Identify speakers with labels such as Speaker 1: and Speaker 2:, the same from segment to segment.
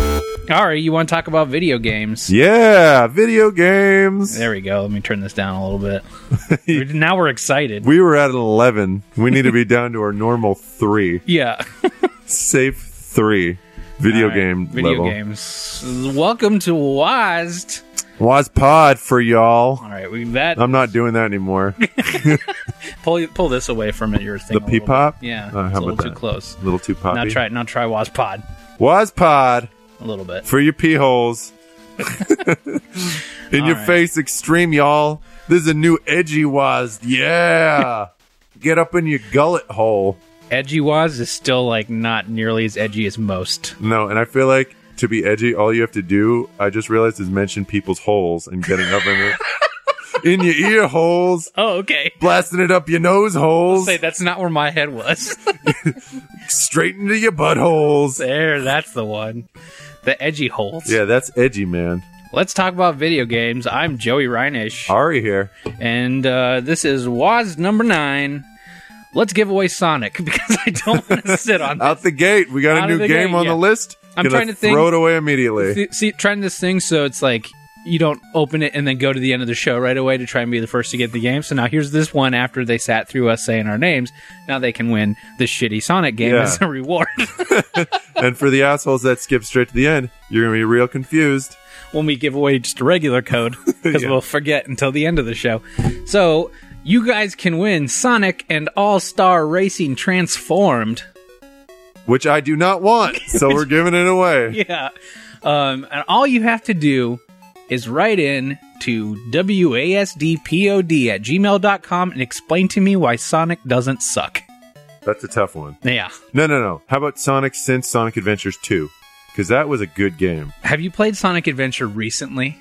Speaker 1: Atari, you want to talk about video games?
Speaker 2: Yeah, video games.
Speaker 1: There we go. Let me turn this down a little bit. now we're excited.
Speaker 2: We were at an 11. We need to be down to our normal three,
Speaker 1: yeah.
Speaker 2: safe three video
Speaker 1: All right,
Speaker 2: game
Speaker 1: Video
Speaker 2: level.
Speaker 1: games. Welcome to WASD.
Speaker 2: Was pod for y'all.
Speaker 1: All right, we that
Speaker 2: I'm not doing that anymore.
Speaker 1: pull pull this away from it. Your thing. a
Speaker 2: The
Speaker 1: little
Speaker 2: peepop?
Speaker 1: bit. Yeah,
Speaker 2: Uh, how
Speaker 1: it's a little
Speaker 2: about
Speaker 1: too
Speaker 2: that?
Speaker 1: close.
Speaker 2: Little too poppy.
Speaker 1: Now try now try WASD Pod
Speaker 2: Was pod
Speaker 1: a little bit.
Speaker 2: for your pee holes.
Speaker 1: All
Speaker 2: In your
Speaker 1: right.
Speaker 2: face, extreme, y'all. This is a new edgy was. Yeah. Get up in your gullet hole.
Speaker 1: Edgy WASD is still like not nearly as edgy as most.
Speaker 2: No, and I feel like to be edgy, all you have to do, I just realized, is mention people's holes and getting up in it. In your ear holes,
Speaker 1: Oh, okay.
Speaker 2: blasting it up your nose holes,
Speaker 1: Say that's not where my head was.
Speaker 2: straight into your buttholes.
Speaker 1: there, that's the one. The edgy holes.
Speaker 2: Yeah, that's edgy, man.
Speaker 1: Let's talk about video games. I'm Joey Reinish,
Speaker 2: Ari here.
Speaker 1: and uh, this is WAS number nine. Let's give away Sonic because I don't want to sit on
Speaker 2: Out the gate, we got
Speaker 1: Out
Speaker 2: a
Speaker 1: of
Speaker 2: new
Speaker 1: the
Speaker 2: game
Speaker 1: gate,
Speaker 2: on
Speaker 1: yeah.
Speaker 2: the list.
Speaker 1: I'm
Speaker 2: Gonna
Speaker 1: trying to think-
Speaker 2: Throw it away immediately.
Speaker 1: See, see, trying this thing so it's like you don't open it and then go to the end of the show right away to try and be the first to get the game. So now here's this one after they sat through us saying our names. Now they can win the shitty Sonic game
Speaker 2: Yeah.
Speaker 1: as a reward.
Speaker 2: and for the assholes that skip straight to the end, you're gonna be real confused.
Speaker 1: when we give away just a regular code because
Speaker 2: Yeah.
Speaker 1: we'll forget until the end of the show. So you guys can win Sonic and All Star Racing Transformed.
Speaker 2: Which I do not want, so we're giving it away.
Speaker 1: Yeah. Um, and all you have to do is write in to WASDPOD at gmail.com and explain to me why Sonic doesn't suck.
Speaker 2: That's a tough one.
Speaker 1: Yeah.
Speaker 2: No, no, no. How about Sonic since Sonic Adventures 2? Because that was a good game.
Speaker 1: Have you played Sonic Adventure recently?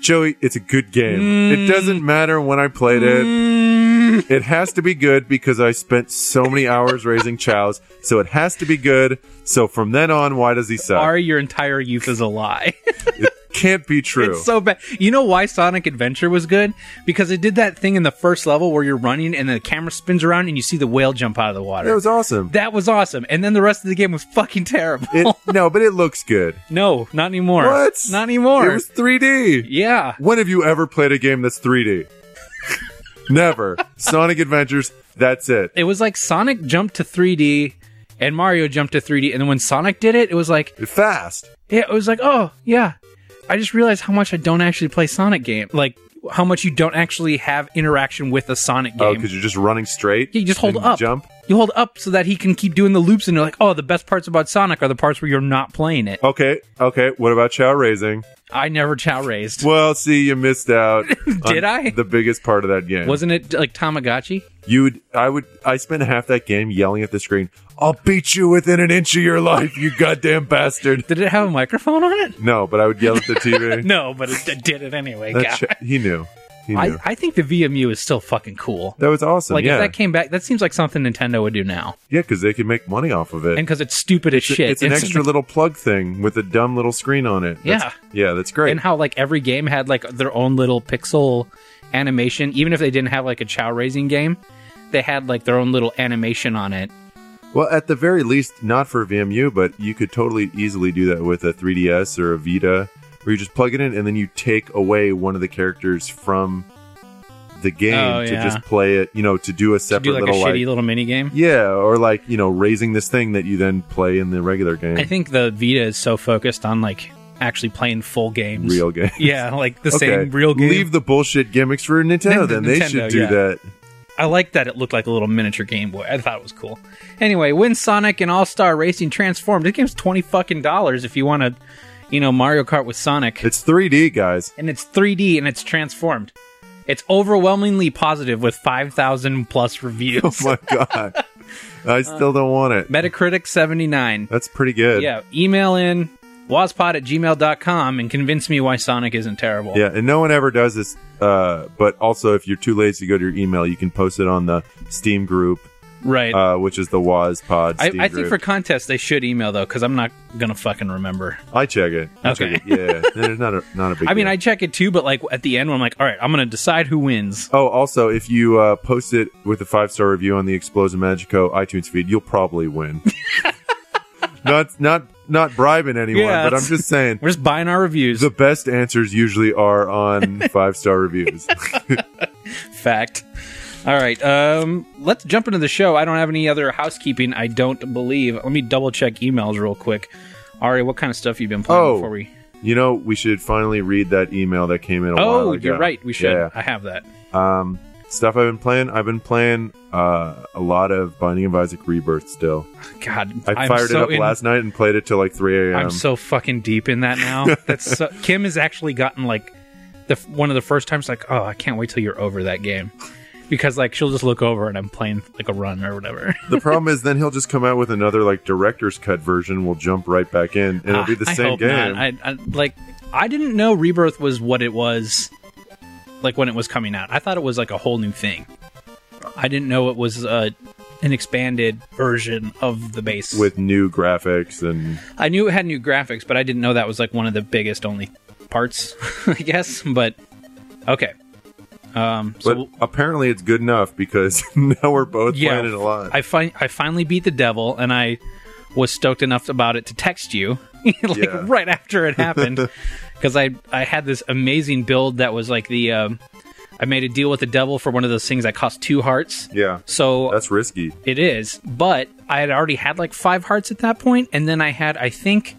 Speaker 2: Joey, it's a good game. It
Speaker 1: Mm.
Speaker 2: doesn't matter when I played it. It has to be good because I spent so many hours raising chows, so it has to be good. So from then on, why does he suck?
Speaker 1: Are your entire youth is a lie?
Speaker 2: Can't be true.
Speaker 1: It's so bad. You know why Sonic Adventure was good? Because it did that thing in the first level where you're running and the camera spins around and you see the whale jump out of the water.
Speaker 2: it was awesome.
Speaker 1: that was awesome. And then the rest of the game was fucking terrible.
Speaker 2: It, no, but it looks good.
Speaker 1: no, not anymore.
Speaker 2: What?
Speaker 1: Not anymore.
Speaker 2: It was 3D.
Speaker 1: yeah.
Speaker 2: When have you ever played a game that's 3D? Never. Sonic Adventures, that's it.
Speaker 1: It was like Sonic jumped to 3D and Mario jumped to 3D. And then when Sonic did it, it was like,
Speaker 2: Fast.
Speaker 1: yeah, it was like, oh, yeah. I just realized how much I don't actually play Sonic game. Like, how much you don't actually have interaction with a Sonic
Speaker 2: Oh,
Speaker 1: game.
Speaker 2: because you're just running straight.
Speaker 1: Yeah, you just hold
Speaker 2: and
Speaker 1: up.
Speaker 2: Jump.
Speaker 1: You hold up so that he can keep doing the loops, and you're like, oh, the best parts about Sonic are the parts where you're not playing it.
Speaker 2: Okay, okay. What about chow raising?
Speaker 1: I never chow raised.
Speaker 2: Well, see, you missed out.
Speaker 1: Did I?
Speaker 2: The biggest part of that game.
Speaker 1: Wasn't it like Tamagotchi?
Speaker 2: You'd, I would, I spent half that game yelling at the screen. I'll beat you within an inch of your life, you goddamn bastard.
Speaker 1: Did it have a microphone on it?
Speaker 2: No, but I would yell at the TV.
Speaker 1: No, but it d- did it anyway.
Speaker 2: That
Speaker 1: God.
Speaker 2: ch- he knew. He knew.
Speaker 1: I, I think the VMU is still fucking cool.
Speaker 2: that was awesome.
Speaker 1: Like,
Speaker 2: yeah,
Speaker 1: if that came back, that seems like something Nintendo would do now.
Speaker 2: yeah, because they could make money off of it.
Speaker 1: And because it's stupid as
Speaker 2: It's-
Speaker 1: shit.
Speaker 2: It's an extra little plug thing with a dumb little screen on it. That's- yeah, that's great.
Speaker 1: And how, like, every game had, like, their own little pixel animation. Even if they didn't have, like, a chow raising game, they had, like, their own little animation on it.
Speaker 2: well, at the very least, not for VMU, but you could totally easily do that with a 3DS or a Vita, where you just plug it in and then you take away one of the characters from the game
Speaker 1: Oh,
Speaker 2: to
Speaker 1: yeah.
Speaker 2: just play it. You know, to do a
Speaker 1: To
Speaker 2: separate
Speaker 1: do, like, a
Speaker 2: little like.
Speaker 1: shitty little mini game.
Speaker 2: yeah, or like, you know, raising this thing that you then play in the regular game.
Speaker 1: I think the Vita is so focused on like actually playing full games.
Speaker 2: real game.
Speaker 1: Yeah, like the
Speaker 2: Okay.
Speaker 1: same real game.
Speaker 2: Leave the bullshit gimmicks for Nintendo, then. They should
Speaker 1: Nintendo,
Speaker 2: do
Speaker 1: yeah.
Speaker 2: that.
Speaker 1: I like that it looked like a little miniature Game Boy. I thought it was cool. Anyway, win Sonic and All Star Racing Transformed. This game's twenty fucking dollars if you want to, you know, Mario Kart with Sonic.
Speaker 2: It's 3D, guys.
Speaker 1: and it's 3D and it's transformed. It's overwhelmingly positive with 5,000 plus
Speaker 2: Oh
Speaker 1: reviews.
Speaker 2: my god.
Speaker 1: Uh,
Speaker 2: I still don't want it.
Speaker 1: Metacritic 79.
Speaker 2: That's pretty good.
Speaker 1: Yeah, email in waspod at gmail.com and convince me why Sonic isn't terrible.
Speaker 2: Yeah, and no one ever does this. Uh, but also, if you're too lazy to go to your email, you can post it on the Steam group,
Speaker 1: Right.
Speaker 2: uh, which is the Waz Pod
Speaker 1: I,
Speaker 2: Steam
Speaker 1: I think for
Speaker 2: group.
Speaker 1: contests they should email though because I'm not gonna fucking remember.
Speaker 2: I check it. I
Speaker 1: Okay.
Speaker 2: Check it. Yeah, yeah. It's not a not a big.
Speaker 1: I mean,
Speaker 2: deal.
Speaker 1: I check it too, but like at the end, when I'm like, all right, I'm gonna decide who wins.
Speaker 2: Oh, also, if you uh, post it with a five star review on the Explosion Magico iTunes feed, you'll probably win. not not not bribing anyone,
Speaker 1: Yeah,
Speaker 2: but I'm
Speaker 1: it's-
Speaker 2: just saying
Speaker 1: We're just buying our reviews.
Speaker 2: the best answers usually are on five star reviews.
Speaker 1: Fact. All right. Um, let's jump into the show. I don't have any other housekeeping. I don't believe. Let me double check emails real quick. Ari, what kind of stuff you been playing
Speaker 2: Oh,
Speaker 1: before we?
Speaker 2: you know, we should finally read that email that came in. A while
Speaker 1: Oh,
Speaker 2: ago.
Speaker 1: you're right. We should.
Speaker 2: Yeah.
Speaker 1: I have that.
Speaker 2: Um, stuff I've been playing. I've been playing uh, a lot of Binding of Isaac Rebirth. Still,
Speaker 1: God,
Speaker 2: I
Speaker 1: am
Speaker 2: fired
Speaker 1: so
Speaker 2: it up
Speaker 1: in-
Speaker 2: last night and played it till like 3 a.m.
Speaker 1: I'm so fucking deep in that now. That's so, Kim has actually gotten like the f- one of the first times like, oh, I can't wait till you're over that game because like she'll just look over and I'm playing like a run or whatever.
Speaker 2: the problem is, then he'll just come out with another like director's cut version. We'll jump right back in, and it'll be the
Speaker 1: Ah, I
Speaker 2: same
Speaker 1: hope
Speaker 2: game.
Speaker 1: not. I, I like. I didn't know Rebirth was what it was, like when it was coming out. I thought it was like a whole new thing. I didn't know it was uh, an expanded version of the base.
Speaker 2: with new graphics and
Speaker 1: I knew it had new graphics, but I didn't know that was like one of the biggest only parts, I guess. But okay, um, so
Speaker 2: but apparently it's good enough because now we're both
Speaker 1: Yeah.
Speaker 2: playing it a lot.
Speaker 1: I fin- I finally beat the devil, and I was stoked enough about it to text you like
Speaker 2: Yeah.
Speaker 1: right after it happened because I I had this amazing build that was like the um, I made a deal with the devil for one of those things that cost two hearts.
Speaker 2: yeah.
Speaker 1: So
Speaker 2: That's risky.
Speaker 1: it is, but I had already had like five hearts at that point, and then I had I think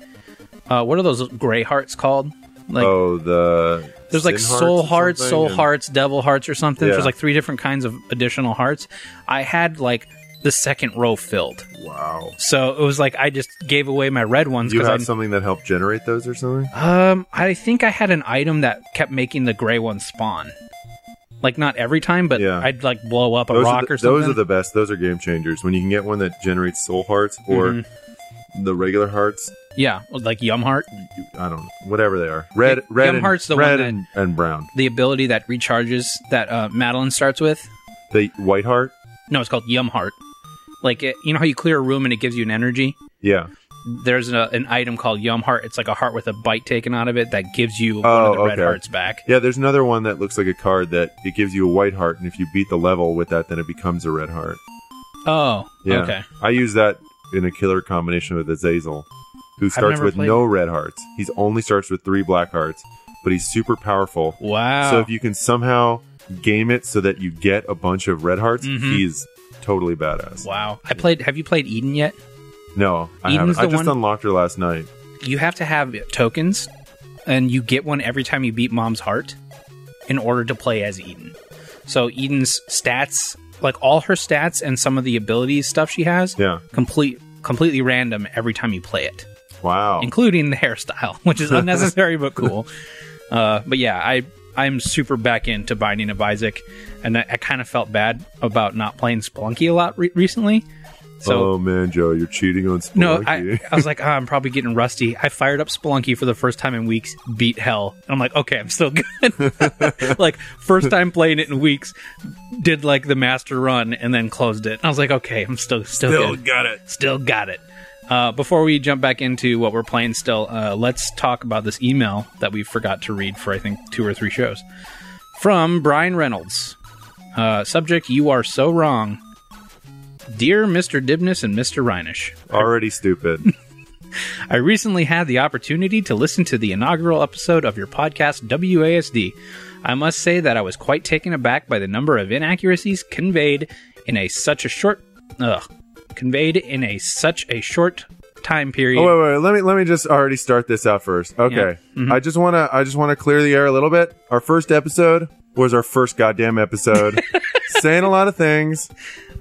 Speaker 1: uh, what are those gray hearts called? Like
Speaker 2: oh, the
Speaker 1: there's like
Speaker 2: sin
Speaker 1: soul
Speaker 2: or
Speaker 1: hearts,
Speaker 2: something,
Speaker 1: soul
Speaker 2: and-
Speaker 1: hearts, devil hearts, or something.
Speaker 2: Yeah.
Speaker 1: There's like three different kinds of additional hearts. I had like the second row filled,
Speaker 2: Wow.
Speaker 1: so it was like I just gave away my red ones
Speaker 2: You have
Speaker 1: because
Speaker 2: something that helped generate those or something?
Speaker 1: I um I think I had an item that kept making the gray ones spawn. Like not every time, but
Speaker 2: Yeah.
Speaker 1: I'd like blow up a
Speaker 2: Those,
Speaker 1: rock
Speaker 2: are the,
Speaker 1: or something.
Speaker 2: those are the best. Those are game changers. When you can get one that generates soul hearts or
Speaker 1: Mm-hmm.
Speaker 2: the regular hearts,
Speaker 1: yeah, like yum heart.
Speaker 2: you- I don't know, whatever they are. Red, red,
Speaker 1: Gem
Speaker 2: and,
Speaker 1: heart's the
Speaker 2: red
Speaker 1: one
Speaker 2: and, and brown.
Speaker 1: the ability that recharges that uh, Madeline starts with.
Speaker 2: The white heart?
Speaker 1: No, it's called Yum Heart. Like it, you know how you clear a room and it gives you an energy.
Speaker 2: Yeah.
Speaker 1: There's a, an item called Yum Heart. It's like a heart with a bite taken out of it that gives you one
Speaker 2: Oh,
Speaker 1: of the red
Speaker 2: okay.
Speaker 1: hearts back.
Speaker 2: Yeah, there's another one that looks like a card that it gives you a white heart, and if you beat the level with that, then it becomes a red heart.
Speaker 1: Oh,
Speaker 2: Yeah.
Speaker 1: okay.
Speaker 2: I use that in a killer combination with Azazel, who starts
Speaker 1: never
Speaker 2: with
Speaker 1: played-
Speaker 2: no red hearts. He's only starts with three black hearts, but he's super powerful.
Speaker 1: Wow.
Speaker 2: So if you can somehow game it so that you get a bunch of red hearts, he's totally badass.
Speaker 1: Mm-hmm. wow. I played. Have you played Eden yet?
Speaker 2: No, I
Speaker 1: Eden's
Speaker 2: haven't. I
Speaker 1: the
Speaker 2: just
Speaker 1: one-
Speaker 2: unlocked her last night.
Speaker 1: You have to have tokens, and you get one every time you beat Mom's heart, in order to play as Eden. So Eden's stats, like all her stats and some of the abilities stuff she has,
Speaker 2: Yeah.
Speaker 1: complete completely random every time you play it,
Speaker 2: Wow.
Speaker 1: including the hairstyle, which is unnecessary but cool. Uh, but yeah, I I'm super back into Binding of Isaac, and I, I kind of felt bad about not playing Splunky a lot re- recently. So
Speaker 2: oh man, Joe, you're cheating on Spelunky.
Speaker 1: no, I, I was like, "Ah, I'm probably getting rusty. I fired up Spelunky for the first time in weeks, beat hell. And I'm like, okay, I'm still good. like, first time playing it in weeks, did like the master run and then closed it. And I was like, okay, I'm still still,
Speaker 2: Still
Speaker 1: good.
Speaker 2: got it.
Speaker 1: Still got it. Uh, before we jump back into what we're playing, still, uh, let's talk about this email that we forgot to read for I think two or three shows from Brian Reynolds. Uh, subject: You are so wrong, dear Mister Dibness and Mister Reinish.
Speaker 2: Already stupid.
Speaker 1: I recently had the opportunity to listen to the inaugural episode of your podcast, WASD. I must say that I was quite taken aback by the number of inaccuracies conveyed in a such a short ugh, conveyed in a such a short time period.
Speaker 2: Oh, wait, wait, wait. Let me let me just already start this out first. Okay.
Speaker 1: Mm-hmm.
Speaker 2: I just wanna I just wanna clear the air a little bit. Our first episode was our first goddamn episode. Saying a lot of things.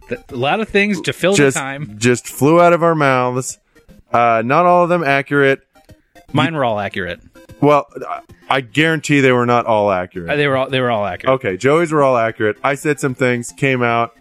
Speaker 1: Th- a lot of things to fill
Speaker 2: Just
Speaker 1: the time.
Speaker 2: just flew out of our mouths. Uh, not all of them accurate.
Speaker 1: Mine were all accurate.
Speaker 2: Well, I- I guarantee they were not all
Speaker 1: Uh,
Speaker 2: accurate.
Speaker 1: They were all they were all accurate.
Speaker 2: Okay, Joey's were all accurate. I said some things, came out.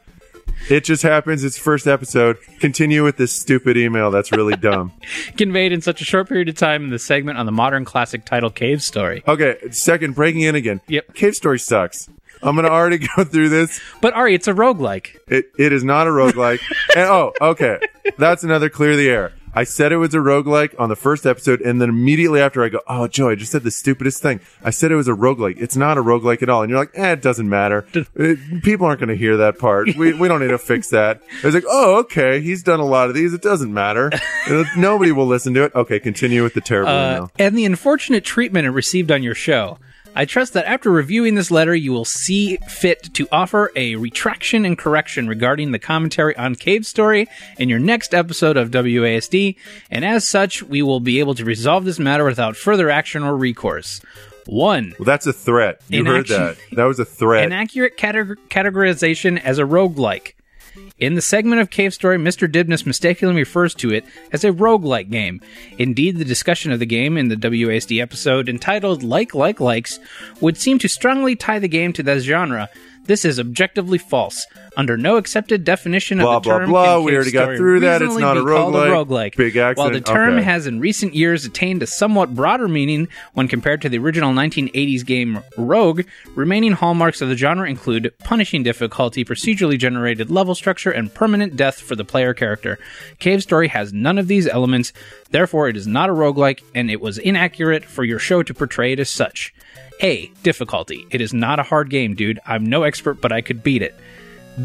Speaker 2: It just happens. It's first episode. Continue with this stupid email. That's really dumb.
Speaker 1: Conveyed in such a short period of time in the segment on the modern classic title Cave Story.
Speaker 2: Okay, second, breaking in again.
Speaker 1: Yep.
Speaker 2: Cave story sucks. I'm gonna already go through this.
Speaker 1: But Ari, it's a roguelike.
Speaker 2: It, it is not a roguelike. and, oh, okay. That's another clear the air. I said it was a roguelike on the first episode, and then immediately after I go, Oh, Joe, I just said the stupidest thing. I said it was a roguelike. It's not a roguelike at all. And you're like, Eh, it doesn't matter. It- people aren't going to hear that part. We, we don't need to fix that. I was like, Oh, okay. He's done a lot of these. It doesn't matter. Uh, Nobody will listen to it. Okay, continue with the terrible
Speaker 1: Uh,
Speaker 2: now.
Speaker 1: and the unfortunate treatment it received on your show. I trust that after reviewing this letter, you will see fit to offer a retraction and correction regarding the commentary on Cave Story in your next episode of WASD, and as such, we will be able to resolve this matter without further action or recourse. 1.
Speaker 2: Well, that's a threat. You heard
Speaker 1: Inaction-
Speaker 2: that. That was a threat.
Speaker 1: Inaccurate categ- categorization as a roguelike. In the segment of Cave Story, Mr. Dibnus mistakenly refers to it as a roguelike game. Indeed, the discussion of the game in the WASD episode entitled Like Like Likes would seem to strongly tie the game to that genre. This is objectively false. Under no accepted definition
Speaker 2: Blah,
Speaker 1: of the
Speaker 2: blah,
Speaker 1: term,
Speaker 2: blah.
Speaker 1: can
Speaker 2: We
Speaker 1: Cave
Speaker 2: already got
Speaker 1: Story
Speaker 2: through that. It's
Speaker 1: reasonably
Speaker 2: not a
Speaker 1: be called
Speaker 2: roguelike.
Speaker 1: roguelike.
Speaker 2: Big
Speaker 1: While the
Speaker 2: accident.
Speaker 1: term
Speaker 2: Okay.
Speaker 1: has has in recent years attained a somewhat broader meaning when compared to the original 1980s game Rogue, remaining hallmarks of the genre include punishing difficulty, procedurally generated level structure, and permanent death for the player character. Cave Story has none of these elements, therefore, it is not a roguelike, and it was inaccurate for your show to portray it as such. A. Difficulty. It is not a hard game, dude. I'm no expert, but I could beat it.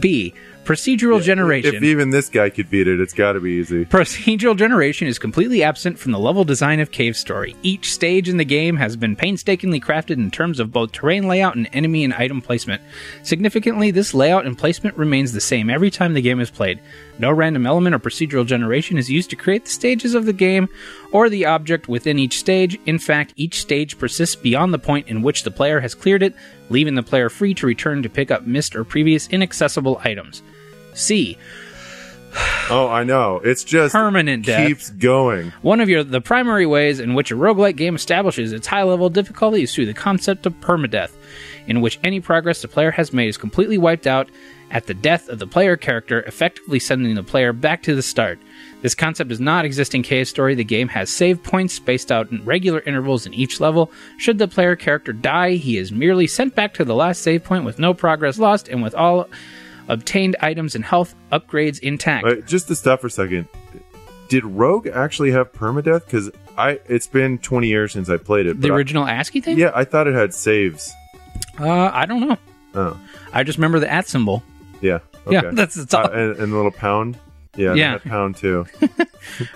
Speaker 1: B. Procedural generation.
Speaker 2: If even this guy could beat it, it's got to be easy.
Speaker 1: Procedural generation is completely absent from the level design of Cave Story. Each stage in the game has been painstakingly crafted in terms of both terrain layout and enemy and item placement. Significantly, this layout and placement remains the same every time the game is played. No random element or procedural generation is used to create the stages of the game or the object within each stage. In fact, each stage persists beyond the point in which the player has cleared it, leaving the player free to return to pick up missed or previous inaccessible items. C.
Speaker 2: Oh, I know. It's just
Speaker 1: Permanent death.
Speaker 2: keeps going.
Speaker 1: One of your the primary ways in which a roguelike game establishes its high level difficulty is through the concept of permadeath, in which any progress the player has made is completely wiped out at the death of the player character, effectively sending the player back to the start. This concept does not exist in Cave Story. The game has save points spaced out in regular intervals in each level. Should the player character die, he is merely sent back to the last save point with no progress lost and with all obtained items and health upgrades intact.
Speaker 2: Uh, just to stop for a second. Did Rogue actually have permadeath? Because I, it's been 20 years since I played it.
Speaker 1: the
Speaker 2: but I-
Speaker 1: original ASCII thing?
Speaker 2: yeah, I thought it had saves.
Speaker 1: Uh, I don't know.
Speaker 2: Oh,
Speaker 1: I just remember the at symbol.
Speaker 2: yeah. Okay.
Speaker 1: Yeah, that's it's all.
Speaker 2: Uh, and, and the little pound. Yeah, they
Speaker 1: Yeah.
Speaker 2: had pound too.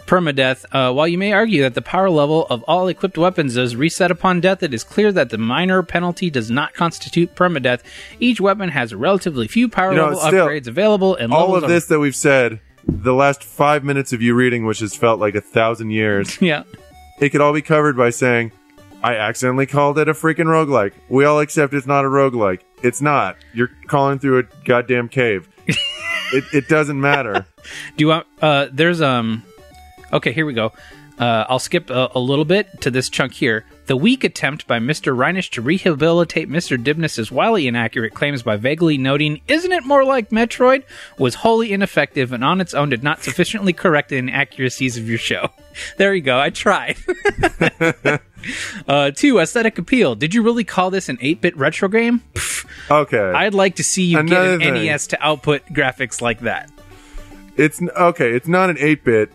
Speaker 1: Permadeath. Uh, while you may argue that the power level of all equipped weapons is reset upon death, it is clear that the minor penalty does not constitute permadeath. Each weapon has relatively few power
Speaker 2: You know,
Speaker 1: level
Speaker 2: still,
Speaker 1: upgrades available, and
Speaker 2: All
Speaker 1: levels
Speaker 2: of
Speaker 1: are-
Speaker 2: this that we've said, the last five minutes of you reading, which has felt like a thousand years,
Speaker 1: yeah,
Speaker 2: it could all be covered by saying, I accidentally called it a freaking roguelike. We all accept it's not a roguelike. It's not. You're calling through a goddamn cave. it, it doesn't matter.
Speaker 1: Do you want? Uh, there's um. Okay, here we go. Uh, I'll skip a, a little bit to this chunk here. The weak attempt by Mr. Reinish to rehabilitate Mr. Dibnus's wildly inaccurate claims by vaguely noting, "Isn't it more like Metroid?" was wholly ineffective and on its own did not sufficiently correct the inaccuracies of your show. There you go. I tried. uh, two aesthetic appeal. Did you really call this an 8-bit retro game? Pff,
Speaker 2: Okay.
Speaker 1: I'd like to see you
Speaker 2: Another
Speaker 1: get an
Speaker 2: thing.
Speaker 1: NES to output graphics like that.
Speaker 2: it's n- okay. It's not an eight bit.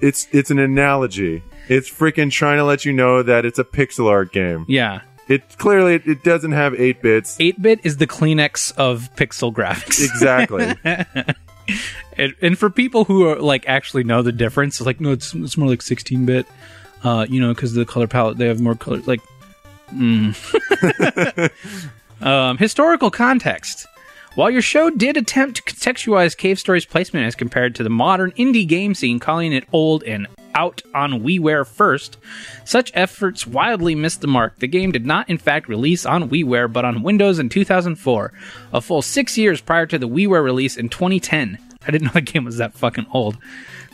Speaker 2: It's it's an analogy. It's freaking trying to let you know that it's a pixel art game.
Speaker 1: Yeah.
Speaker 2: It clearly it, it doesn't have eight bits
Speaker 1: 8 bit is the Kleenex of pixel graphics.
Speaker 2: exactly.
Speaker 1: and, and for people who are like actually know the difference, it's like, no, it's, it's more like 16 bit, uh, you know, because the color palette, they have more colors. Like, mm. um, historical context. While your show did attempt to contextualize Cave Story's placement as compared to the modern indie game scene, calling it old and out on WiiWare first, such efforts wildly missed the mark. The game did not, in fact, release on WiiWare, but on Windows in 2004, a full six years prior to the WiiWare release in 2010. I didn't know the game was that fucking old.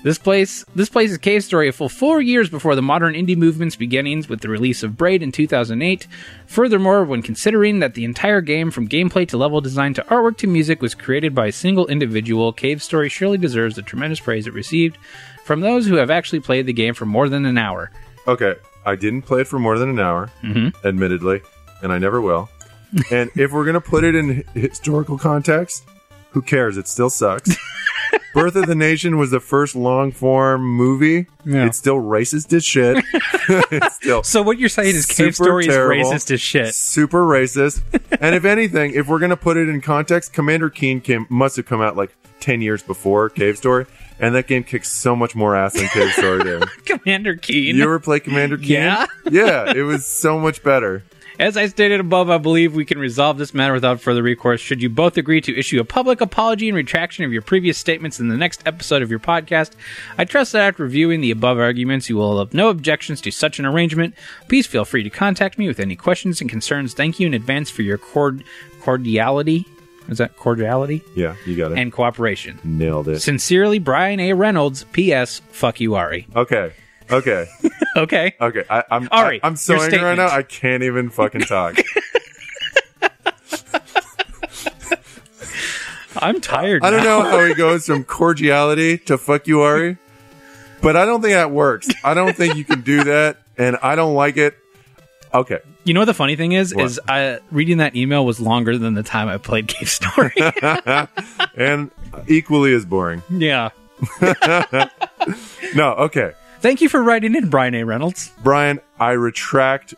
Speaker 1: This place, this place is Cave Story a full four years before the modern indie movement's beginnings with the release of Braid in 2008. Furthermore, when considering that the entire game, from gameplay to level design to artwork to music, was created by a single individual, Cave Story surely deserves the tremendous praise it received from those who have actually played the game for more than an hour.
Speaker 2: Okay, I didn't play it for more than an hour,
Speaker 1: Mm-hmm.
Speaker 2: admittedly, and I never will. and if we're gonna put it in hi- historical context, who cares? It still sucks. Birth of the Nation was the first long form movie.
Speaker 1: Yeah.
Speaker 2: It's still racist as shit. it's still
Speaker 1: So what you're saying is Cave
Speaker 2: Super
Speaker 1: Story
Speaker 2: terrible.
Speaker 1: is racist as shit.
Speaker 2: super racist. and if anything, if we're gonna put it in context, Commander Keen came must have come out like ten years before Cave Story, and that game kicks so much more ass than Cave Story did.
Speaker 1: Commander Keen.
Speaker 2: You ever play Commander Keen?
Speaker 1: Yeah.
Speaker 2: yeah, it was so much better.
Speaker 1: As I stated above, I believe we can resolve this matter without further recourse. Should you both agree to issue a public apology and retraction of your previous statements in the next episode of your podcast, I trust that after reviewing the above arguments, you will have no objections to such an arrangement. Please feel free to contact me with any questions and concerns. Thank you in advance for your cord- cordiality. Is that cordiality?
Speaker 2: Yeah, you got it.
Speaker 1: And cooperation.
Speaker 2: Nailed it.
Speaker 1: Sincerely, Brian A. Reynolds. P.S. Fuck you, Ari.
Speaker 2: Okay. Okay.
Speaker 1: Okay.
Speaker 2: Okay. I, I'm
Speaker 1: All right,
Speaker 2: I, am so
Speaker 1: your
Speaker 2: angry right
Speaker 1: statement.
Speaker 2: now. I can't even fucking talk.
Speaker 1: I'm tired.
Speaker 2: I don't
Speaker 1: now.
Speaker 2: know how he goes from cordiality to fuck you, Ari, but I don't think that works. I don't think you can do that, and I don't like it. Okay.
Speaker 1: You know what the funny thing is?
Speaker 2: What?
Speaker 1: Is I, reading that email was longer than the time I played Cave Story.
Speaker 2: And equally as boring.
Speaker 1: yeah.
Speaker 2: No, okay.
Speaker 1: Thank you for writing in, Brian A. Reynolds.
Speaker 2: Brian, I retract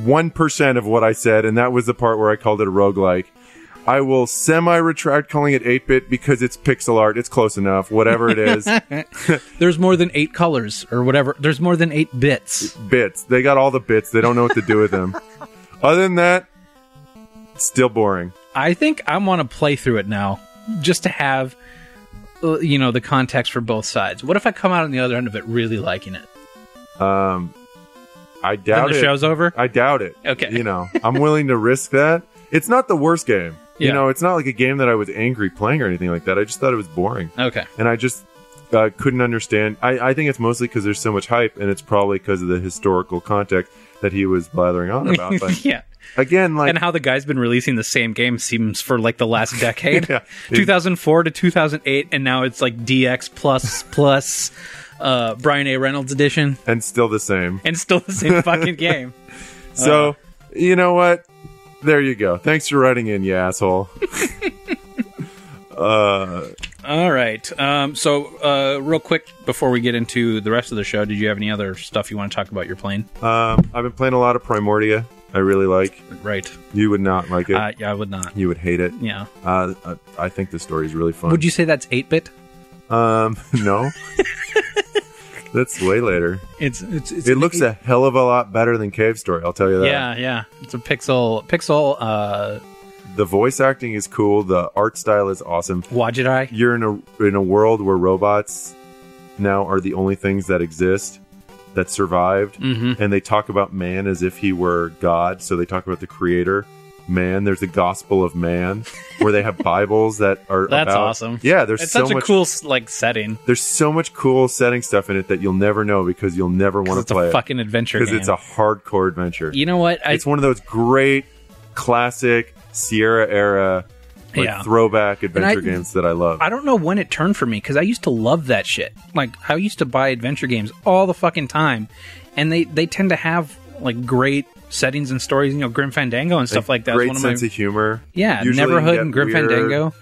Speaker 2: 1% of what I said, and that was the part where I called it a roguelike. I will semi retract calling it 8 bit because it's pixel art. It's close enough, whatever it is.
Speaker 1: There's more than eight colors or whatever. There's more than eight bits.
Speaker 2: bits. They got all the bits. They don't know what to do with them. Other than that, still boring.
Speaker 1: I think I want to play through it now just to have, uh, you know, the context for both sides. What if I come out on the other end of it really liking it?
Speaker 2: Um, I
Speaker 1: Then
Speaker 2: doubt
Speaker 1: the
Speaker 2: it.
Speaker 1: show's over?
Speaker 2: I doubt it.
Speaker 1: Okay.
Speaker 2: You know, I'm willing to risk that. It's not the worst game.
Speaker 1: Yeah.
Speaker 2: You know, it's not like a game that I was angry playing or anything like that. I just thought it was boring.
Speaker 1: Okay.
Speaker 2: And I just uh, couldn't understand. I, I think it's mostly because there's so much hype, and it's probably because of the historical context that he was blathering on about. But
Speaker 1: yeah.
Speaker 2: again, like,
Speaker 1: And how the guy's been releasing the same game seems for like the last decade.
Speaker 2: Yeah.
Speaker 1: 2004 to 2008, and now it's like DX plus plus uh, Brian A. Reynolds edition,
Speaker 2: and still the same.
Speaker 1: and still the same fucking game. Uh.
Speaker 2: So, you know what? There you go. Thanks for writing in, you asshole. uh,
Speaker 1: All right. Um, so, uh, real quick before we get into the rest of the show, did you have any other stuff you want to talk about your plane?
Speaker 2: um, I've been playing a lot of Primordia. I really like.
Speaker 1: Right.
Speaker 2: You would not like it.
Speaker 1: Uh, yeah, I would not.
Speaker 2: you would hate it.
Speaker 1: Yeah.
Speaker 2: Uh, I, I think the story is really fun.
Speaker 1: Would you say that's 8 bit?
Speaker 2: Um, no. That's way later.
Speaker 1: It's, it's, it's
Speaker 2: It looks a hell of a lot better than Cave Story. I'll tell you that.
Speaker 1: Yeah, yeah. It's a pixel, pixel, uh,
Speaker 2: The voice acting is cool. The art style is awesome.
Speaker 1: Wajidai.
Speaker 2: you're in a in a world where robots now are the only things that exist that survived
Speaker 1: Mm-hmm.
Speaker 2: and they talk about man as if he were god so they talk about the creator man there's the gospel of man where they have bibles that are
Speaker 1: That's
Speaker 2: about-
Speaker 1: awesome.
Speaker 2: yeah there's
Speaker 1: It's
Speaker 2: so
Speaker 1: such a
Speaker 2: much
Speaker 1: cool, like, setting.
Speaker 2: there's so much cool setting stuff in it that you'll never know because you'll never want
Speaker 1: It's
Speaker 2: to play
Speaker 1: a
Speaker 2: it
Speaker 1: fucking adventure
Speaker 2: because
Speaker 1: game.
Speaker 2: it's a hardcore adventure
Speaker 1: you know what? I,
Speaker 2: it's one of those great classic sierra era like,
Speaker 1: Yeah.
Speaker 2: throwback adventure
Speaker 1: I-
Speaker 2: games that i love
Speaker 1: I don't know when it turned for me because I used to love that shit. Like I used to buy adventure games all the fucking time, and they they tend to have like great settings and stories. You know, Grim Fandango and stuff like that.
Speaker 2: Great
Speaker 1: one of my
Speaker 2: sense of humor.
Speaker 1: yeah,
Speaker 2: Usually
Speaker 1: Neverhood
Speaker 2: you
Speaker 1: and
Speaker 2: get
Speaker 1: Grim
Speaker 2: weird-
Speaker 1: Fandango.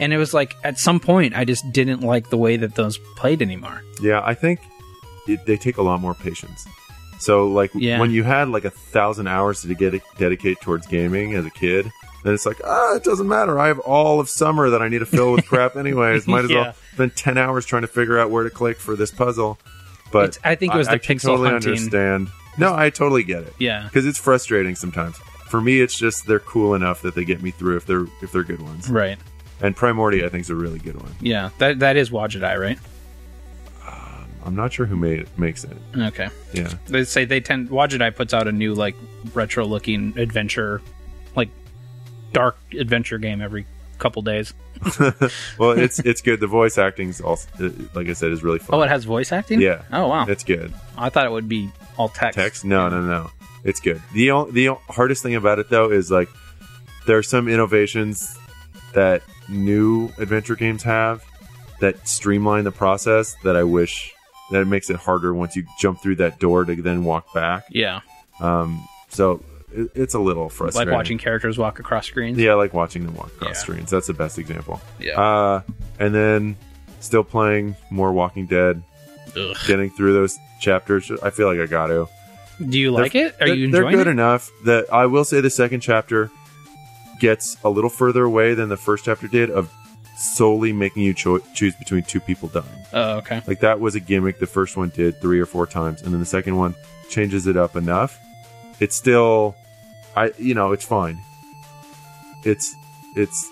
Speaker 1: And it was like at some point I just didn't like the way that those played anymore.
Speaker 2: Yeah, I think it, they take a lot more patience. So, like,
Speaker 1: Yeah.
Speaker 2: when you had like a thousand hours to get dedicate towards gaming as a kid, then it's like, ah, it doesn't matter. I have all of summer that I need to fill with crap, anyways. Might as
Speaker 1: Yeah.
Speaker 2: well spend ten hours trying to figure out where to click for this puzzle. But
Speaker 1: It's- I think it was the
Speaker 2: can
Speaker 1: pixel
Speaker 2: totally
Speaker 1: hunting.
Speaker 2: Understand? No, I totally get it
Speaker 1: Yeah,
Speaker 2: because it's frustrating sometimes. For me, it's just they're cool enough that they get me through if they're if they're good ones.
Speaker 1: right.
Speaker 2: And Primordia, I think, is a really good one.
Speaker 1: Yeah, that that is Wajidai, right?
Speaker 2: I'm not sure who made it, makes it.
Speaker 1: Okay.
Speaker 2: Yeah.
Speaker 1: They say they tend Wajidai puts out a new like retro looking adventure, like dark adventure game every couple days.
Speaker 2: well, it's it's good. The voice acting's also, uh, like I said, is really fun.
Speaker 1: Oh, it has voice acting.
Speaker 2: Yeah.
Speaker 1: Oh wow.
Speaker 2: it's good.
Speaker 1: I thought it would be all text.
Speaker 2: Text? No, no, no. It's good. The o- the o- hardest thing about it though is like there are some innovations that new adventure games have that streamline the process that I wish that it makes it harder once you jump through that door to then walk back.
Speaker 1: Yeah.
Speaker 2: Um, so it, it's a little
Speaker 1: like
Speaker 2: frustrating.
Speaker 1: watching characters walk across screens.
Speaker 2: Yeah, I like watching them walk across
Speaker 1: Yeah.
Speaker 2: screens. That's the best example.
Speaker 1: Yeah.
Speaker 2: Uh, and then still playing more Walking Dead,
Speaker 1: Ugh.
Speaker 2: getting through those chapters. I feel like I got to.
Speaker 1: Do you like it? Are
Speaker 2: They're-
Speaker 1: you
Speaker 2: They're
Speaker 1: enjoying
Speaker 2: good
Speaker 1: it?
Speaker 2: enough that I will say the second chapter gets a little further away than the first chapter did of solely making you cho- choose between two people dying.
Speaker 1: Oh, okay.
Speaker 2: Like that was a gimmick the first one did three or four times, and then the second one changes it up enough. It's still, I you know, it's fine. It's it's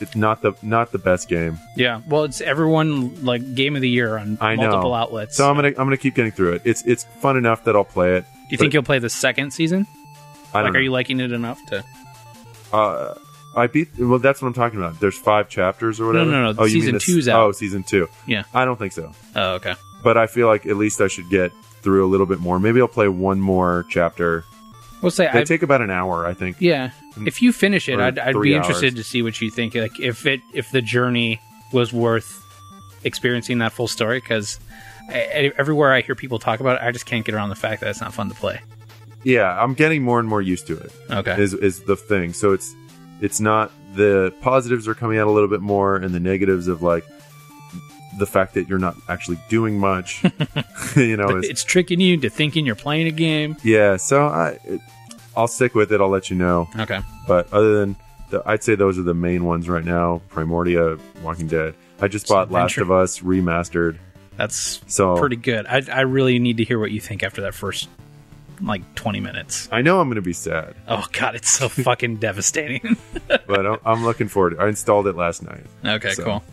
Speaker 2: it's not the not the best game.
Speaker 1: Yeah. Well, it's everyone like game of the year on
Speaker 2: I know.
Speaker 1: multiple outlets.
Speaker 2: So I'm gonna I'm gonna keep getting through it. It's it's fun enough that I'll play it.
Speaker 1: Do you think you'll play the second season?
Speaker 2: I don't
Speaker 1: like,
Speaker 2: know.
Speaker 1: are you liking it enough to?
Speaker 2: uh, I beat. Well, that's what I'm talking about. There's five chapters or whatever.
Speaker 1: no, no,
Speaker 2: Oh, you
Speaker 1: season
Speaker 2: mean this,
Speaker 1: two's out.
Speaker 2: Oh, season two.
Speaker 1: Yeah.
Speaker 2: I don't think so.
Speaker 1: Oh, okay.
Speaker 2: But I feel like at least I should get through a little bit more. Maybe I'll play one more chapter.
Speaker 1: We'll say
Speaker 2: They
Speaker 1: I.
Speaker 2: take about an hour, I think.
Speaker 1: yeah. If you finish it,
Speaker 2: Or
Speaker 1: I'd, I'd
Speaker 2: Mm. three
Speaker 1: be interested to see what you think. Like, if it if the journey was worth experiencing that full story, because everywhere I hear people talk about it, I just can't get around the fact that it's not fun to play.
Speaker 2: Yeah, I'm getting more and more used to it.
Speaker 1: Okay.
Speaker 2: Is is the thing. So it's it's not the positives are coming out a little bit more, and the negatives of like the fact that you're not actually doing much. you know,
Speaker 1: But
Speaker 2: is,
Speaker 1: it's tricking you into thinking you're playing a game.
Speaker 2: yeah. So I it, I'll stick with it. I'll let you know.
Speaker 1: Okay.
Speaker 2: But other than, the, I'd say those are the main ones right now. Primordia, Walking Dead. I just bought Last
Speaker 1: Adventure.
Speaker 2: of Us remastered,
Speaker 1: That's
Speaker 2: so
Speaker 1: pretty good. I, I really need to hear what you think after that first like 20 minutes.
Speaker 2: I know I'm going to be sad,
Speaker 1: Oh god, it's so fucking devastating.
Speaker 2: but I'm, I'm looking forward. to it. I installed it last night.
Speaker 1: Okay,
Speaker 2: So-
Speaker 1: cool.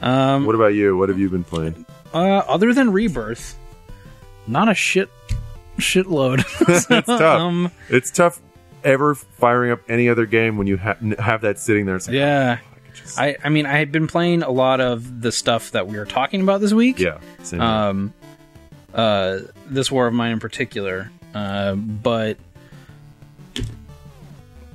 Speaker 1: Um,
Speaker 2: What about you? What have you been playing?
Speaker 1: Uh, other than Rebirth, not a shit shitload.
Speaker 2: It's tough.
Speaker 1: Um,
Speaker 2: it's tough ever firing up any other game when you ha- n- have that sitting there. It's like,
Speaker 1: yeah.
Speaker 2: "Oh, I could just-"
Speaker 1: I I mean, I had been playing a lot of the stuff that we were talking about this week.
Speaker 2: yeah. Same here.
Speaker 1: um, uh, this war of mine in particular. Uh, but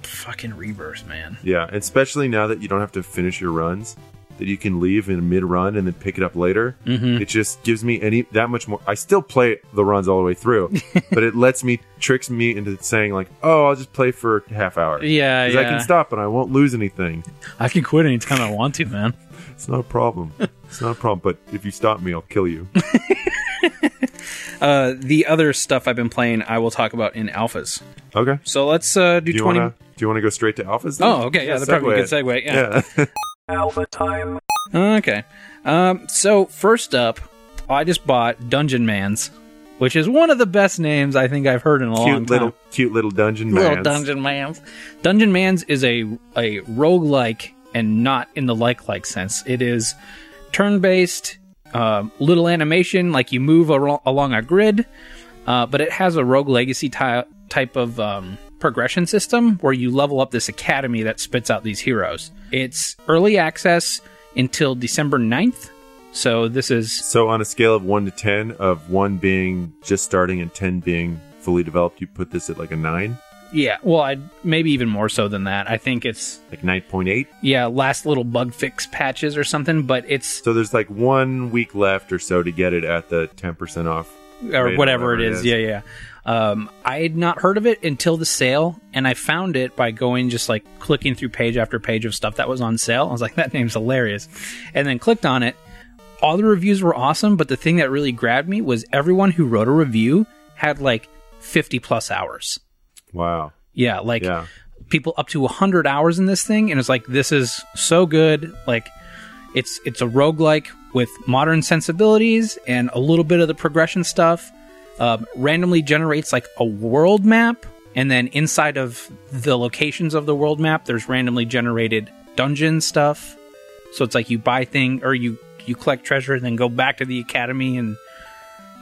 Speaker 1: fucking rebirth, man.
Speaker 2: yeah, and especially now that you don't have to finish your runs, that you can leave in mid run and then pick it up later.
Speaker 1: Mm-hmm.
Speaker 2: It just gives me any that much more. I still play the runs all the way through, but it lets me tricks me into saying like, "Oh, I'll just play for a half hour."
Speaker 1: Yeah,
Speaker 2: 'Cause
Speaker 1: yeah.
Speaker 2: I can stop and I won't lose anything.
Speaker 1: I can quit anytime I want to, man.
Speaker 2: It's not a problem. it's not a problem. But if you stop me, I'll kill you.
Speaker 1: Uh, the other stuff I've been playing, I will talk about in alphas.
Speaker 2: Okay.
Speaker 1: So let's uh, do,
Speaker 2: Do you
Speaker 1: 20.
Speaker 2: wanna do you wanna go straight to alphas? then?
Speaker 1: Oh, okay. Yeah, that's probably a good
Speaker 2: segue.
Speaker 1: segue. Yeah.
Speaker 2: Yeah.
Speaker 1: Okay. Um, so first up, I just bought Dungeon Man's, which is one of the best names I think I've heard in a long
Speaker 2: cute
Speaker 1: time.
Speaker 2: little cute little dungeon man.
Speaker 1: Little Dungeon Mans. Dungeon Mans is a a roguelike and not in the like like sense. It is turn based, um little animation, like you move ar- along a grid, uh, but it has a rogue legacy ty- type of um, progression system where you level up this academy that spits out these heroes. It's early access until December 9th. So this is
Speaker 2: So on a scale of one to ten, of one being just starting and ten being fully developed, you put this at like a nine,
Speaker 1: yeah, well, I maybe even more so than that. I think it's
Speaker 2: like nine point eight.
Speaker 1: yeah, last little bug fix patches or something, but it's
Speaker 2: So there's like one week left or so to get it at the 10% off.
Speaker 1: or
Speaker 2: rate
Speaker 1: whatever it is. Yeah, yeah. Um, I had not heard of it until the sale, and I found it by going just like clicking through page after page of stuff that was on sale. I was like, that name's hilarious, and then clicked on it. All the reviews were awesome, but the thing that really grabbed me was everyone who wrote a review had like 50 plus hours.
Speaker 2: Wow.
Speaker 1: Yeah, like
Speaker 2: Yeah.
Speaker 1: people up to 100 hours in this thing and it's like this is so good like it's it's a roguelike with modern sensibilities and a little bit of the progression stuff um, randomly generates like a world map and then inside of the locations of the world map there's randomly generated dungeon stuff so it's like you buy thing or you you collect treasure and then go back to the academy and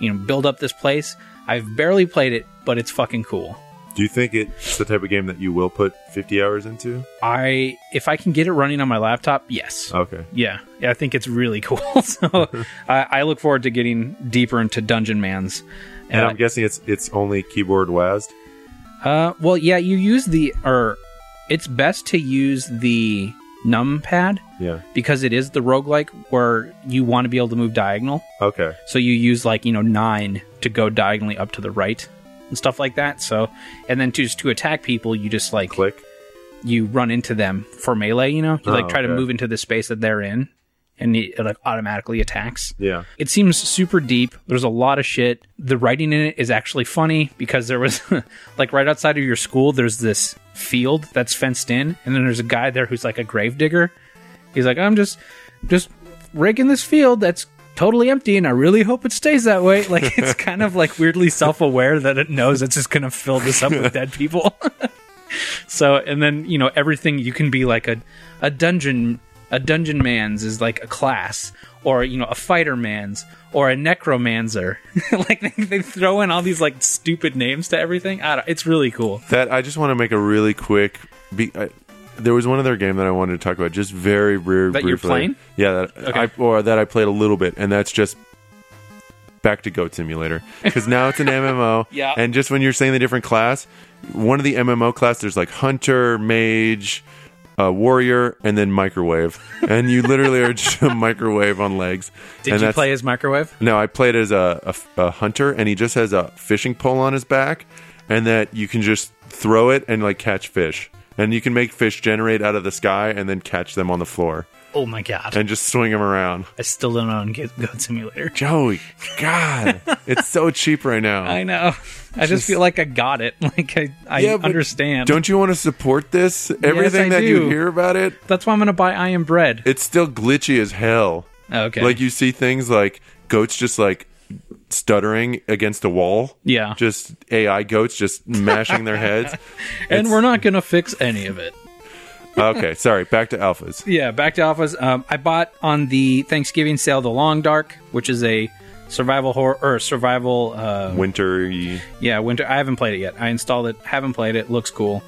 Speaker 1: you know build up this place i've barely played it but it's fucking cool
Speaker 2: Do you think it's the type of game that you will put 50 hours into?
Speaker 1: I if I can get it running on my laptop, yes.
Speaker 2: Okay.
Speaker 1: Yeah, yeah, I think it's really cool. so I, I look forward to getting deeper into Dungeon Man's.
Speaker 2: And I'm guessing it's it's only keyboard WASD.
Speaker 1: Uh, well, yeah, you use the or it's best to use the numpad
Speaker 2: Yeah.
Speaker 1: because it is the roguelike where you want to be able to move diagonal.
Speaker 2: Okay.
Speaker 1: So you use like you know nine to go diagonally up to the right. and stuff like that. So, and then to just to attack people, you just like
Speaker 2: Click.
Speaker 1: you run into them for melee. You know, you
Speaker 2: Oh,
Speaker 1: like try to
Speaker 2: okay.
Speaker 1: move into the space that they're in, and it like automatically attacks.
Speaker 2: Yeah.
Speaker 1: It seems super deep. There's a lot of shit. The writing in it is actually funny because there was like right outside of your school there's this field that's fenced in and then there's a guy there who's like a gravedigger. He's like, "I'm just just raking this field that's totally empty and I really hope it stays that way." Like it's kind of like weirdly self-aware that it knows it's just going to fill this up with dead people. So and then you know everything you can be like a a dungeon a dungeon man's is like a class or you know a fighter man's or a necromancer like they, they throw in all these like stupid names to everything I don't, it's really cool
Speaker 2: That I just want to make a really quick. Be, I, there was one other game that I wanted to talk about, just very rear.
Speaker 1: That
Speaker 2: briefly.
Speaker 1: you're playing?
Speaker 2: Yeah, that I, or that I played a little bit, and that's just back to Goat Simulator because now it's an MMO.
Speaker 1: Yeah.
Speaker 2: And just when you're saying the different class, one of the MMO class, there's like hunter, mage. Uh, warrior and then microwave, and you literally are just a microwave on legs.
Speaker 1: did
Speaker 2: and
Speaker 1: you
Speaker 2: that's-
Speaker 1: play as microwave
Speaker 2: no, I played as a, a f- a hunter, and he just has a fishing pole on his back, and that you can just throw it and like catch fish, and you can make fish generate out of the sky and then catch them on the floor
Speaker 1: oh my god
Speaker 2: and just swing them around.
Speaker 1: I still don't own Go- Goat Simulator
Speaker 2: Joey, God, it's so cheap right now.
Speaker 1: I know I just, feel like I got it like I I
Speaker 2: Yeah, but
Speaker 1: understand
Speaker 2: Don't you want to support this? Everything that
Speaker 1: do.
Speaker 2: you hear about it,
Speaker 1: that's why I'm gonna buy I am bread
Speaker 2: it's still glitchy as hell.
Speaker 1: okay
Speaker 2: Like you see things like goats just like stuttering against a wall.
Speaker 1: Yeah.
Speaker 2: Just AI goats just mashing their heads.
Speaker 1: and we're not gonna fix any of it
Speaker 2: okay, sorry. Back to alphas.
Speaker 1: Yeah, back to alphas. Um, I bought on the Thanksgiving sale the Long Dark, which is a survival horror or survival. Uh,
Speaker 2: Wintery.
Speaker 1: yeah, winter. I haven't played it yet. I installed it. Haven't played it. Looks cool.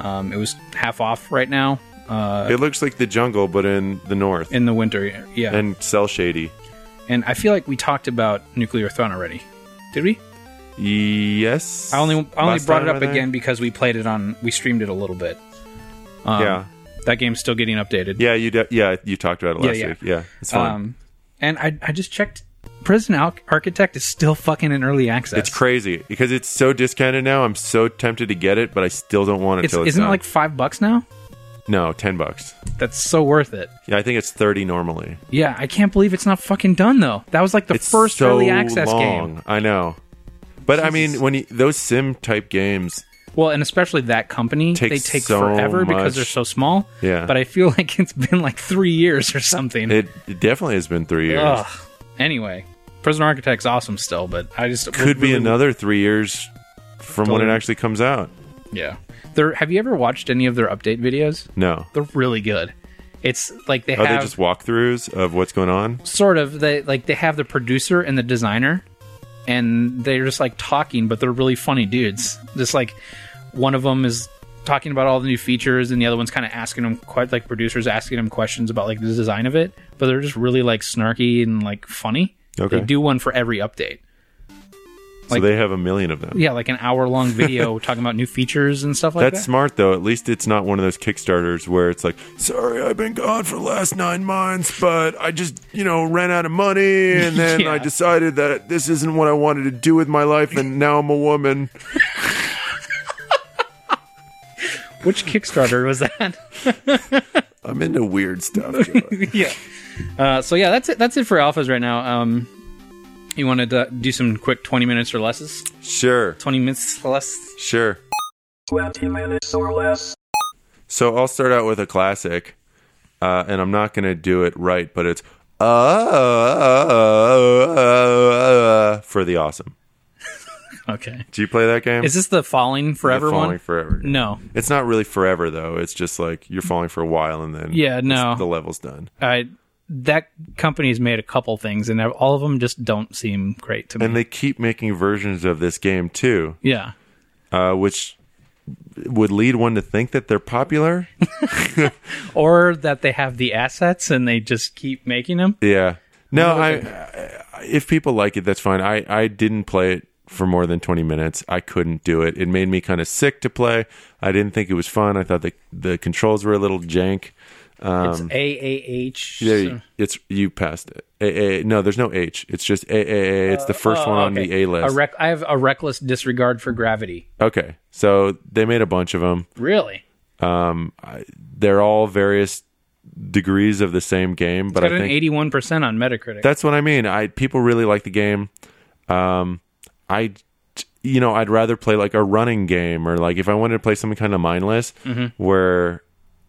Speaker 1: Um, it was half off right now uh,
Speaker 2: It looks like the jungle, but in the north
Speaker 1: in the winter. Yeah, and,
Speaker 2: and cell shady.
Speaker 1: I feel like we talked about Nuclear Throne already. Did we?
Speaker 2: Yes.
Speaker 1: I only I only
Speaker 2: Last
Speaker 1: brought it
Speaker 2: time,
Speaker 1: up
Speaker 2: I think?
Speaker 1: again because we played it on we streamed it a little bit. um,
Speaker 2: yeah.
Speaker 1: That game's still getting updated.
Speaker 2: Yeah. You. De- yeah. You talked about it last
Speaker 1: yeah.
Speaker 2: week. Yeah. It's fun.
Speaker 1: Um, and I I just checked. Prison Al- Architect is still fucking in early access.
Speaker 2: it's crazy because it's so discounted now. I'm so tempted to get it, but I still don't want it
Speaker 1: It's,
Speaker 2: till it's
Speaker 1: isn't it
Speaker 2: done.
Speaker 1: like five bucks now?
Speaker 2: no ten bucks.
Speaker 1: That's so worth it.
Speaker 2: Yeah, I think it's thirty normally.
Speaker 1: Yeah, I can't believe it's not fucking done though. That was like the
Speaker 2: It's
Speaker 1: first
Speaker 2: so
Speaker 1: early access
Speaker 2: long.
Speaker 1: game.
Speaker 2: I know, but I mean, when you, those sim type games,
Speaker 1: Well, and especially that company,
Speaker 2: Takes
Speaker 1: they take
Speaker 2: so
Speaker 1: forever because
Speaker 2: much.
Speaker 1: they're so small.
Speaker 2: Yeah.
Speaker 1: But I feel like it's been like three years or something.
Speaker 2: it, it definitely has been three years.
Speaker 1: Ugh. Anyway, Prison Architect's awesome still, but I just
Speaker 2: Could be
Speaker 1: really-
Speaker 2: another three years from when it
Speaker 1: Totally.
Speaker 2: actually comes out.
Speaker 1: Yeah. They're, have you ever watched any of their update videos?
Speaker 2: No.
Speaker 1: They're really good. It's like they
Speaker 2: Are
Speaker 1: have
Speaker 2: they just walkthroughs of what's going on?
Speaker 1: sort of they like they have the producer and the designer and they're just like talking but they're really funny dudes just like one of them is talking about all the new features and the other one's kind of asking them quite like producers asking them questions about like the design of it but they're just really like snarky and like funny
Speaker 2: Okay.
Speaker 1: they do one for every update
Speaker 2: so they have a million of them.
Speaker 1: yeah like an hour long video talking about new features and stuff like
Speaker 2: That's
Speaker 1: that
Speaker 2: smart though. At least it's not one of those Kickstarters where it's like, "Sorry, I've been gone for the last 9 months, but I just, you know, ran out of money and then
Speaker 1: Yeah.
Speaker 2: I decided that this isn't what I wanted to do with my life and now I'm a woman."
Speaker 1: which kickstarter was that
Speaker 2: I'm into weird stuff. Joey.
Speaker 1: yeah. Uh, so yeah, that's it. That's it for alphas right now. Um, you wanted to do some quick twenty minutes or less?
Speaker 2: sure.
Speaker 1: Twenty minutes less.
Speaker 2: Sure.
Speaker 3: 20 minutes or less.
Speaker 2: So I'll start out with a classic, uh, and I'm not going to do it right, but it's uh, for the awesome.
Speaker 1: Okay.
Speaker 2: Do you play that game?
Speaker 1: Is this the falling forever
Speaker 2: You're falling
Speaker 1: one?
Speaker 2: forever.
Speaker 1: No,
Speaker 2: It's not really forever though. It's just like you're falling for a while and then
Speaker 1: Yeah,
Speaker 2: it's-
Speaker 1: no.
Speaker 2: the level's done.
Speaker 1: I. That company's made a couple things, and all of them just don't seem great to me.
Speaker 2: And they keep making versions of this game too,
Speaker 1: yeah.
Speaker 2: uh, which would lead one to think that they're popular.
Speaker 1: Or that they have the assets and they just keep making them.
Speaker 2: Yeah. No, I, I if people like it, that's fine. I I didn't play it for more than 20 minutes. I couldn't do it. It made me kind of sick to play. I didn't think it was fun. I thought the the controls were a little jank.
Speaker 1: It's
Speaker 2: Um,
Speaker 1: AAH.
Speaker 2: there you- it's you passed it. A, A, no, there's no H. It's just A, A, A. It's the first one
Speaker 1: one
Speaker 2: on the A list.
Speaker 1: rec- I have a reckless disregard for gravity.
Speaker 2: okay, so they made a bunch of them.
Speaker 1: Really?
Speaker 2: Um, I, they're all various degrees of the same game, but
Speaker 1: Got
Speaker 2: I
Speaker 1: an
Speaker 2: think
Speaker 1: 81% on Metacritic.
Speaker 2: that's what I mean. I people really like the game. Um, I, you know, I'd rather play like a running game or like if I wanted to play something kind of mindless
Speaker 1: Mm-hmm.
Speaker 2: where,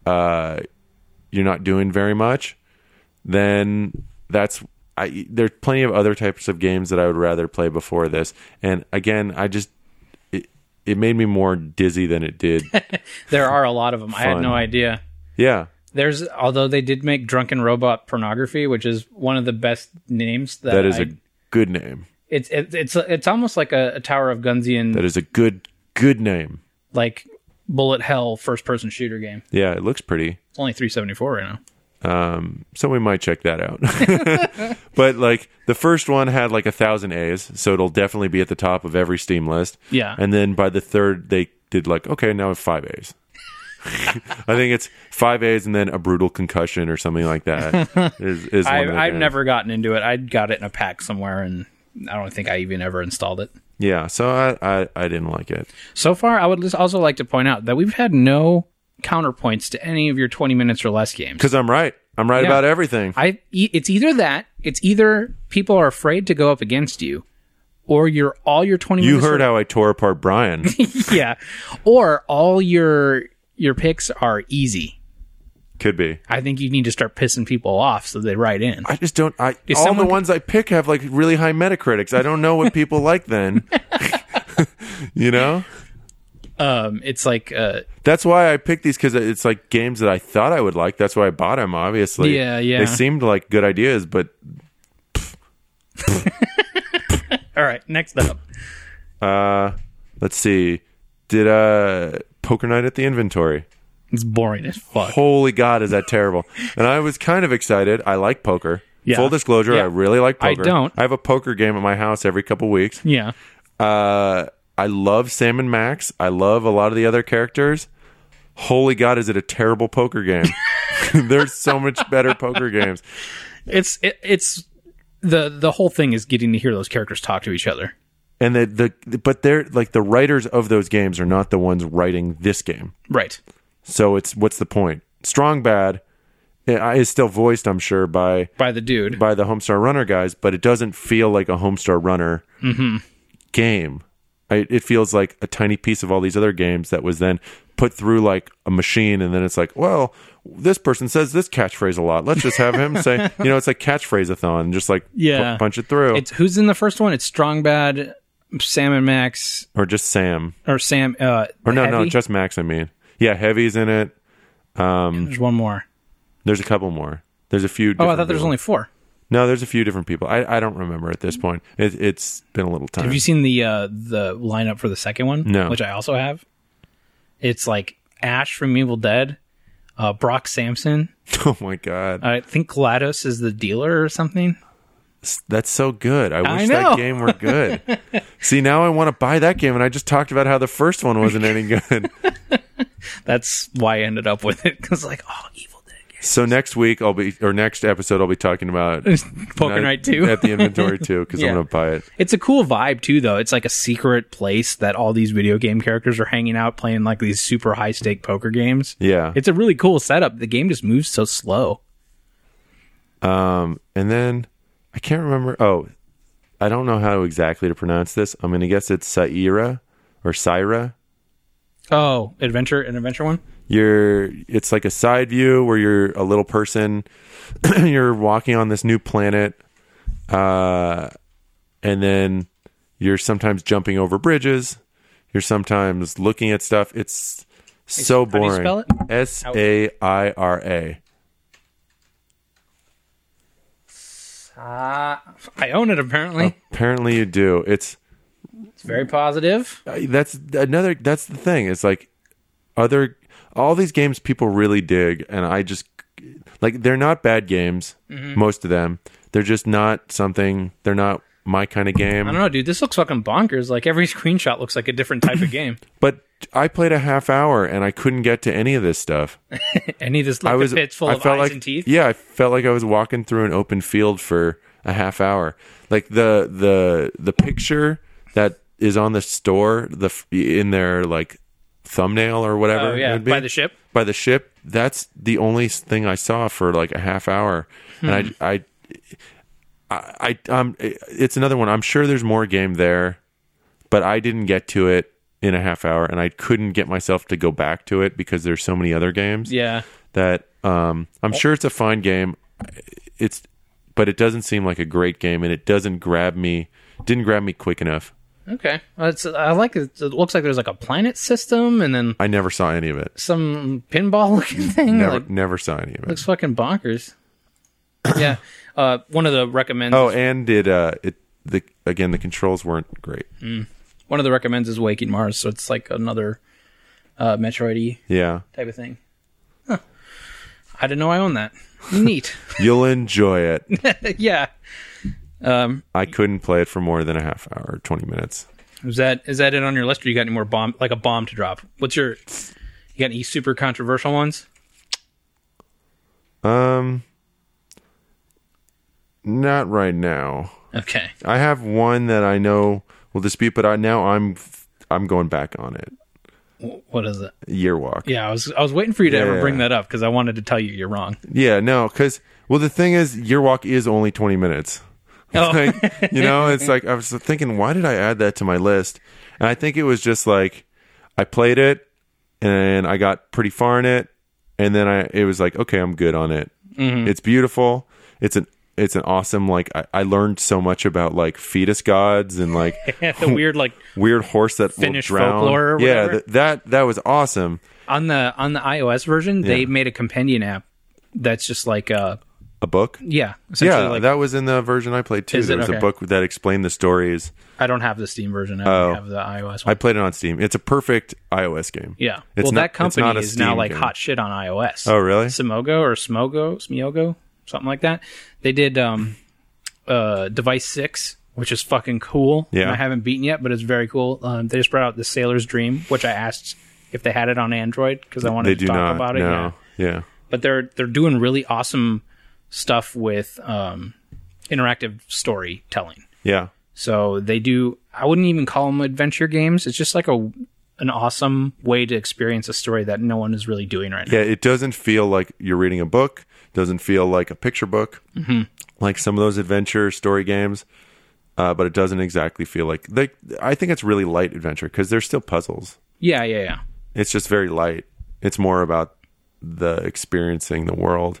Speaker 2: uh, you're not doing very much, then that's I. There's plenty of other types of games that I would rather play before this. And again, I just it it made me more dizzy than it did.
Speaker 1: there are a lot of them. I had
Speaker 2: Fun.
Speaker 1: no idea.
Speaker 2: yeah,
Speaker 1: There's although they did make drunken robot pornography, which is one of the best names that,
Speaker 2: that is
Speaker 1: I-
Speaker 2: a good name.
Speaker 1: it's it's it's it's almost like a, a Tower of Gunzian
Speaker 2: That is a good good name.
Speaker 1: like bullet hell first person shooter game.
Speaker 2: Yeah, it looks pretty.
Speaker 1: It's only 374 right now.
Speaker 2: Um, so we might check that out. but like the first one had like a thousand A's, so it'll definitely be at the top of every Steam list.
Speaker 1: Yeah.
Speaker 2: And then by the third, they did like, okay, now we have five A's. I think it's five A's and then a brutal concussion or something like that. Is, is one
Speaker 1: I,
Speaker 2: of the
Speaker 1: I've
Speaker 2: games.
Speaker 1: never gotten into it. I got it in a pack somewhere, and I don't think I even ever installed it.
Speaker 2: Yeah, so I, I I didn't like it.
Speaker 1: So far, I would just also like to point out that we've had no counterpoints to any of your 20 minutes or less games.
Speaker 2: Because I'm right. I'm right
Speaker 1: Yeah.
Speaker 2: about everything.
Speaker 1: I e- it's either that it's either people are afraid to go up against you, or your all your 20
Speaker 2: You
Speaker 1: minutes
Speaker 2: heard how I tore apart Brian.
Speaker 1: yeah, or all your your picks are easy.
Speaker 2: Could be.
Speaker 1: I think you need to start pissing people off so they write in.
Speaker 2: I just don't. I all the
Speaker 1: someone-
Speaker 2: ones I pick have like really high Metacritics. I don't know what people like then. you know,
Speaker 1: Um, it's like uh,
Speaker 2: that's why I picked these because it's like games that I thought I would like. That's why I bought them. Obviously,
Speaker 1: Yeah, yeah.
Speaker 2: They seemed like good ideas, but
Speaker 1: all right, next up.
Speaker 2: uh, let's see. Did uh, Poker Night at the Inventory?
Speaker 1: It's boring as fuck.
Speaker 2: Holy God, is that terrible? and I was kind of excited. I like poker.
Speaker 1: Yeah.
Speaker 2: Full disclosure,
Speaker 1: Yeah.
Speaker 2: I really like
Speaker 1: I
Speaker 2: poker.
Speaker 1: don't.
Speaker 2: I have a poker game at my house every couple weeks.
Speaker 1: Yeah.
Speaker 2: Uh, I love Sam and Max. I love a lot of the other characters. Holy God, is it a terrible poker game? There's so much better poker games.
Speaker 1: It's it, it's the the whole thing is getting to hear those characters talk to each other.
Speaker 2: And the, the but they're like the writers of those games are not the ones writing this game.
Speaker 1: Right.
Speaker 2: So it's what's the point? Strong Bad uh, is still voiced, I'm sure, by
Speaker 1: By the dude.
Speaker 2: by the Homestar Runner guys, but it doesn't feel like a Homestar Runner
Speaker 1: Mm-hmm.
Speaker 2: game. I, it feels like a tiny piece of all these other games that was then put through like a machine, and then it's like, well, this person says this catchphrase a lot. Let's just have him say, you know, it's like catchphrase a thon, just like
Speaker 1: Yeah.
Speaker 2: pu- punch it through,
Speaker 1: It's who's in the first one? It's Strong Bad, Sam and Max,
Speaker 2: or just Sam,
Speaker 1: or Sam. Uh,
Speaker 2: or no, no,
Speaker 1: Heavy?
Speaker 2: just Max. I mean, yeah, heavy's in it.
Speaker 1: there's one more.
Speaker 2: There's a couple more. There's a
Speaker 1: Oh,
Speaker 2: few.
Speaker 1: I
Speaker 2: different
Speaker 1: thought there was
Speaker 2: people.
Speaker 1: only four.
Speaker 2: no. There's a few different people. I, I don't remember at this point. It, it's been a little time.
Speaker 1: Have you seen the uh, the lineup for the second one?
Speaker 2: No.
Speaker 1: which I also have. It's like Ash from Evil Dead, uh, Brock Samson.
Speaker 2: oh my god.
Speaker 1: I think Glados is the dealer or something.
Speaker 2: That's so good. I wish
Speaker 1: know.
Speaker 2: that game were good. See, now I want to buy that game, and I just talked about how the first one wasn't any good.
Speaker 1: That's why I ended up with it because like oh, Evil Dead.
Speaker 2: so next week I'll be, or next episode I'll be talking about
Speaker 1: Poker Night Two.
Speaker 2: at the inventory too, because
Speaker 1: Yeah.
Speaker 2: I'm gonna buy it.
Speaker 1: It's a cool vibe too, though. It's like a secret place that all these video game characters are hanging out playing like these super high stake poker games.
Speaker 2: Yeah.
Speaker 1: It's a really cool setup. The game just moves so slow.
Speaker 2: um, and then I can't remember. Oh, I don't know how exactly to pronounce this. I'm gonna guess it's Saira or Syra.
Speaker 1: Oh, adventure, an adventure one.
Speaker 2: you're it's like a side view where you're a little person you're walking on this new planet uh and then you're sometimes jumping over bridges you're sometimes looking at stuff it's so
Speaker 1: do you
Speaker 2: boring
Speaker 1: spell it?
Speaker 2: s a i r a
Speaker 1: Uh, I own it apparently.
Speaker 2: apparently you do it's
Speaker 1: It's very positive.
Speaker 2: I- that's another that's the thing it's like other all these games people really dig and i just like they're not bad games
Speaker 1: Mm-hmm.
Speaker 2: most of them they're just not something they're not my kind of
Speaker 1: I
Speaker 2: game
Speaker 1: don't know, dude. This looks fucking bonkers. Like every screenshot looks like a different type of game.
Speaker 2: but I played a half hour and I couldn't get to any of this stuff.
Speaker 1: Any of this like
Speaker 2: I was
Speaker 1: a pits full
Speaker 2: I
Speaker 1: of eyes
Speaker 2: felt like
Speaker 1: and teeth.
Speaker 2: yeah, I felt like I was walking through an open field for a half hour. Like the the the picture that is on the store the f- in their like thumbnail or whatever
Speaker 1: Oh
Speaker 2: it
Speaker 1: yeah,
Speaker 2: would be,
Speaker 1: by the ship.
Speaker 2: by the ship that's the only s- thing i saw for like a half hour
Speaker 1: Hmm.
Speaker 2: and i i I, I um, it's another one. I'm sure there's more game there, but I didn't get to it in a half hour, and I couldn't get myself to go back to it because there's so many other games
Speaker 1: Yeah, Oh.
Speaker 2: that um, I'm sure it's a fine game. It's, but it doesn't seem like a great game, and it doesn't grab me. Didn't grab me quick enough.
Speaker 1: okay. Well, it's, I like it. It looks like there's like a planet system and then
Speaker 2: I never saw any of it.
Speaker 1: some pinball looking thing.
Speaker 2: Never,
Speaker 1: Like,
Speaker 2: never saw any of it.
Speaker 1: looks fucking bonkers. yeah. Uh, one of the recommends.
Speaker 2: Oh, and it uh, it the again the controls weren't great.
Speaker 1: One of the recommends is Waking Mars, so it's like another uh, Metroid
Speaker 2: Yeah,
Speaker 1: type of thing. Huh. I didn't know I owned that. Neat.
Speaker 2: you'll enjoy it.
Speaker 1: yeah. Um,
Speaker 2: I couldn't play it for more than a half hour, or twenty minutes.
Speaker 1: Is that is that it on your list, or you got any more bomb like a bomb to drop? What's your you got any super controversial ones?
Speaker 2: Um, not right now.
Speaker 1: Okay,
Speaker 2: I have one that I know will dispute, but I now I'm I'm going back on it.
Speaker 1: W- what is it?
Speaker 2: Year walk.
Speaker 1: Yeah, I was I was waiting for you to ever
Speaker 2: Yeah.
Speaker 1: bring that up because I wanted to tell you you're wrong.
Speaker 2: Yeah, no, because well, the thing is, year walk is only twenty minutes.
Speaker 1: Oh.
Speaker 2: Like, you know, it's like I was thinking, why did I add that to my list? And I think it was just like I played it and I got pretty far in it, and then I it was like, okay, I'm good on it.
Speaker 1: Mm-hmm.
Speaker 2: It's beautiful. It's an it's an awesome like I, I learned so much about like fetus gods and like
Speaker 1: the weird like
Speaker 2: weird horse that will
Speaker 1: Finnish
Speaker 2: drown.
Speaker 1: folklore or
Speaker 2: yeah,
Speaker 1: whatever.
Speaker 2: th- that that was awesome.
Speaker 1: on the on the iOS version, they
Speaker 2: Yeah.
Speaker 1: made a companion app that's just like uh
Speaker 2: A book.
Speaker 1: yeah essentially
Speaker 2: Yeah,
Speaker 1: like
Speaker 2: that was in the version I played too.
Speaker 1: Is it?
Speaker 2: There was
Speaker 1: Okay.
Speaker 2: a book that explained the stories.
Speaker 1: I don't have the Steam version. I
Speaker 2: Oh.
Speaker 1: have the iOS
Speaker 2: I
Speaker 1: one.
Speaker 2: played it on Steam. It's a perfect iOS game.
Speaker 1: yeah.
Speaker 2: It's
Speaker 1: well,
Speaker 2: not-
Speaker 1: that
Speaker 2: it's not
Speaker 1: company
Speaker 2: a
Speaker 1: is now
Speaker 2: Steam
Speaker 1: like
Speaker 2: game.
Speaker 1: hot shit on iOS.
Speaker 2: Oh, really?
Speaker 1: Simogo or Smogo, Smiogo, something like that. They did um, uh, Device Six, which is fucking cool.
Speaker 2: Yeah.
Speaker 1: And I haven't beaten yet, but it's very cool. Um, they just brought out the Sailor's Dream, which I asked if they had it on Android because I wanted
Speaker 2: They
Speaker 1: to
Speaker 2: do
Speaker 1: talk
Speaker 2: not.
Speaker 1: about it.
Speaker 2: no.
Speaker 1: Yeah.
Speaker 2: Yeah.
Speaker 1: But they're they're doing really awesome stuff with um, interactive storytelling.
Speaker 2: Yeah.
Speaker 1: So they do. I wouldn't even call them adventure games. It's just like a an awesome way to experience a story that no one is really doing right now.
Speaker 2: Yeah. It doesn't feel like you're reading a book. Doesn't feel like a picture book. Mm-hmm. Like some of those adventure story games. Uh, but it doesn't exactly feel like like I think it's really light adventure because there's still puzzles.
Speaker 1: Yeah, yeah, yeah.
Speaker 2: It's just very light. It's more about the experiencing the world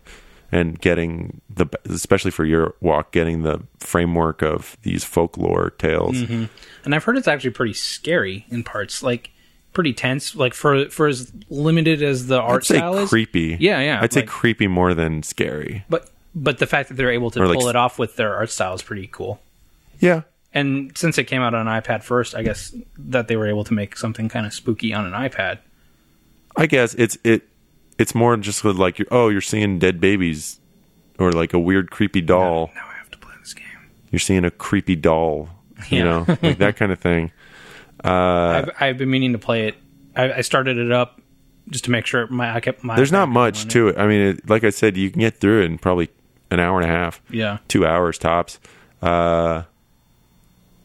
Speaker 2: and getting the especially for your walk getting the framework of these folklore tales.
Speaker 1: Mm-hmm. And I've heard it's actually pretty scary in parts, like pretty tense. Like for for as limited as the art
Speaker 2: I'd say
Speaker 1: style is,
Speaker 2: creepy.
Speaker 1: Yeah, yeah,
Speaker 2: I'd say
Speaker 1: like-
Speaker 2: creepy more than scary.
Speaker 1: but but the fact that they're able to
Speaker 2: Or, like,
Speaker 1: pull it off with their art style is pretty cool.
Speaker 2: Yeah.
Speaker 1: And since it came out on an iPad first, I guess that they were able to make something kind of spooky on an iPad.
Speaker 2: I guess it's it it's more just with like you're, oh you're seeing dead babies or like a weird creepy doll.
Speaker 1: Now I have to play this game.
Speaker 2: You're seeing a creepy doll, you
Speaker 1: Yeah.
Speaker 2: know, like that kind of thing.
Speaker 1: I've, I've been meaning to play it. I, I started it up just to make sure my I kept my.
Speaker 2: There's not much to it. I mean, it, like I said, you can get through it in probably an hour and a half,
Speaker 1: Yeah.
Speaker 2: 2 hours tops. Uh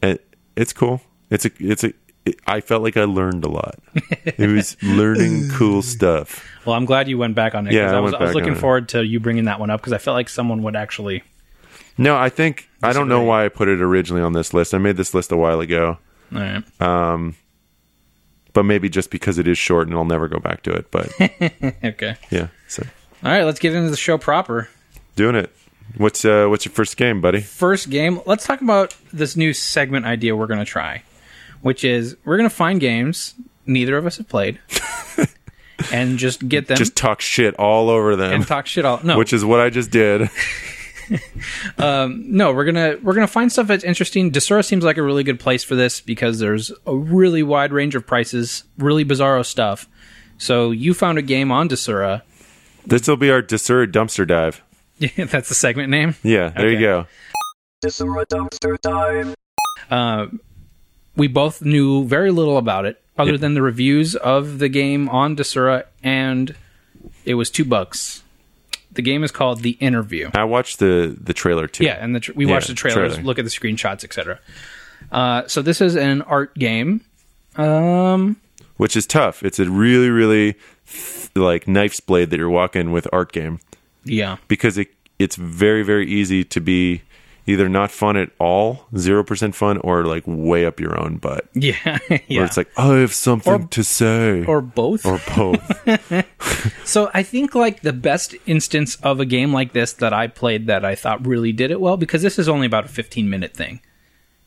Speaker 2: it, it's cool. It's a it's a it, I felt like I learned a lot. it was learning cool stuff.
Speaker 1: Well, I'm glad you went back on it. 'cause
Speaker 2: Yeah,
Speaker 1: I,
Speaker 2: I
Speaker 1: was,
Speaker 2: went
Speaker 1: I was
Speaker 2: back
Speaker 1: looking
Speaker 2: on it.
Speaker 1: forward to you bringing that one up because I felt like someone would actually.
Speaker 2: No, I think I don't know
Speaker 1: Disagree.
Speaker 2: why I put it originally on this list. I made this list a while ago,
Speaker 1: All right.
Speaker 2: but maybe just because it is short and I'll never go back to it. But
Speaker 1: Okay.
Speaker 2: yeah, so
Speaker 1: All right. Let's get into the show proper.
Speaker 2: doing it. What's uh, what's your first game, buddy?
Speaker 1: first game, let's talk about this new segment idea we're going to try, which is we're going to find games neither of us have played and just get them
Speaker 2: Just talk shit all over them,
Speaker 1: and talk shit all. No,
Speaker 2: which is what I just did.
Speaker 1: no, we're gonna we're gonna find stuff that's interesting. Desura seems like a really good place for this because there's a really wide range of prices, really bizarro stuff. So you found a game on Desura.
Speaker 2: this will be our Desura dumpster dive.
Speaker 1: Yeah, that's the segment name.
Speaker 2: Yeah, there
Speaker 1: Okay.
Speaker 2: you go.
Speaker 3: Disora Dumpster Dive.
Speaker 1: Uh, we both knew very little about it other than the reviews of the game on Desura, and it was two bucks. The game is called The Interview.
Speaker 2: I watched the the trailer too.
Speaker 1: Yeah, and the tr we
Speaker 2: Yeah,
Speaker 1: watched the trailers,
Speaker 2: trailer.
Speaker 1: look at the screenshots, etc. Uh, so this is an art game. Um,
Speaker 2: which is tough. It's a really really th- like knife's blade that you're walking with art game
Speaker 1: yeah,
Speaker 2: because it it's very very easy to be either not fun at all, zero percent fun, or like way up your own butt.
Speaker 1: yeah,
Speaker 2: Where
Speaker 1: yeah,
Speaker 2: it's like "Oh, I have something to say
Speaker 1: or both.
Speaker 2: or both.
Speaker 1: So I think like the best instance of a game like this that I played that I thought really did it well because this is only about a 15 minute thing.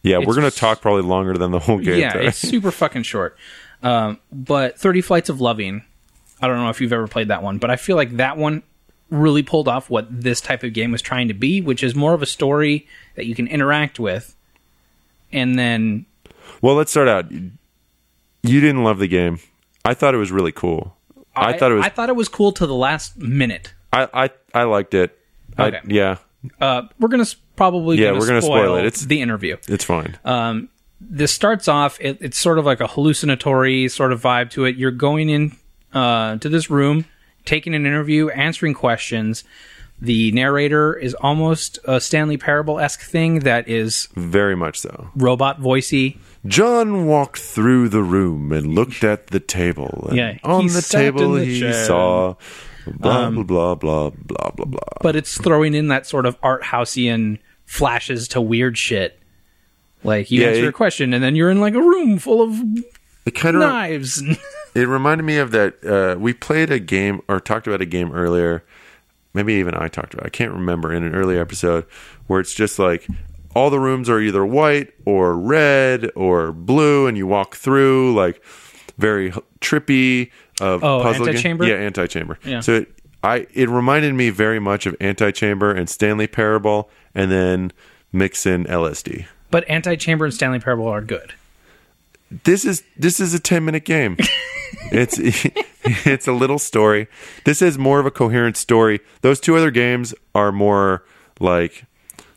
Speaker 2: yeah, we're
Speaker 1: It's-
Speaker 2: gonna talk probably longer than the whole game.
Speaker 1: yeah,
Speaker 2: today.
Speaker 1: it's super fucking short. Um, but 30 Flights of Loving, I don't know if you've ever played that one, but I feel like that one really pulled off what this type of game was trying to be, which is more of a story that you can interact with. And then,
Speaker 2: Well, let's start out. You didn't love the game. I thought it was really cool. I, thought it was.
Speaker 1: I
Speaker 2: I
Speaker 1: thought it was cool to the last minute.
Speaker 2: I, I, liked it. I-
Speaker 1: Okay.
Speaker 2: yeah,
Speaker 1: Uh, we're gonna s- probably
Speaker 2: Yeah,
Speaker 1: gonna
Speaker 2: we're gonna spoil
Speaker 1: spoil
Speaker 2: it. It's-
Speaker 1: the interview.
Speaker 2: it's fine.
Speaker 1: Uh, this starts off it, it's sort of like a hallucinatory sort of vibe to it you're going in uh, to this room taking an interview answering questions the narrator is almost a stanley parable-esque thing that is
Speaker 2: Very much so.
Speaker 1: robot voicey
Speaker 2: John walked through the room and looked at the table. And
Speaker 1: Yeah, he
Speaker 2: on the
Speaker 1: sat in
Speaker 2: table
Speaker 1: the
Speaker 2: he
Speaker 1: chair. um,
Speaker 2: saw blah blah blah blah blah blah.
Speaker 1: but it's throwing in that sort of art houseian flashes to weird shit like you
Speaker 2: Yeah,
Speaker 1: answer
Speaker 2: it-
Speaker 1: a question and then you're in like a room full of
Speaker 2: It kind of
Speaker 1: knives
Speaker 2: it reminded me of that. Uh, we played a game or talked about a game earlier. Maybe even I talked about. it. I can't remember in an early episode where it's just like all the rooms are either white or red or blue, and you walk through like very h- trippy of
Speaker 1: Oh,
Speaker 2: puzzle game-
Speaker 1: Antichamber?
Speaker 2: Yeah, antichamber.
Speaker 1: Yeah.
Speaker 2: So it, I it reminded me very much of antichamber and Stanley Parable, and then mix in LSD.
Speaker 1: but antichamber and stanley parable are good
Speaker 2: this is this is a 10 minute game it's it's a little story this is more of a coherent story those two other games are more like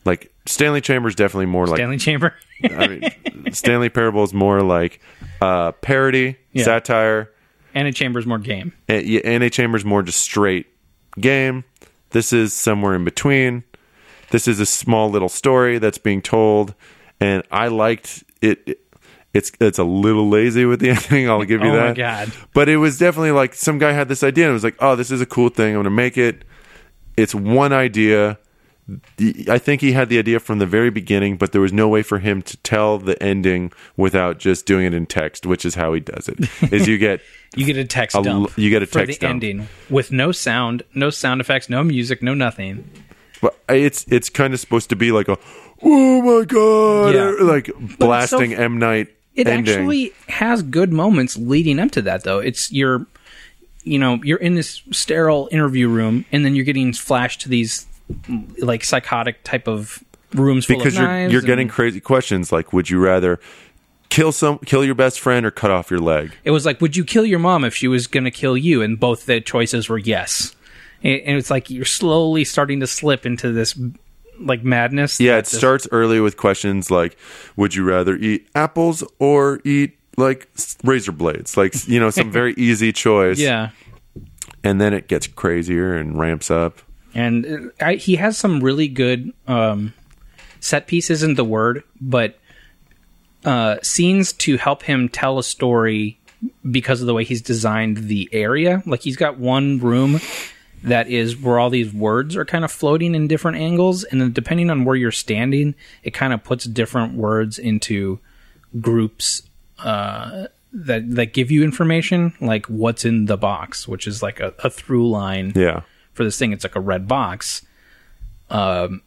Speaker 2: like stanley chambers definitely more like
Speaker 1: stanley chamber
Speaker 2: I mean, stanley parable is more like uh parody
Speaker 1: Yeah.
Speaker 2: satire
Speaker 1: antichamber's more game
Speaker 2: and yeah, anna chambers more just straight game this is somewhere in between this is a small little story that's being told and i liked it it's it's a little lazy with the ending i'll give you
Speaker 1: Oh my
Speaker 2: that
Speaker 1: God.
Speaker 2: but it was definitely like some guy had this idea and was like oh this is a cool thing i'm gonna make it it's one idea The- I think he had the idea from the very beginning, but there was no way for him to tell the ending without just doing it in text, which is how he does it. Is you get
Speaker 1: You get a text
Speaker 2: l-
Speaker 1: dump.
Speaker 2: you get a
Speaker 1: for
Speaker 2: text
Speaker 1: the
Speaker 2: dump.
Speaker 1: ending with no sound, no sound effects, no music, no nothing.
Speaker 2: But it's it's kind of supposed to be like a oh my god,
Speaker 1: Yeah.
Speaker 2: or like blasting
Speaker 1: so-
Speaker 2: M Night
Speaker 1: It
Speaker 2: ending.
Speaker 1: actually has good moments leading up to that, though. It's you're, you know, you're in this sterile interview room, and then you're getting flashed to these mm, like psychotic type of rooms full
Speaker 2: because
Speaker 1: of
Speaker 2: you're
Speaker 1: knives.
Speaker 2: you're
Speaker 1: and-
Speaker 2: getting crazy questions like would you rather kill some kill your best friend or cut off your leg?
Speaker 1: It was like, would you kill your mom if she was going to kill you? And both the choices were yes. And and it's like you're slowly starting to slip into this like madness.
Speaker 2: Yeah,
Speaker 1: that
Speaker 2: it
Speaker 1: this-
Speaker 2: starts early with questions like would you rather eat apples or eat like s- razor blades? Like you know some very easy choice.
Speaker 1: Yeah.
Speaker 2: and then it gets crazier and ramps up.
Speaker 1: and uh, I, he has some really good um, set piece isn't the word but uh, scenes to help him tell a story because of the way he's designed the area like he's got one room that is where all these words are kind of floating in different angles and then depending on where you're standing it kind of puts different words into groups uh, that that give you information like what's in the box which is like a, a through line
Speaker 2: Yeah.
Speaker 1: for this thing. It's like a red box. Um,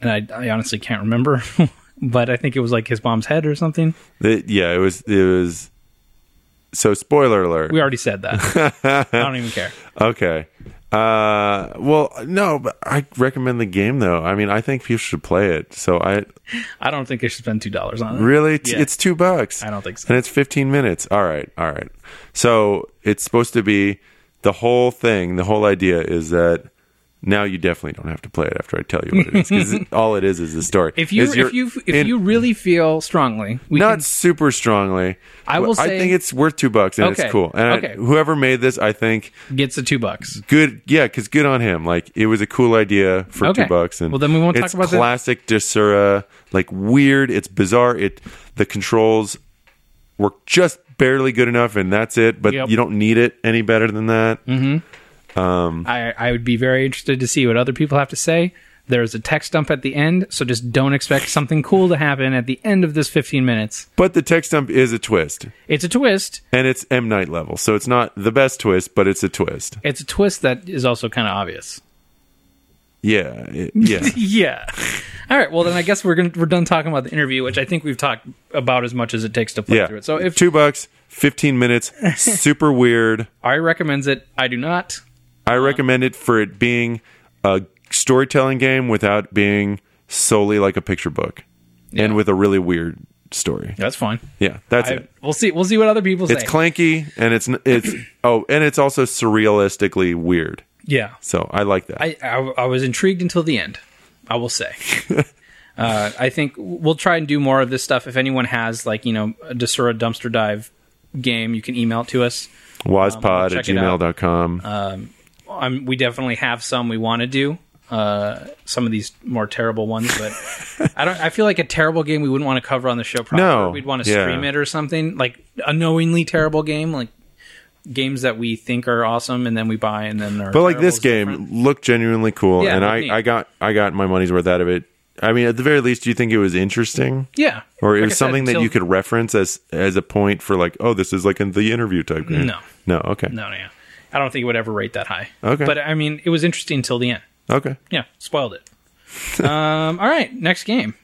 Speaker 1: and I, I honestly can't remember, but I think it was like his mom's head or something.
Speaker 2: The- yeah, it was it was so spoiler alert.
Speaker 1: We already said that. I don't even care.
Speaker 2: Okay. Uh, well, no, but I recommend the game though. I mean, I think people should play it. So I
Speaker 1: I don't think they should spend two dollars on it.
Speaker 2: really, t-
Speaker 1: Yeah.
Speaker 2: it's two bucks.
Speaker 1: I don't think so.
Speaker 2: And it's 15 minutes. All right. All right. So it's supposed to be the whole thing. The whole idea is that Now you definitely don't have to play it after I tell you what it is because all it is is the story.
Speaker 1: If you
Speaker 2: Is your-
Speaker 1: if you if
Speaker 2: in-
Speaker 1: you really feel strongly, we
Speaker 2: not
Speaker 1: can,
Speaker 2: super strongly,
Speaker 1: I will say-
Speaker 2: I think it's worth two bucks and
Speaker 1: Okay.
Speaker 2: it's cool. And I-
Speaker 1: Okay.
Speaker 2: whoever made this, I think
Speaker 1: gets the two bucks.
Speaker 2: good. Yeah, because good on him. Like it was a cool idea for
Speaker 1: Okay.
Speaker 2: two bucks. And
Speaker 1: Well, then we won't
Speaker 2: it's
Speaker 1: talk about that.
Speaker 2: classic Desura. Like weird. It's bizarre. It the controls were just barely good enough, and that's it.
Speaker 1: Yep.
Speaker 2: But
Speaker 1: Mm-hmm.
Speaker 2: you don't need it any better than that.
Speaker 1: I I would be very interested to see what other people have to say. There's a text dump at the end, so just don't expect something cool to happen at the end of this 15 minutes.
Speaker 2: But the text dump is a twist,
Speaker 1: It's a twist.
Speaker 2: and it's M Night level, so it's not the best twist, but it's a twist.
Speaker 1: It's a twist that is also kind of obvious.
Speaker 2: Yeah, it- yeah.
Speaker 1: Yeah. All right. Well, then I guess we're gonna, we're done talking about the interview, which I think we've talked about as much as it takes to play
Speaker 2: yeah.
Speaker 1: through it. So if
Speaker 2: two bucks, fifteen minutes, super weird.
Speaker 1: Ari recommends it, I do not.
Speaker 2: I recommend it for it being a storytelling game without being solely like a picture book, and with a really weird story.
Speaker 1: That's fine.
Speaker 2: Yeah, that's
Speaker 1: I,
Speaker 2: it.
Speaker 1: we'll see. We'll see what other people
Speaker 2: It's
Speaker 1: say.
Speaker 2: clanky and it's n- it's oh, and it's also surrealistically weird.
Speaker 1: yeah.
Speaker 2: So I like that.
Speaker 1: I, I I was intrigued until the end. I will say. uh, I think we'll try and do more of this stuff. If anyone has like you know a Desura dumpster dive game, you can email it to us.
Speaker 2: Waspod
Speaker 1: um, check
Speaker 2: at
Speaker 1: it out. Uh,
Speaker 2: gmail.com. com.
Speaker 1: Um, we definitely have some we want to do. Uh, some of these more terrible ones, but I don't. I feel like a terrible game we wouldn't want to cover on the show. Probably.
Speaker 2: No.
Speaker 1: we'd want to
Speaker 2: Yeah.
Speaker 1: stream it or something like a knowingly terrible game, like games that we think are awesome and then we buy and then. Are
Speaker 2: but like
Speaker 1: terrible
Speaker 2: this
Speaker 1: is
Speaker 2: game
Speaker 1: different.
Speaker 2: looked genuinely cool,
Speaker 1: Yeah,
Speaker 2: and
Speaker 1: looked
Speaker 2: I,
Speaker 1: neat.
Speaker 2: I got I got my money's worth out of it. I mean, at the very least, do you think it was interesting?
Speaker 1: yeah,
Speaker 2: or it
Speaker 1: Like I
Speaker 2: was
Speaker 1: said,
Speaker 2: something that
Speaker 1: until-
Speaker 2: you could reference as as a point for like, oh, this is like in the interview type game.
Speaker 1: No.
Speaker 2: no, okay,
Speaker 1: No, no, yeah. I don't think it would ever rate that high.
Speaker 2: Okay.
Speaker 1: But I mean, it was interesting until the end.
Speaker 2: okay.
Speaker 1: Yeah, spoiled it. um, all right, next game.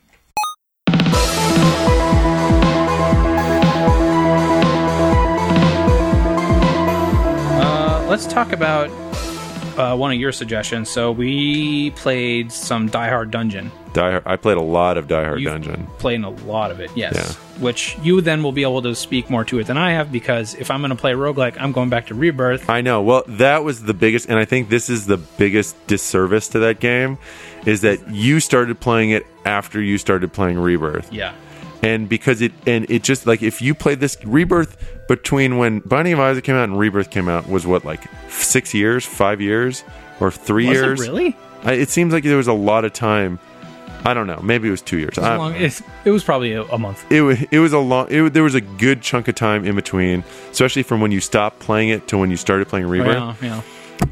Speaker 1: Uh, let's talk about uh, one of your suggestions. So we played some Die Hard Dungeon.
Speaker 2: Die Hard. I played a lot of Die Hard
Speaker 1: You've
Speaker 2: Dungeon.
Speaker 1: Played in a lot of it, yes.
Speaker 2: Yeah.
Speaker 1: Which you then will be able to speak more to it than I have because if I'm going to play roguelike, I'm going back to Rebirth.
Speaker 2: I know. Well, that was the biggest, and I think this is the biggest disservice to that game, is that you started playing it after you started playing Rebirth.
Speaker 1: Yeah.
Speaker 2: and because it and it just like if you played this rebirth between when Binding of Isaac came out and Rebirth came out was what like six years, five years, or three
Speaker 1: Was it
Speaker 2: years.
Speaker 1: really?
Speaker 2: I, it seems like there was a lot of time. I don't know. Maybe it was two years. I-
Speaker 1: How long- it's- it was probably a, a month.
Speaker 2: it was it was a long. It, wa- there was a good chunk of time in between, especially from when you stopped playing it to when you started playing Rebirth
Speaker 1: Oh, Yeah, yeah.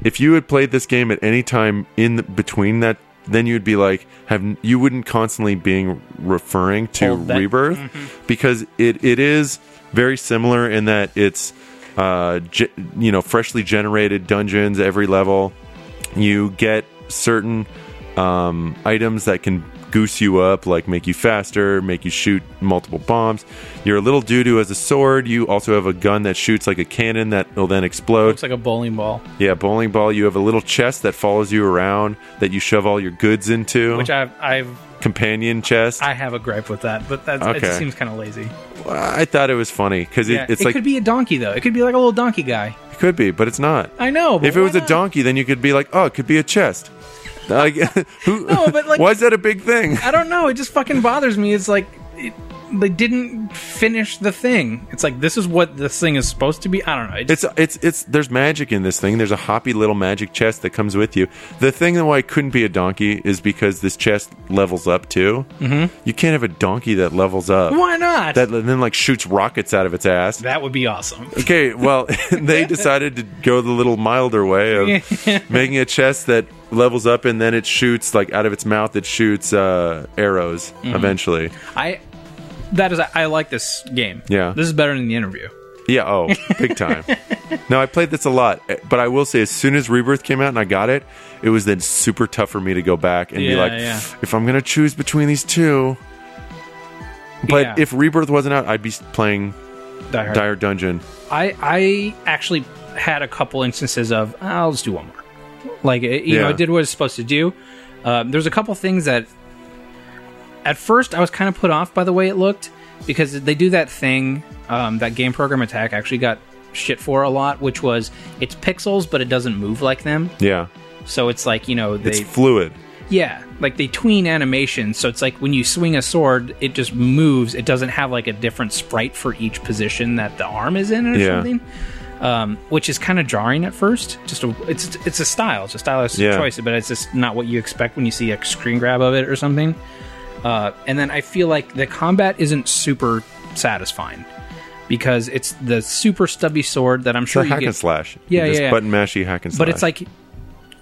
Speaker 2: if you had played this game at any time in the, between that then you'd be like have you wouldn't constantly being referring to
Speaker 1: Hold that- Mm-hmm.
Speaker 2: rebirth because it, it is very similar in that it's uh, ge- you know freshly generated dungeons every level you get certain um, items that can goose you up, like make you faster, make you shoot multiple bombs. You're a little dude who has a sword. You also have a gun that shoots like a cannon that will then explode.
Speaker 1: Looks like a bowling ball,
Speaker 2: Yeah, bowling ball. You have a little chest that follows you around that you shove all your goods into.
Speaker 1: which I've, I've
Speaker 2: companion chest. I,
Speaker 1: I have a gripe with that, but that's, it
Speaker 2: Okay.
Speaker 1: just seems kind of lazy.
Speaker 2: thought it was funny because
Speaker 1: Yeah,
Speaker 2: it, it's
Speaker 1: it
Speaker 2: like
Speaker 1: could be a donkey though. It could be like a little donkey guy.
Speaker 2: it could be, but it's not.
Speaker 1: I know. But
Speaker 2: if it
Speaker 1: Uh, why
Speaker 2: was a
Speaker 1: not?
Speaker 2: donkey, then you could be like, oh, it could be a chest. Like, who?
Speaker 1: No, but, like-
Speaker 2: why is that a big thing?
Speaker 1: I don't know. It just fucking bothers me. It's like it, they didn't finish the thing. It's like this is what this thing is supposed to be. I don't know. It just,
Speaker 2: It's it's it's there's magic in this thing. There's a hoppy little magic chest that comes with you. The thing that why it couldn't be a donkey is because this chest levels up too. Mm-hmm. You can't have a donkey that levels up
Speaker 1: why not?
Speaker 2: that then like shoots rockets out of its ass.
Speaker 1: that would be awesome.
Speaker 2: Okay, well, they decided to go the little milder way of making a chest that levels up and then it shoots like out of its mouth. It shoots uh, arrows
Speaker 1: Mm-hmm.
Speaker 2: eventually.
Speaker 1: I that is I like this game.
Speaker 2: Yeah.
Speaker 1: this is better than the interview.
Speaker 2: Yeah. Oh, big time. no, I played this a lot, eh, but I will say, as soon as Rebirth came out and I got it, it was then super tough for me to go back and be
Speaker 1: Yeah,
Speaker 2: like,
Speaker 1: yeah.
Speaker 2: if I'm gonna choose between these two. But
Speaker 1: Yeah.
Speaker 2: if Rebirth wasn't out, I'd be playing
Speaker 1: Die Hard.
Speaker 2: Dire Dungeon.
Speaker 1: I I actually had a couple instances of "Ah, I'll just do one more. Like it, you know,
Speaker 2: Yeah.
Speaker 1: it did what it's supposed to do. Uh, there's a couple things that at first I was kind of put off by the way it looked because they do that thing um, that game program attack actually got shit for a lot, which was it's pixels but it doesn't move like them.
Speaker 2: Yeah.
Speaker 1: So it's like you know they
Speaker 2: It's fluid.
Speaker 1: yeah like they tween animations. So it's like when you swing a sword, it just moves. It doesn't have like a different sprite for each position that the arm is in or
Speaker 2: Yeah.
Speaker 1: something. Um, which is kind of jarring at first. Just a, it's it's a style, it's a stylist
Speaker 2: Yeah.
Speaker 1: choice, but it's just not what you expect when you see a screen grab of it or something. Uh, and then I feel like the combat isn't super satisfying because it's the super stubby sword that I'm
Speaker 2: It's
Speaker 1: sure
Speaker 2: a
Speaker 1: you
Speaker 2: hack and
Speaker 1: get
Speaker 2: slash.
Speaker 1: Yeah,
Speaker 2: just
Speaker 1: yeah, yeah.
Speaker 2: button mashy hack and slash.
Speaker 1: but it's like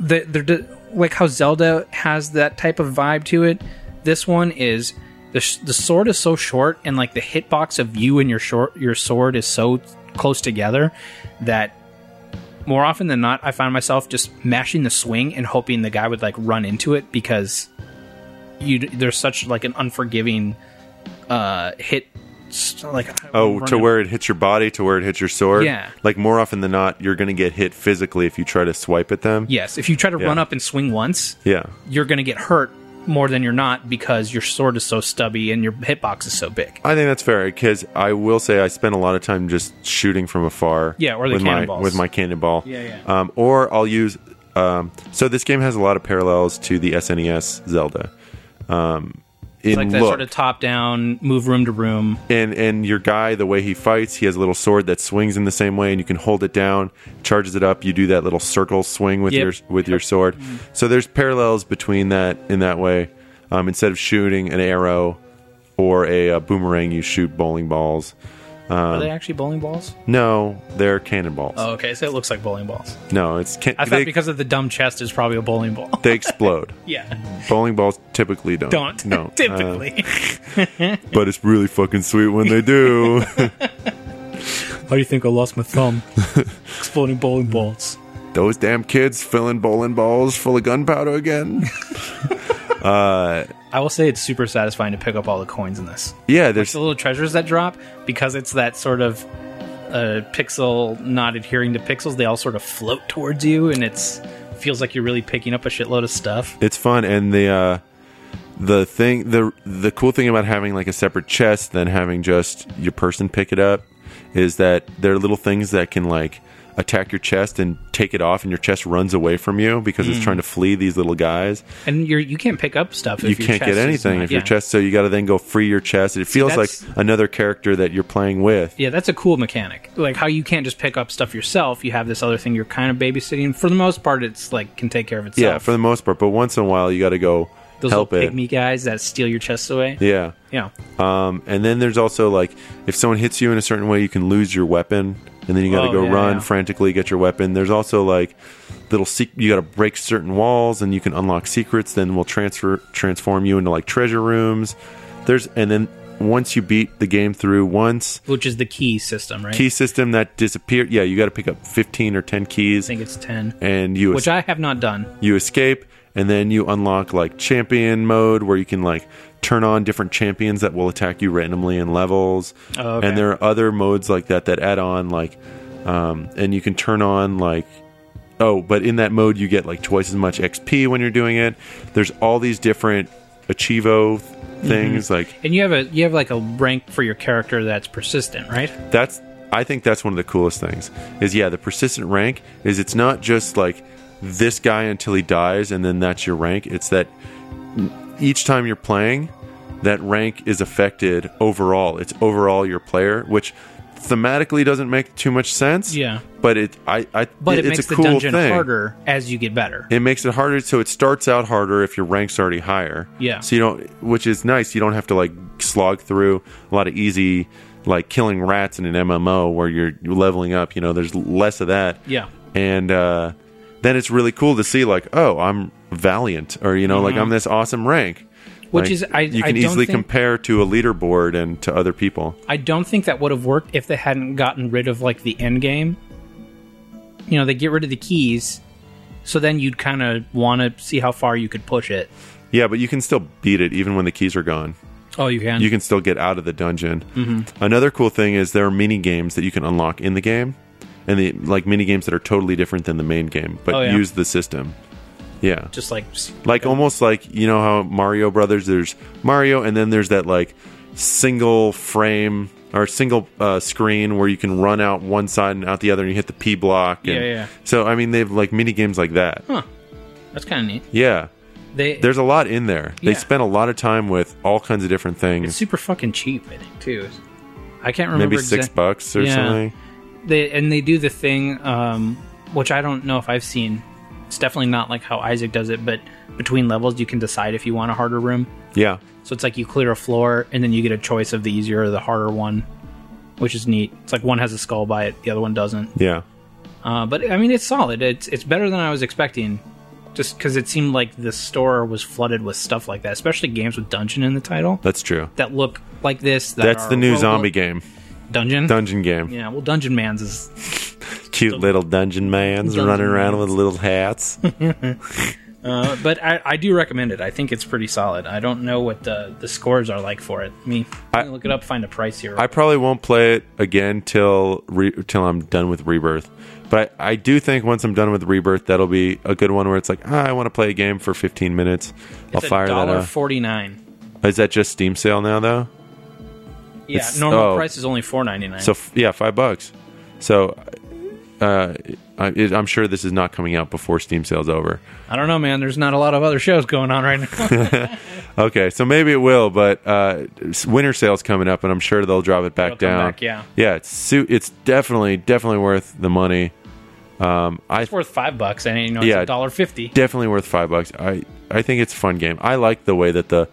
Speaker 1: the, they're d- like how Zelda has that type of vibe to it. This one is the sh- the sword is so short, and like the hitbox of you and your short your sword is so close together that more often than not, I find myself just mashing the swing and hoping the guy would like run into it because you d- there's such like an unforgiving uh hit s- like
Speaker 2: oh,
Speaker 1: run
Speaker 2: to
Speaker 1: it-
Speaker 2: where it hits your body, to where it hits your sword.
Speaker 1: Yeah.
Speaker 2: Like more often than not, you're going to get hit physically if you try to swipe at them.
Speaker 1: yes if you try to run
Speaker 2: Yeah.
Speaker 1: up and swing once
Speaker 2: Yeah.
Speaker 1: you're going to get hurt more than you're not because your sword is so stubby and your hitbox is so big.
Speaker 2: I think that's fair because I will say I spend a lot of time just shooting from afar.
Speaker 1: Yeah, or the
Speaker 2: with my,
Speaker 1: cannonballs.
Speaker 2: with my cannonball.
Speaker 1: Yeah, yeah.
Speaker 2: Um, or I'll use. Um, so this game has a lot of parallels to the SNES Zelda. Um, in
Speaker 1: It's like that
Speaker 2: look,
Speaker 1: sort of top down, move room to room.
Speaker 2: and and your guy the way he fights he has a little sword that swings in the same way and you can hold it down charges it up you do that little circle swing with
Speaker 1: Yep.
Speaker 2: your with your sword so there's parallels between that in that way um, instead of shooting an arrow or a, uh boomerang you shoot bowling balls Um,
Speaker 1: Are they actually bowling balls?
Speaker 2: no they're cannonballs
Speaker 1: Oh, okay. So it looks like bowling balls.
Speaker 2: no it's can-
Speaker 1: I
Speaker 2: they,
Speaker 1: thought because of the dumb chest is probably a bowling ball.
Speaker 2: they explode
Speaker 1: yeah.
Speaker 2: bowling balls typically don't
Speaker 1: Don't.
Speaker 2: no Uh,
Speaker 1: Typically.
Speaker 2: but it's really fucking sweet when they do
Speaker 1: How do you think I lost my thumb? Exploding bowling balls.
Speaker 2: those damn kids filling bowling balls full of gunpowder again
Speaker 1: I will say it's super satisfying to pick up all the coins in this.
Speaker 2: yeah there's
Speaker 1: the little treasures that drop because it's that sort of uh, pixel not adhering to pixels. They all sort of float towards you, and it's feels like you're really picking up a shitload of stuff.
Speaker 2: it's fun and the uh the thing the the cool thing about having like a separate chest than having just your person pick it up is that there are little things that can like attack your chest and take it off and your chest runs away from you because
Speaker 1: Mm.
Speaker 2: it's trying to flee these little guys
Speaker 1: And you're you can't pick up stuff.
Speaker 2: you
Speaker 1: If your
Speaker 2: can't
Speaker 1: chest is
Speaker 2: get anything
Speaker 1: not-
Speaker 2: if
Speaker 1: yeah.
Speaker 2: your chest so you got to then go free your chest it feels
Speaker 1: that's-
Speaker 2: like another character that you're playing with
Speaker 1: Yeah, that's a cool mechanic. Like how you can't just pick up stuff yourself. You have this other thing you're kind of babysitting. For the most part, it's like can take care of itself.
Speaker 2: yeah for the most part but once in a while you got to go
Speaker 1: those
Speaker 2: help
Speaker 1: little
Speaker 2: it
Speaker 1: pygmy guys that steal your chests away.
Speaker 2: yeah
Speaker 1: Yeah.
Speaker 2: Um, and then there's also like if someone hits you in a certain way, you can lose your weapon, and then you got to
Speaker 1: Oh,
Speaker 2: go
Speaker 1: yeah,
Speaker 2: run
Speaker 1: yeah.
Speaker 2: frantically get your weapon. There's also like little sec- you got to break certain walls, and you can unlock secrets. Then will transfer transform you into like treasure rooms. There's and then once you beat the game through once
Speaker 1: which is the key system, right?
Speaker 2: key system that disappeared. Yeah, you got to pick up 15 or 10
Speaker 1: I
Speaker 2: keys,
Speaker 1: think it's ten,
Speaker 2: and you
Speaker 1: which I have not done.
Speaker 2: you escape and then you unlock like champion mode where you can like turn on different champions that will attack you randomly in levels
Speaker 1: Oh, okay.
Speaker 2: and there are other modes like that that add on like um, and you can turn on like oh but in that mode you get like twice as much xp when you're doing it there's all these different achievo th-
Speaker 1: Mm-hmm.
Speaker 2: things like
Speaker 1: And you have a you have like a rank for your character that's persistent, right?
Speaker 2: that's I think that's one of the coolest things is yeah the persistent rank is it's not just like this guy until he dies and then that's your rank it's that each time you're playing that rank is affected overall it's overall your player which thematically doesn't make too much sense
Speaker 1: Yeah.
Speaker 2: but it I, I
Speaker 1: but it,
Speaker 2: it's
Speaker 1: makes
Speaker 2: a
Speaker 1: the
Speaker 2: cool
Speaker 1: dungeon
Speaker 2: thing
Speaker 1: harder as you get better.
Speaker 2: it makes it harder so it starts out harder if your rank's already higher
Speaker 1: Yeah.
Speaker 2: so you don't which is nice you don't have to like slog through a lot of easy like killing rats in an mmo where you're you're leveling up you know there's less of that
Speaker 1: yeah,
Speaker 2: and uh, then it's really cool to see like oh i'm valiant or you know like i'm this awesome rank
Speaker 1: Mm-hmm. Which
Speaker 2: Like,
Speaker 1: is- I-
Speaker 2: you
Speaker 1: I
Speaker 2: can
Speaker 1: don't
Speaker 2: easily
Speaker 1: think-
Speaker 2: compare to a leaderboard and to other people
Speaker 1: I don't think that would have worked if they hadn't gotten rid of like the end game. You know, they get rid of the keys, so then you'd kind of want to see how far you could push it.
Speaker 2: yeah but you can still beat it even when the keys are gone
Speaker 1: Oh, you can.
Speaker 2: you can still get out of the dungeon.
Speaker 1: Mm-hmm.
Speaker 2: Another cool thing is there are mini games that you can unlock in the game, and the like mini games that are totally different than the main game, but
Speaker 1: Oh, yeah.
Speaker 2: use the system. Yeah,
Speaker 1: just like
Speaker 2: like almost like you know how Mario Brothers. There's Mario, and then there's that like single frame or single uh, screen where you can run out one side and out the other, and you hit the P block. And
Speaker 1: Yeah, yeah.
Speaker 2: So I mean, they've like mini games like that.
Speaker 1: Huh. That's kind of neat.
Speaker 2: Yeah.
Speaker 1: They
Speaker 2: There's a lot in there. They
Speaker 1: Yeah.
Speaker 2: spent a lot of time with all kinds of different
Speaker 1: it's
Speaker 2: things.
Speaker 1: super fucking cheap. I think too. I can't remember
Speaker 2: Maybe six
Speaker 1: exact-
Speaker 2: bucks or
Speaker 1: Yeah.
Speaker 2: something.
Speaker 1: they and they do the thing um, which I don't know if I've seen. It's definitely not like how Isaac does it, but between levels you can decide if you want a harder room.
Speaker 2: Yeah.
Speaker 1: So it's like you clear a floor and then you get a choice of the easier or the harder one, which is neat. It's like one has a skull by it, the other one doesn't.
Speaker 2: Yeah.
Speaker 1: Uh, but I mean, it's solid. It's it's better than I was expecting, just because it seemed like the store was flooded with stuff like that, especially games with dungeon in the title
Speaker 2: That's true.
Speaker 1: that look like this. That
Speaker 2: That's
Speaker 1: are
Speaker 2: the new
Speaker 1: roguelike-
Speaker 2: zombie game.
Speaker 1: dungeon.
Speaker 2: Dungeon game.
Speaker 1: yeah, well, Dungeon Man's is
Speaker 2: Cute little dungeon mans
Speaker 1: Dungeon
Speaker 2: running around with little hats.
Speaker 1: Uh, but I, I do recommend it. I think it's pretty solid. I don't know what the, the scores are like for it. Let me, let me look it up, find a price here.
Speaker 2: I probably won't play it again till re- till I'm done with Rebirth. But I do think once I'm done with Rebirth, that'll be a good one where it's like, ah, I want to play a game for 15 minutes. I'll
Speaker 1: it's
Speaker 2: fire that up.
Speaker 1: forty nine.
Speaker 2: Is that just Steam sale now though?
Speaker 1: Yeah,
Speaker 2: It's-
Speaker 1: normal
Speaker 2: oh.
Speaker 1: price is only four ninety nine.
Speaker 2: So f- yeah, five bucks. So uh, I, it, I'm sure this is not coming out before Steam sale's over.
Speaker 1: I don't know, man. There's not a lot of other shows going on right now.
Speaker 2: Okay, so maybe it will, but uh, s- winter sale's coming up, and I'm sure they'll drop it back
Speaker 1: It'll come
Speaker 2: down.
Speaker 1: back, yeah.
Speaker 2: yeah. It's su- it's definitely definitely worth the money. Um, I
Speaker 1: it's worth five bucks, and you know it's
Speaker 2: Yeah.
Speaker 1: a dollar fifty.
Speaker 2: definitely worth five bucks. I I think it's a fun game. I like the way that the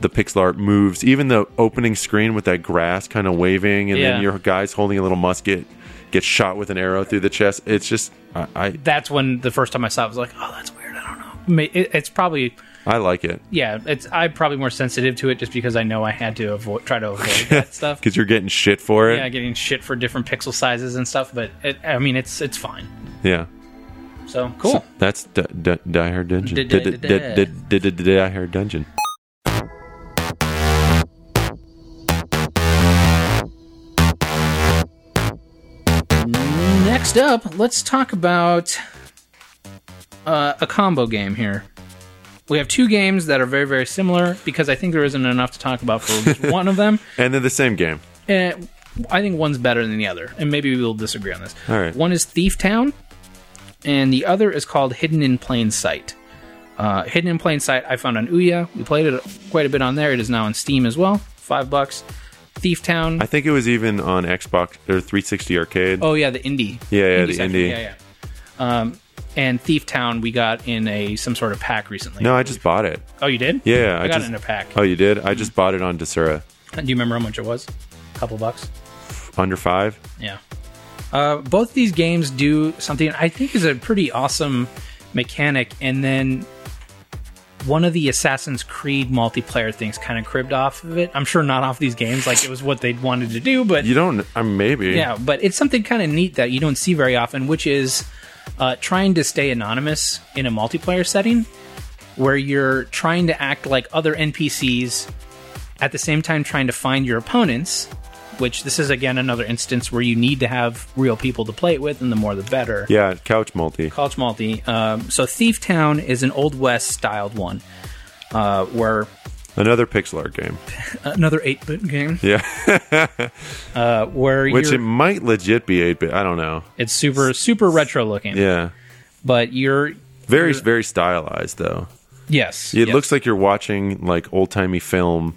Speaker 2: the pixel art moves, even the opening screen with that grass kind of waving, and
Speaker 1: Yeah.
Speaker 2: then your guys holding a little musket gets shot with an arrow through the chest. It's just I I,
Speaker 1: That's when the first time I saw it I was like, oh, that's weird. I don't know. Ma- It, it's probably
Speaker 2: I like it
Speaker 1: yeah. It's I'm probably more sensitive to it just because I know I had to avoid try to avoid that stuff.
Speaker 2: because you're getting shit for
Speaker 1: Yeah,
Speaker 2: it.
Speaker 1: getting shit for different pixel sizes and stuff, but it, I mean, it's it's fine.
Speaker 2: Yeah,
Speaker 1: So cool.
Speaker 2: So that's D- D- Die Hard Dungeon.
Speaker 1: D-
Speaker 2: D-
Speaker 1: d-
Speaker 2: d-
Speaker 1: d-
Speaker 2: d- d- d- d- Die Hard Dungeon.
Speaker 1: Next up, let's talk about uh, a combo game here. We have two games that are very, very similar because I think there isn't enough to talk about for just one of them.
Speaker 2: And they're the same game.
Speaker 1: And I think one's better than the other, and maybe we'll disagree on this.
Speaker 2: All right.
Speaker 1: One is Thief Town, and the other is called Hidden in Plain Sight. Uh, Hidden in Plain Sight, I found on Ouya. We played it quite a bit on there. It is now on Steam as well. Five bucks. Thief Town.
Speaker 2: I think it was even on Xbox or 360 arcade.
Speaker 1: Oh yeah, the indie.
Speaker 2: Yeah, yeah, the
Speaker 1: section.
Speaker 2: indie.
Speaker 1: Yeah, yeah. Um, and Thief Town we got in a some sort of pack recently.
Speaker 2: No, I just bought it.
Speaker 1: Oh, you did?
Speaker 2: Yeah,
Speaker 1: I,
Speaker 2: I
Speaker 1: got
Speaker 2: just-
Speaker 1: it in a pack.
Speaker 2: Oh, you did? I
Speaker 1: Mm-hmm.
Speaker 2: just bought it on Desura.
Speaker 1: Do you remember how much it was? A couple bucks.
Speaker 2: Under five.
Speaker 1: Yeah. Uh, both these games do something I think is a pretty awesome mechanic, and then one of the Assassin's Creed multiplayer things kind of cribbed off of it. I'm sure not off these games, like it was what they wanted to do, but
Speaker 2: You don't. I mean, maybe.
Speaker 1: Yeah, but it's something kind of neat that you don't see very often, which is uh, trying to stay anonymous in a multiplayer setting where you're trying to act like other NPCs at the same time trying to find your opponents, which this is again another instance where you need to have real people to play it with, and the more the better.
Speaker 2: Yeah. Couch multi.
Speaker 1: College Multi. Um, so Thief Town is an Old West styled one uh, where
Speaker 2: Another pixel art game.
Speaker 1: another 8 bit game
Speaker 2: Yeah.
Speaker 1: uh, where
Speaker 2: Which it
Speaker 1: you're,
Speaker 2: might legit be eight bit. I don't know.
Speaker 1: it's super, super retro looking,
Speaker 2: Yeah.
Speaker 1: but you're.
Speaker 2: Very very stylized though.
Speaker 1: Yes.
Speaker 2: It
Speaker 1: yes.
Speaker 2: looks like you're watching like old timey film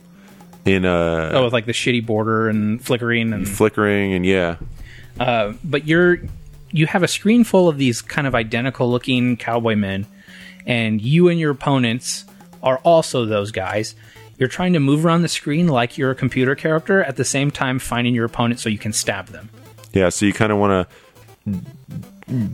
Speaker 2: in a
Speaker 1: Oh, with like the shitty border and flickering and
Speaker 2: flickering and yeah.
Speaker 1: uh, but you're you have a screen full of these kind of identical looking cowboy men, and you and your opponents are also those guys. You're trying to move around the screen like you're a computer character at the same time finding your opponent so you can stab them.
Speaker 2: Yeah, so you kind of want to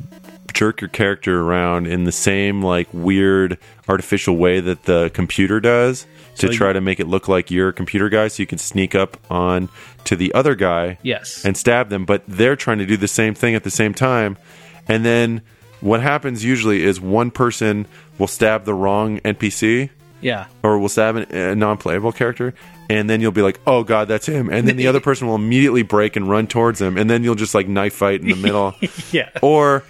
Speaker 2: jerk your character around in the same like weird artificial way that the computer does to
Speaker 1: So you-
Speaker 2: try to make it look like you're a computer guy so you can sneak up on to the other guy
Speaker 1: Yes.
Speaker 2: and stab them but they're trying to do the same thing at the same time and then what happens usually is one person will stab the wrong npc
Speaker 1: yeah.
Speaker 2: or will stab an, a non-playable character and then you'll be like oh god that's him and then the other person will immediately break and run towards him and then you'll just like knife fight in the middle
Speaker 1: Yeah.
Speaker 2: or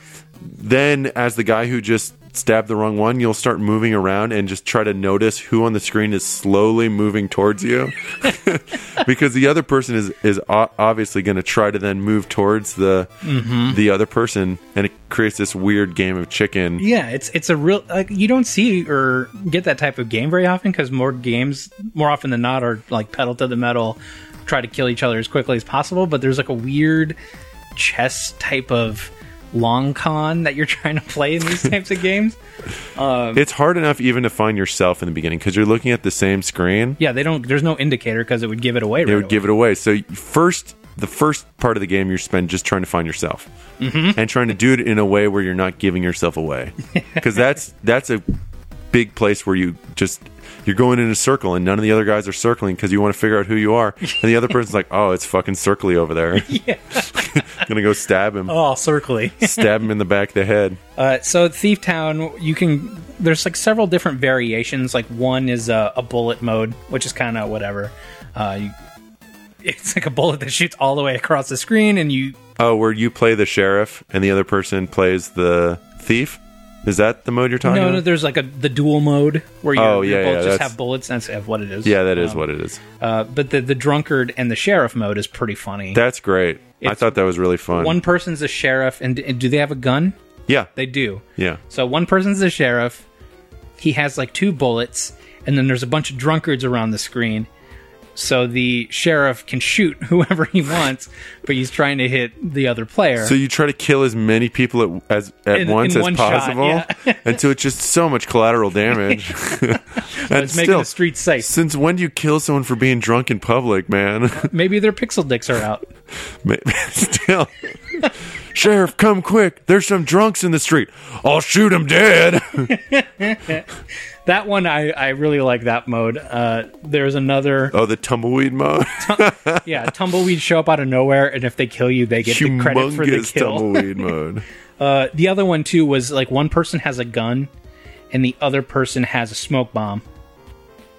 Speaker 2: then as the guy who just stab the wrong one, you'll start moving around and just try to notice who on the screen is slowly moving towards you, because the other person is is o- obviously going to try to then move towards the the other person, and it creates this weird game of chicken.
Speaker 1: Yeah, it's it's a real like you don't see or get that type of game very often because more games more often than not are like pedal to the metal, try to kill each other as quickly as possible. But there's like a weird chess type of long con that you're trying to play in these types of games.
Speaker 2: It's hard enough even to find yourself in the beginning because you're looking at the same screen.
Speaker 1: Yeah, they don't. There's no indicator because it would give it away.
Speaker 2: It would give it away. So first, the first part of the game, you spend just trying to find yourself
Speaker 1: Mm-hmm.
Speaker 2: and trying to do it in a way where you're not giving yourself away, because that's that's a big place where you just you're going in a circle and none of the other guys are circling because you want to figure out who you are, and the other person's like, "Oh, it's fucking circly over there." Yeah, gonna go stab him,
Speaker 1: Oh, circly.
Speaker 2: stab him in the back of the head.
Speaker 1: Uh, so Thief Town, you can. There's like several different variations. Like one is a, a bullet mode, which is kind of whatever. Uh, you, it's like a bullet that shoots all the way across the screen, and you.
Speaker 2: Oh, where you play the sheriff and the other person plays the thief. Is that the mode you're talking
Speaker 1: No,
Speaker 2: about?
Speaker 1: no, there's like a the dual mode where you
Speaker 2: Uh-huh. Oh,
Speaker 1: you're
Speaker 2: yeah,
Speaker 1: both
Speaker 2: yeah,
Speaker 1: just
Speaker 2: that's-
Speaker 1: have bullets. That's uh, what it is.
Speaker 2: yeah, that is what it is.
Speaker 1: Uh, but the the drunkard and the sheriff mode is pretty funny.
Speaker 2: That's great. I
Speaker 1: It's-
Speaker 2: thought that was really fun.
Speaker 1: one person's a sheriff, and, and do they have a gun?
Speaker 2: yeah,
Speaker 1: They do.
Speaker 2: yeah.
Speaker 1: So one person's the sheriff. He has like two bullets, and then there's a bunch of drunkards around the screen. So the sheriff can shoot whoever he wants, but he's trying to hit the other player.
Speaker 2: So you try to kill as many people at as at
Speaker 1: In-
Speaker 2: once
Speaker 1: in
Speaker 2: as
Speaker 1: one shot,
Speaker 2: possible,
Speaker 1: yeah.
Speaker 2: and so it's just so much collateral damage. and
Speaker 1: it's making the streets safe.
Speaker 2: since when do you kill someone for being drunk in public, man?
Speaker 1: Maybe their pixel dicks are out.
Speaker 2: Ma- still, sheriff, come quick! There's some drunks in the street. I'll shoot him dead.
Speaker 1: That one I, I really like that mode. Uh, there's another
Speaker 2: oh, the tumbleweed mode,
Speaker 1: yeah tumbleweed show up out of nowhere, and if they kill you, they get the credit for the
Speaker 2: humongous
Speaker 1: kill.
Speaker 2: tumbleweed mode.
Speaker 1: Uh, the other one too was like one person has a gun and the other person has a smoke bomb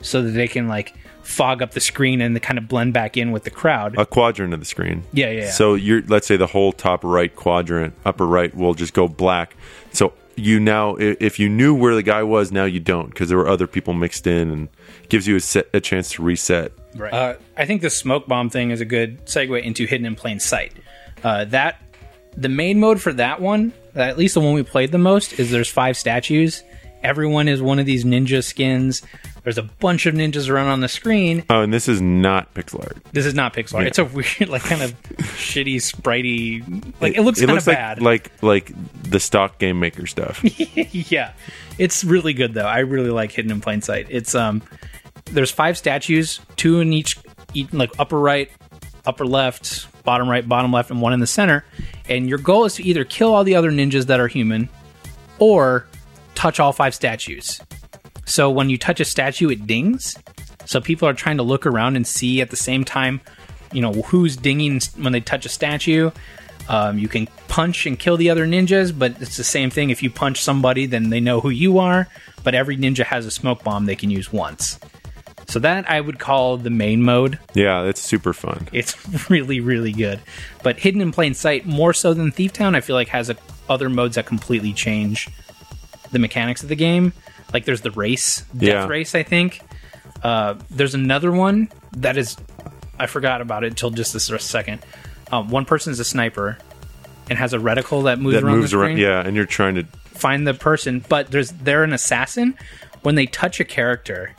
Speaker 1: so that they can like fog up the screen and kind of blend back in with the crowd
Speaker 2: A quadrant of the screen.
Speaker 1: Yeah, yeah, yeah.
Speaker 2: So you're let's say the whole top right quadrant, upper right, will just go black. So you now, i- if you knew where the guy was, now you don't because there were other people mixed in, and gives you a, set, a chance to reset.
Speaker 1: right. uh, i think the smoke bomb thing is a good segue into hidden in plain sight uh, that the main mode for that one at least the one we played the most is there's five statues everyone is one of these ninja skins there's a bunch of ninjas around on the screen
Speaker 2: Oh, and this is not pixel art.
Speaker 1: this is not pixel art. it's a weird like kind of shitty spritey like it, looks
Speaker 2: it
Speaker 1: kind
Speaker 2: looks
Speaker 1: of bad
Speaker 2: like like like the stock game maker stuff.
Speaker 1: yeah it's really good though i really like hidden in plain sight it's um there's five statues two in each, each like upper right upper left bottom right bottom left and one in the center and your goal is to either kill all the other ninjas that are human or touch all five statues so when you touch a statue it dings so people are trying to look around and see at the same time you know who's dinging when they touch a statue um, you can punch and kill the other ninjas, but it's the same thing. If you punch somebody, then they know who you are. But every ninja has a smoke bomb they can use once. So that I would call the main mode.
Speaker 2: yeah, that's super fun.
Speaker 1: It's really, really good. But Hidden in Plain Sight, more so than Thief Town, I feel like has a, other modes that completely change the mechanics of the game. Like there's the race, Death
Speaker 2: Yeah.
Speaker 1: Race, I think. Uh, there's another one that is, I forgot about it until just this second. Um, one person is a sniper and has a reticle that moves
Speaker 2: That
Speaker 1: around.
Speaker 2: moves
Speaker 1: the
Speaker 2: around.
Speaker 1: screen
Speaker 2: Yeah, and you're trying to.
Speaker 1: find the person, but there's they're an assassin. When they touch a character,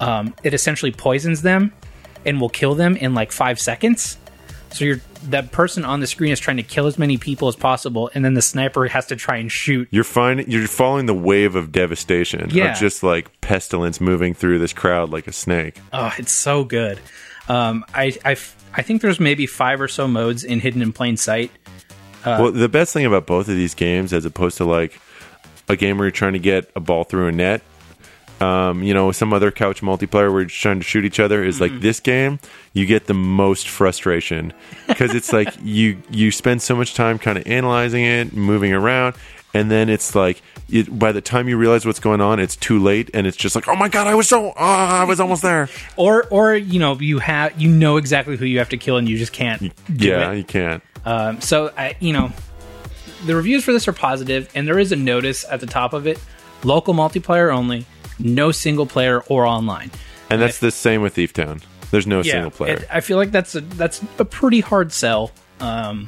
Speaker 1: um, it essentially poisons them and will kill them in like five seconds. So you're that person on the screen is trying to kill as many people as possible, and then the sniper has to try and shoot.
Speaker 2: You're finding you're following the wave of devastation
Speaker 1: Yeah.
Speaker 2: of just like pestilence moving through this crowd like a snake.
Speaker 1: Oh, it's so good. Um, I, I f- I think there's maybe five or so modes in Hidden in Plain Sight.
Speaker 2: Well, the best thing about both of these games, as opposed to like a game where you're trying to get a ball through a net, um, you know, some other couch multiplayer where you're just trying to shoot each other, is like this game, you get the most frustration because it's like you you spend so much time kind of analyzing it, moving around. And then it's like, it, by the time you realize what's going on, it's too late, and it's just like, oh my god, I was so, ah, I was almost there.
Speaker 1: Or, or you know, you have you know exactly who you have to kill, and you just can't. do
Speaker 2: yeah,
Speaker 1: it.
Speaker 2: you can't.
Speaker 1: Um, so I, you know, the reviews for this are positive, and there is a notice at the top of it: local multiplayer only, no single player or online.
Speaker 2: And that's the same with Thief Town. There's no single player.
Speaker 1: it- I feel like that's a that's a pretty hard sell. Um,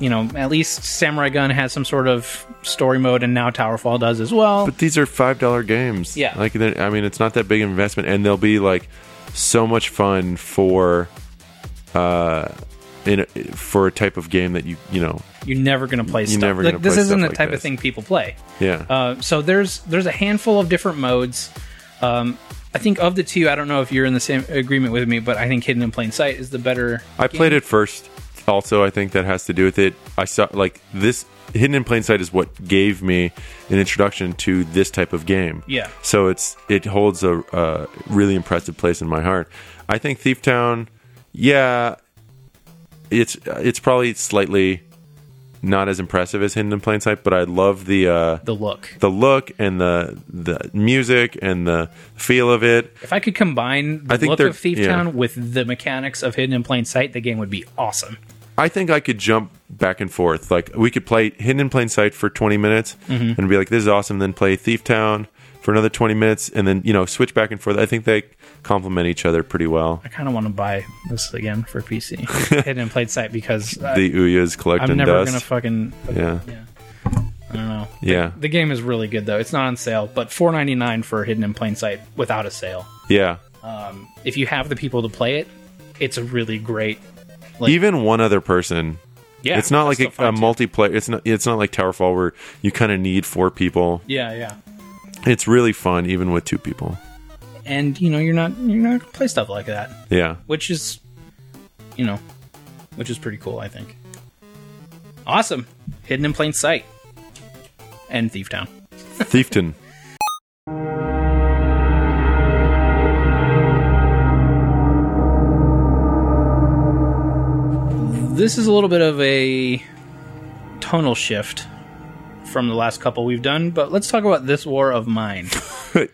Speaker 1: you know, at least Samurai Gun has some sort of story mode, and now Towerfall does as well.
Speaker 2: but these are five dollar games.
Speaker 1: Yeah.
Speaker 2: like they're- I mean, it's not that big an investment, and they'll be like so much fun for, uh, in a, for a type of game that you you know,
Speaker 1: You're never gonna play stuff.
Speaker 2: never
Speaker 1: like,
Speaker 2: gonna
Speaker 1: this
Speaker 2: play
Speaker 1: isn't
Speaker 2: stuff
Speaker 1: the
Speaker 2: like
Speaker 1: type of
Speaker 2: this.
Speaker 1: thing people play.
Speaker 2: yeah.
Speaker 1: Uh, so there's there's a handful of different modes. Um, I think of the two, I don't know if you're in the same agreement with me, but I think Hidden in Plain Sight is the better.
Speaker 2: I played it first. Also, I think that has to do with it. I saw like this Hidden in Plain Sight is what gave me an introduction to this type of game.
Speaker 1: Yeah.
Speaker 2: So it's it holds a uh, really impressive place in my heart. I think Thief Town, yeah, it's it's probably slightly not as impressive as Hidden in Plain Sight, but I love the uh,
Speaker 1: the look.
Speaker 2: the look and the the music and the feel of it.
Speaker 1: If I could combine the
Speaker 2: I think
Speaker 1: look
Speaker 2: they're-
Speaker 1: of Thief
Speaker 2: yeah.
Speaker 1: Town with the mechanics of Hidden in Plain Sight, the game would be awesome.
Speaker 2: I think I could jump back and forth. Like we could play Hidden in Plain Sight for 20 minutes
Speaker 1: Mm-hmm.
Speaker 2: and be like, "This is awesome." Then play Thief Town for another 20 minutes, and then you know switch back and forth. I think they complement each other pretty well.
Speaker 1: I kind of want to buy this again for PC, Hidden in Plain Sight, because I,
Speaker 2: The Uya's collecting
Speaker 1: I'm never
Speaker 2: dust.
Speaker 1: gonna fucking.
Speaker 2: yeah,
Speaker 1: I don't know.
Speaker 2: yeah,
Speaker 1: The game is really good though. It's not on sale, but 4.99 for Hidden in Plain Sight without a sale.
Speaker 2: yeah.
Speaker 1: If you have the people to play it, it's a really great.
Speaker 2: Even one other person.
Speaker 1: Yeah,
Speaker 2: it's not like um,
Speaker 1: that's
Speaker 2: a,
Speaker 1: still
Speaker 2: a
Speaker 1: fine, too.
Speaker 2: multiplayer. It's not. It's not like Towerfall where you kind of need four people.
Speaker 1: Yeah, yeah.
Speaker 2: It's really fun even with two people.
Speaker 1: and you know you're not you're not gonna play stuff like that,
Speaker 2: Yeah.
Speaker 1: which is, you know, which is pretty cool. I think. Awesome, hidden in plain sight, and Thief Town.
Speaker 2: Thiefton.
Speaker 1: This is a little bit of a tonal shift from the last couple we've done, but let's talk about this war of mine.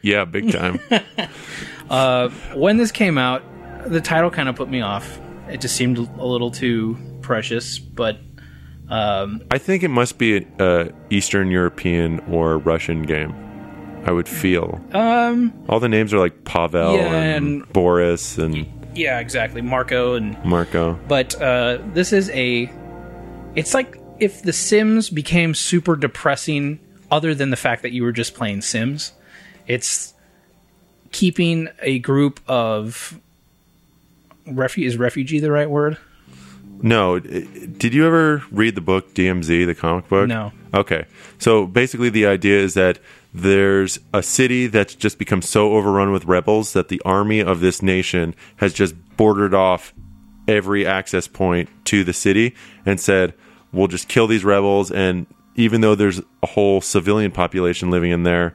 Speaker 2: yeah, big time.
Speaker 1: when this came out, the title kind of put me off. It just seemed a little too precious, but
Speaker 2: I think it must be an uh, Eastern European or Russian game. I would feel.
Speaker 1: um,
Speaker 2: All the names are like Pavel
Speaker 1: Yeah,
Speaker 2: and,
Speaker 1: and-
Speaker 2: Boris and
Speaker 1: yeah, exactly. Marco and
Speaker 2: Marco.
Speaker 1: but uh, this is a it's like if the sims became super depressing other than the fact that you were just playing sims it's keeping a group of refu- is refugee the right word
Speaker 2: No, i- did you ever read the book DMZ, the comic book?
Speaker 1: No.
Speaker 2: Okay. So basically, the idea is that there's a city that's just become so overrun with rebels that the army of this nation has just bordered off every access point to the city and said, we'll just kill these rebels. And even though there's a whole civilian population living in there,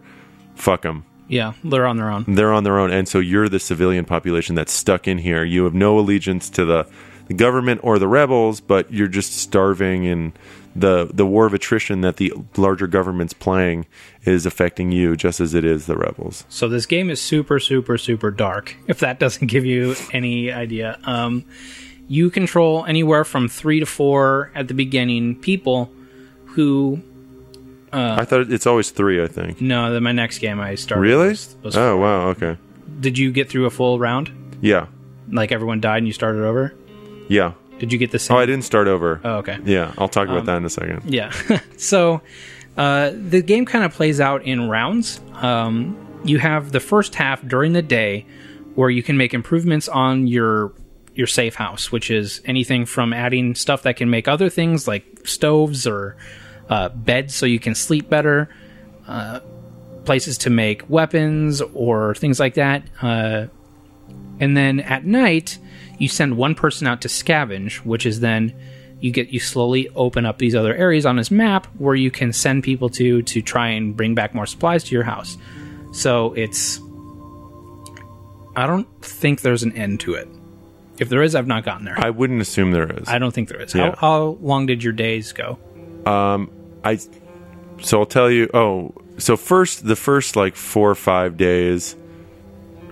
Speaker 2: fuck them
Speaker 1: yeah they're on their own
Speaker 2: they're on their own and so you're the civilian population that's stuck in here you have no allegiance to the, the government or the rebels but you're just starving and the the war of attrition that the larger government's playing is affecting you just as it is the rebels
Speaker 1: so this game is super super super dark if that doesn't give you any idea um, you control anywhere from three to four at the beginning people who
Speaker 2: i thought it's always three i think
Speaker 1: no the- my next game i started
Speaker 2: really
Speaker 1: was- was
Speaker 2: oh wow okay
Speaker 1: Did you get through a full round?
Speaker 2: yeah
Speaker 1: Like everyone died and you started over?
Speaker 2: yeah
Speaker 1: Did you get the same?
Speaker 2: oh i didn't start over
Speaker 1: Oh, okay.
Speaker 2: yeah i'll talk about that in a second
Speaker 1: Yeah. so uh, the game kind of plays out in rounds. Um, you have the first half during the day where you can make improvements on your your safe house, which is anything from adding stuff that can make other things like stoves or uh, beds so you can sleep better, uh, places to make weapons or things like that. Uh, and then at night you send one person out to scavenge which is then you get you slowly open up these other areas on this map where you can send people to to try and bring back more supplies to your house so it's i don't think there's an end to it if there is i've not gotten there
Speaker 2: i wouldn't assume there is
Speaker 1: i don't think there is
Speaker 2: Yeah.
Speaker 1: how, how long did your days go
Speaker 2: I so I'll tell you. Oh, so first the first like four or five days,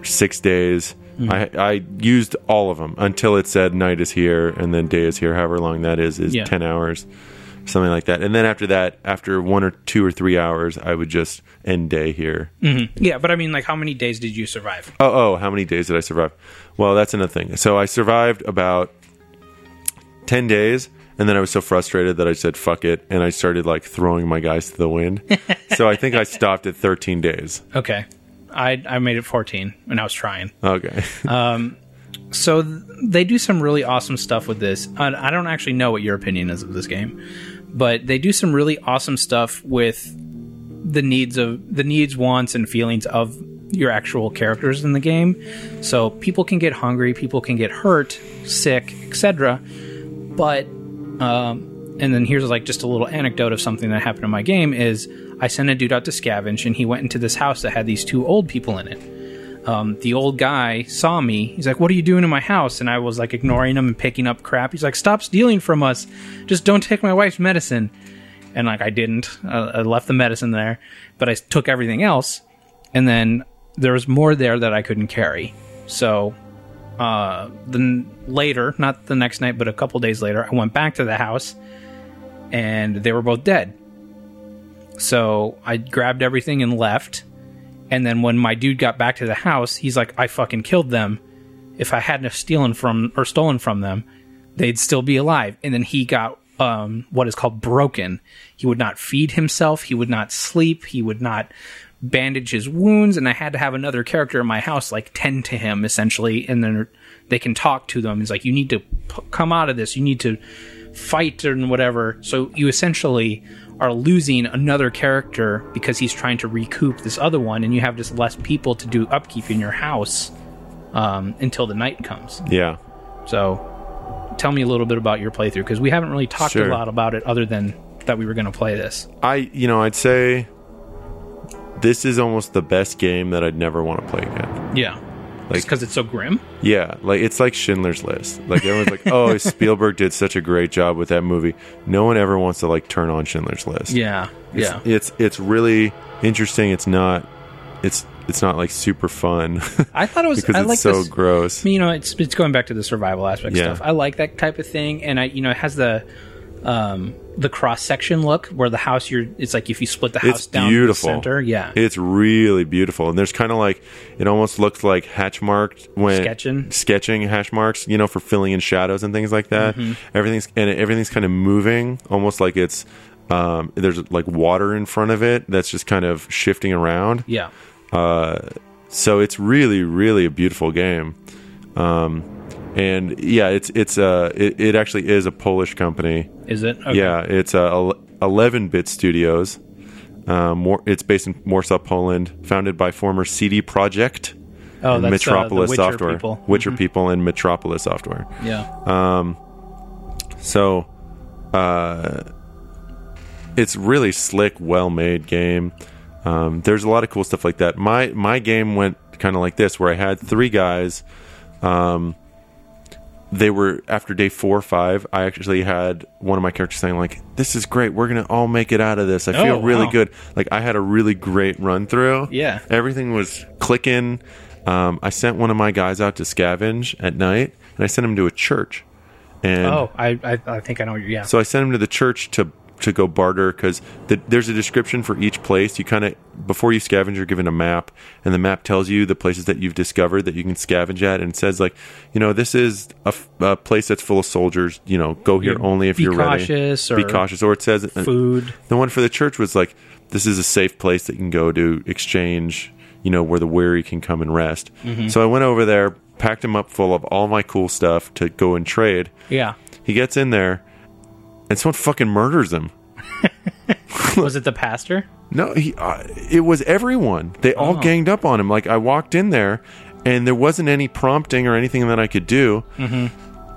Speaker 2: six days, I I used all of them until it said night is here and then day is here. However long that is is
Speaker 1: Yeah.
Speaker 2: ten hours. something like that. And then after that, after one or two or three hours, I would just end day here.
Speaker 1: Yeah, but I mean, like, how many days did you survive?
Speaker 2: Oh, oh, how many days did I survive? Well, that's another thing. So I survived about 10 days, and then I was so frustrated that I said, fuck it, and I started like throwing my guys to the wind. so I think I stopped at 13 days.
Speaker 1: Okay, I I made it 14, and I was trying.
Speaker 2: Okay.
Speaker 1: So th- they do some really awesome stuff with this. I, I don't actually know what your opinion is of this game, but they do some really awesome stuff with the needs of the needs, wants, and feelings of your actual characters in the game. So people can get hungry, people can get hurt, sick, etc. But um, and then here's like just a little anecdote of something that happened in my game is I sent a dude out to scavenge and he went into this house that had these two old people in it um, the old guy saw me. He's like, "What are you doing in my house?" And I was like ignoring him and picking up crap. He's like, "Stop stealing from us. Just don't take my wife's medicine." And like I didn't. Uh, I left the medicine there, but I took everything else. And then there was more there that I couldn't carry. So uh, then later, not the next night, but a couple days later, I went back to the house, and they were both dead. So I grabbed everything and left. And then when my dude got back to the house, he's like, "I fucking killed them. If I hadn't have stolen from or stolen from them, they'd still be alive." And then he got um, what is called broken. He would not feed himself. He would not sleep. He would not bandage his wounds. And I had to have another character in my house like tend to him essentially. And then they can talk to them. He's like, "You need to p- come out of this. You need to." fight and whatever. So you essentially are losing another character because he's trying to recoup this other one, and you have just less people to do upkeep in your house um, until the night comes.
Speaker 2: yeah.
Speaker 1: So tell me a little bit about your playthrough because we haven't really talked
Speaker 2: Sure.
Speaker 1: a lot about it other than that we were going to play this.
Speaker 2: I, you know, I'd say this is almost the best game that I'd never want to play again.
Speaker 1: Yeah.
Speaker 2: Like-
Speaker 1: because it's so grim.
Speaker 2: Yeah, like it's like Schindler's List. Like everyone's like, "Oh, Spielberg did such a great job with that movie." No one ever wants to like turn on Schindler's List.
Speaker 1: Yeah.
Speaker 2: It's-
Speaker 1: yeah.
Speaker 2: it's it's really interesting. It's not it's it's not like super fun
Speaker 1: I thought it was.
Speaker 2: because
Speaker 1: I
Speaker 2: it's
Speaker 1: like
Speaker 2: so
Speaker 1: this.
Speaker 2: gross.
Speaker 1: I mean, you know, it's it's going back to the survival aspect
Speaker 2: Yeah.
Speaker 1: stuff. I like that type of thing, and I you know it has the um the cross section look where the house you're it's like if you split the house
Speaker 2: It's
Speaker 1: down
Speaker 2: beautiful.
Speaker 1: the center, yeah,
Speaker 2: It's really beautiful, and there's kind of like it almost looked like hatch marked when
Speaker 1: Sketching.
Speaker 2: sketching hash marks, you know, for filling in shadows and things like that.
Speaker 1: Mm-hmm.
Speaker 2: Everything's and everything's kind of moving, almost like it's um, there's like water in front of it that's just kind of shifting around.
Speaker 1: yeah,
Speaker 2: so it's really really a beautiful game um and yeah it's it's uh it, it actually is a polish company
Speaker 1: is it? Okay.
Speaker 2: yeah it's uh 11 bit studios um War- it's based in warsaw poland founded by former cd project
Speaker 1: Oh,
Speaker 2: and
Speaker 1: that's Metropolis uh,
Speaker 2: metropolis
Speaker 1: the Witcher
Speaker 2: software Um,
Speaker 1: people.
Speaker 2: witcher people and metropolis software
Speaker 1: Yeah,
Speaker 2: so uh it's really slick, well made game. Um, there's a lot of cool stuff like that. My my game went kind of like this, where I had three guys. Um, they were after day four or five. I actually had one of my characters saying like, "This is great. We're gonna all make it out of this. I
Speaker 1: Oh,
Speaker 2: feel really
Speaker 1: wow.
Speaker 2: good." Like I had a really great run through.
Speaker 1: Yeah.
Speaker 2: everything was clicking. Um, I sent one of my guys out to scavenge at night, and I sent him to a church. And
Speaker 1: Oh, I, I I think I know. what you're- Yeah.
Speaker 2: so I sent him to the church to to go barter because the, there's a description for each place. You kind of before you scavenge, you're given a map, and the map tells you the places that you've discovered that you can scavenge at, and it says like, you know, this is a, f- a place that's full of soldiers. You know, go here
Speaker 1: Yeah,
Speaker 2: only if
Speaker 1: be
Speaker 2: you're
Speaker 1: cautious
Speaker 2: ready.
Speaker 1: or
Speaker 2: be cautious, or it says uh,
Speaker 1: food.
Speaker 2: The one for the church was like, this is a safe place that you can go to exchange. You know, where the weary can come and rest.
Speaker 1: Mm-hmm.
Speaker 2: So I went over there, packed him up full of all my cool stuff to go and trade.
Speaker 1: yeah.
Speaker 2: He gets in there, and someone fucking murders him.
Speaker 1: Was it the pastor?
Speaker 2: No, he. Uh, it was everyone. They all
Speaker 1: Oh.
Speaker 2: ganged up on him. Like I walked in there, and there wasn't any prompting or anything that I could do.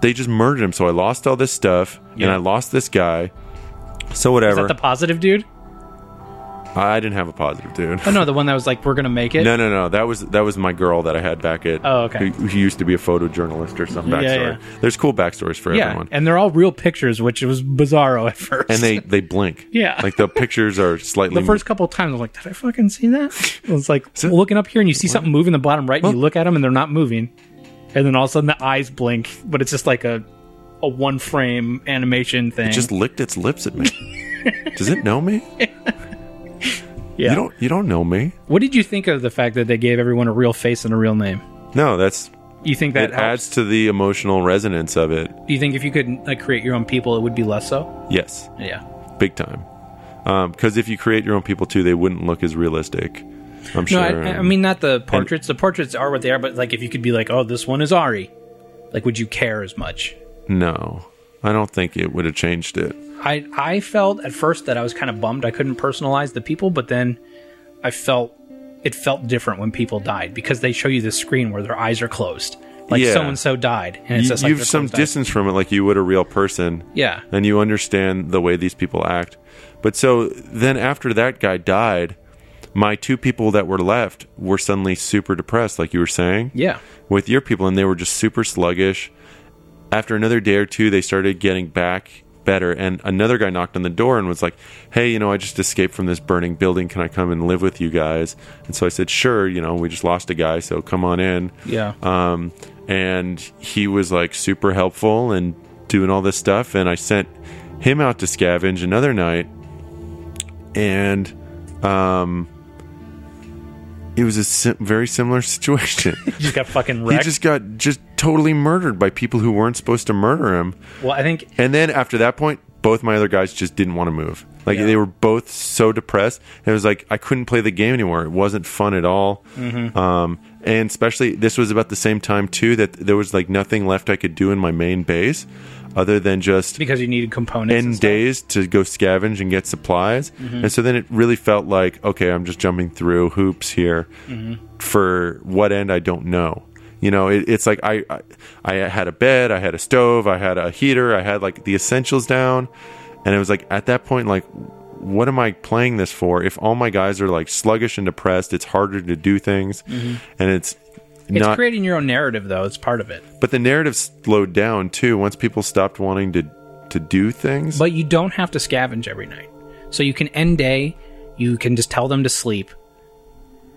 Speaker 2: They just murdered him. So I lost all this stuff, and
Speaker 1: Mm-hmm. Yeah.
Speaker 2: I lost this guy. So
Speaker 1: Is
Speaker 2: whatever.
Speaker 1: that the positive dude?
Speaker 2: I didn't have a positive dude.
Speaker 1: Oh no, the one that was like, "We're gonna make it."
Speaker 2: No, no, no. That was that was my girl that I had back at.
Speaker 1: Oh, okay.
Speaker 2: Who, who used to be a photojournalist or some
Speaker 1: Yeah,
Speaker 2: backstory.
Speaker 1: yeah.
Speaker 2: There's cool backstories for
Speaker 1: yeah,
Speaker 2: everyone.
Speaker 1: and they're all real pictures, which was bizarro at first.
Speaker 2: And they they blink.
Speaker 1: Yeah.
Speaker 2: Like the pictures are slightly
Speaker 1: the first couple of times, I'm like, did I fucking see that? I was like looking up here, and you see something moving in the bottom right, and you look at them, and they're not moving. And then all of a sudden, the eyes blink, but it's just like a a one frame animation thing.
Speaker 2: It just licked its lips at me. Does it know me?
Speaker 1: yeah.
Speaker 2: You don't you don't know me.
Speaker 1: what did you think of the fact that they gave everyone a real face and a real name?
Speaker 2: No, that's
Speaker 1: You think that
Speaker 2: it
Speaker 1: helps?
Speaker 2: adds to the emotional resonance of it.
Speaker 1: Do you think if you could like create your own people, it would be less so?
Speaker 2: Yes,
Speaker 1: Yeah.
Speaker 2: big time. Because if you create your own people too, they wouldn't look as realistic. I'm
Speaker 1: No,
Speaker 2: sure.
Speaker 1: I, I mean not the portraits. the portraits are what they are, but like if you could be like, oh, this one is Ari, like would you care as much?
Speaker 2: no, I don't think it would have changed it.
Speaker 1: I I felt at first that I was kind of bummed I couldn't personalize the people, but then I felt it felt different when people died because they show you the screen where their eyes are closed, like
Speaker 2: Yeah.
Speaker 1: so and so died, and it's
Speaker 2: You,
Speaker 1: just like
Speaker 2: you've
Speaker 1: their
Speaker 2: some
Speaker 1: closed eyes.
Speaker 2: distance from it, like you would a real person.
Speaker 1: Yeah,
Speaker 2: and you understand the way these people act. But so then after that guy died, my two people that were left were suddenly super depressed, like you were saying,
Speaker 1: yeah,
Speaker 2: with your people, and they were just super sluggish. After another day or two, they started getting back better, and another guy knocked on the door and was like, Hey, you know, I just escaped from this burning building. Can I come and live with you guys? And so I said, Sure, you know, we just lost a guy, so come on in
Speaker 1: yeah.
Speaker 2: um, and he was like super helpful and doing all this stuff and i sent him out to scavenge another night and um, it was a si- very similar situation
Speaker 1: you just got fucking
Speaker 2: he
Speaker 1: wrecked.
Speaker 2: just got just totally murdered by people who weren't supposed to murder him
Speaker 1: well, I think
Speaker 2: and then after that point, both my other guys just didn't want to move. Like
Speaker 1: Yeah.
Speaker 2: they were both so depressed. It was like I couldn't play the game anymore. It wasn't fun at all. Um, and especially this was about the same time too that there was like nothing left I could do in my main base other than just
Speaker 1: because you needed components. and
Speaker 2: end
Speaker 1: stuff.
Speaker 2: days to go scavenge and get supplies. And so then it really felt like okay, I'm just jumping through hoops here for what end I don't know. You know, it, it's like I, I I had a bed, I had a stove, I had a heater, I had like the essentials down, and it was like at that point like what am I playing this for? If all my guys are like sluggish and depressed, it's harder to do things, and it's
Speaker 1: It's
Speaker 2: not
Speaker 1: creating your own narrative, though. It's part of it.
Speaker 2: but the narrative slowed down too once people stopped wanting to to do things
Speaker 1: But you don't have to scavenge every night. So you can end day, you can just tell them to sleep.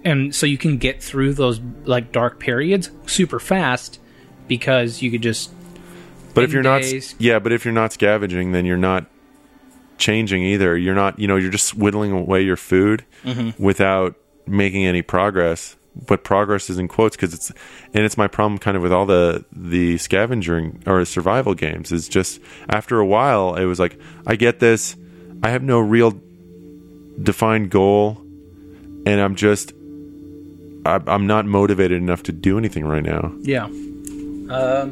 Speaker 1: And so you can get through those like dark periods super fast because you could just
Speaker 2: But if
Speaker 1: in
Speaker 2: you're not,
Speaker 1: days.
Speaker 2: yeah, but if you're not scavenging, then you're not changing either. You're not, you know, you're just whittling away your food
Speaker 1: Mm-hmm.
Speaker 2: without making any progress. But progress is in quotes because it's, and it's my problem kind of with all the the scavenging or survival games is just after a while it was like I get this, I have no real defined goal, and I'm just. I- I'm not motivated enough to do anything right now.
Speaker 1: yeah. Um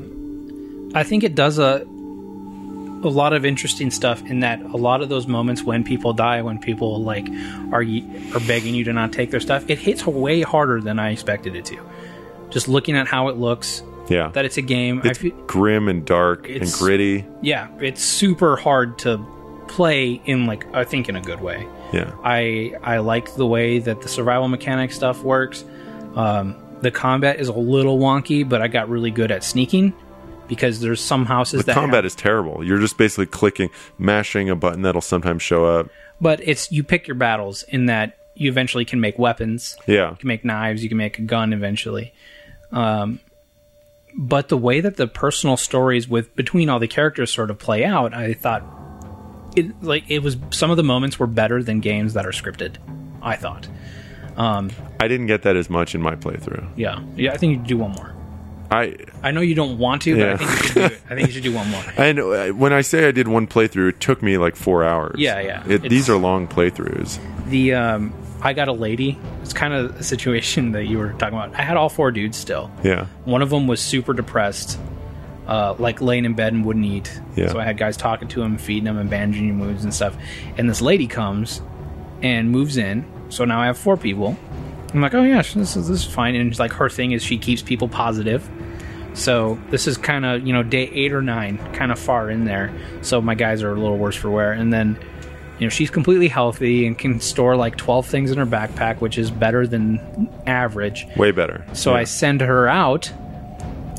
Speaker 1: I think it does a a lot of interesting stuff in that a lot of those moments when people die, when people like are ye- are begging you to not take their stuff, it hits way harder than I expected it to. Just looking at how it looks,
Speaker 2: Yeah,
Speaker 1: that it's a game.
Speaker 2: it's
Speaker 1: I feel,
Speaker 2: grim and dark and
Speaker 1: It's-
Speaker 2: gritty.
Speaker 1: yeah, it's super hard to play in like I think in a good way.
Speaker 2: Yeah.
Speaker 1: I I like the way that the survival mechanic stuff works. Um, the combat is a little wonky, but I got really good at sneaking because there's some houses
Speaker 2: The
Speaker 1: that
Speaker 2: combat
Speaker 1: have-
Speaker 2: is terrible. You're just basically clicking, mashing a button that'll sometimes show up.
Speaker 1: but it's you pick your battles in that you eventually can make weapons.
Speaker 2: Yeah.
Speaker 1: You can make knives. You can make a gun eventually. Um, but the way that the personal stories with between all the characters sort of play out, I thought it like it was some of the moments were better than games that are scripted. I thought,
Speaker 2: I didn't get that as much in my playthrough.
Speaker 1: yeah, yeah. I think you should do one more.
Speaker 2: I
Speaker 1: I know you don't want to, but I
Speaker 2: Yeah.
Speaker 1: think you should do it. I think you should do one more.
Speaker 2: and uh, when I say I did one playthrough, it took me like four hours.
Speaker 1: Yeah, yeah.
Speaker 2: It, these
Speaker 1: It's-
Speaker 2: are long playthroughs.
Speaker 1: The um, I got a lady. It's kind of a situation that you were talking about. I had all four dudes still.
Speaker 2: Yeah,
Speaker 1: One of them was super depressed, uh, like laying in bed and wouldn't eat.
Speaker 2: Yeah.
Speaker 1: So I had guys talking to him, feeding him, and bandaging his wounds and stuff. And this lady comes and moves in. So now I have four people. I'm like, oh yeah, sh- this is this is fine. And like her thing is she keeps people positive. So this is kind of you know day eight or nine, kind of far in there. So my guys are a little worse for wear. And then you know she's completely healthy and can store like 12 things in her backpack, which is better than average.
Speaker 2: way better.
Speaker 1: So
Speaker 2: Yeah.
Speaker 1: I send her out,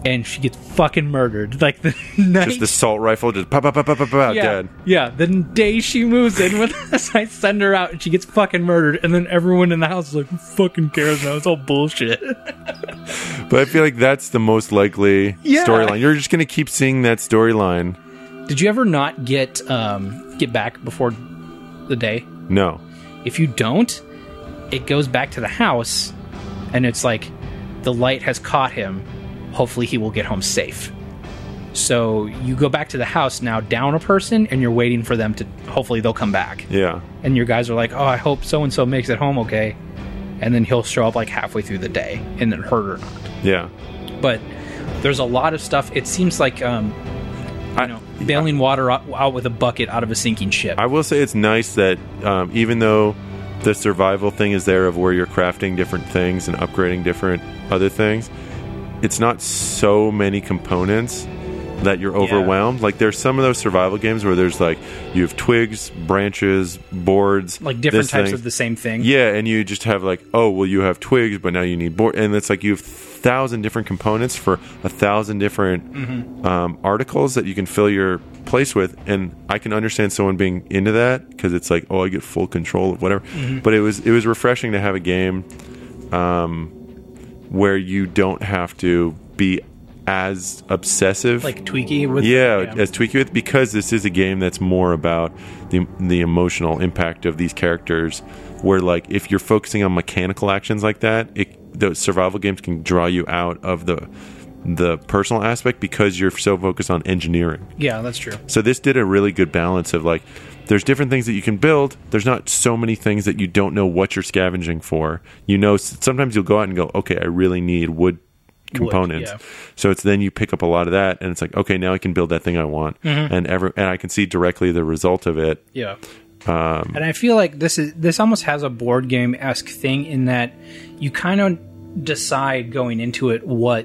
Speaker 1: and she gets fucking murdered. Like the night.
Speaker 2: just the assault rifle, just pop, pop, pop, pop, pop, pop,
Speaker 1: yeah,
Speaker 2: dead.
Speaker 1: yeah. The day she moves in with us, I send her out, and she gets fucking murdered. And then everyone in the house is like, "Who "Fucking cares now? It's all bullshit."
Speaker 2: But I feel like that's the most likely
Speaker 1: Yeah.
Speaker 2: storyline. You're just gonna keep seeing that storyline
Speaker 1: Did you ever not get um, get back before the day?
Speaker 2: No.
Speaker 1: If you don't, it goes back to the house, and it's like the light has caught him. Hopefully, he will get home safe. So you go back to the house now, down a person, and you're waiting for them to. Hopefully, they'll come back,
Speaker 2: Yeah.
Speaker 1: and your guys are like, "Oh, I hope so and so makes it home okay," and then he'll show up like halfway through the day, and then hurt or not.
Speaker 2: Yeah.
Speaker 1: But there's a lot of stuff. It seems like um,
Speaker 2: I
Speaker 1: you know, bailing water out, out with a bucket out of a sinking ship.
Speaker 2: I will say it's nice that um, even though the survival thing is there of where you're crafting different things and upgrading different other things, it's not so many components that you're overwhelmed. Like there's some of those survival games where there's like you have twigs, branches, boards,
Speaker 1: like different
Speaker 2: this
Speaker 1: types
Speaker 2: thing.
Speaker 1: of the same thing.
Speaker 2: Yeah, and you just have like, oh, well, you have twigs, but now you need board, and it's like you have thousand different components for a thousand different um, articles that you can fill your place with. And I can understand someone being into that because it's like, oh, I get full control of whatever. But it was it was refreshing to have a game um, where you don't have to be as obsessive
Speaker 1: Like tweaky with
Speaker 2: yeah, as tweaky with because this is a game that's more about the the emotional impact of these characters. Where like if you're focusing on mechanical actions like that, it, those survival games can draw you out of the the personal aspect because you're so focused on engineering.
Speaker 1: Yeah, that's true.
Speaker 2: So this did a really good balance of like there's different things that you can build. There's not so many things that you don't know what you're scavenging for. You know, s- sometimes you'll go out and go, okay, I really need wood components.
Speaker 1: yeah.
Speaker 2: So it's then you pick up a lot of that, and it's like, okay, now I can build that thing I want, and every and I can see directly the result of it.
Speaker 1: Yeah. and I feel like this is this almost has a board game esque thing in that you kind of decide going into it what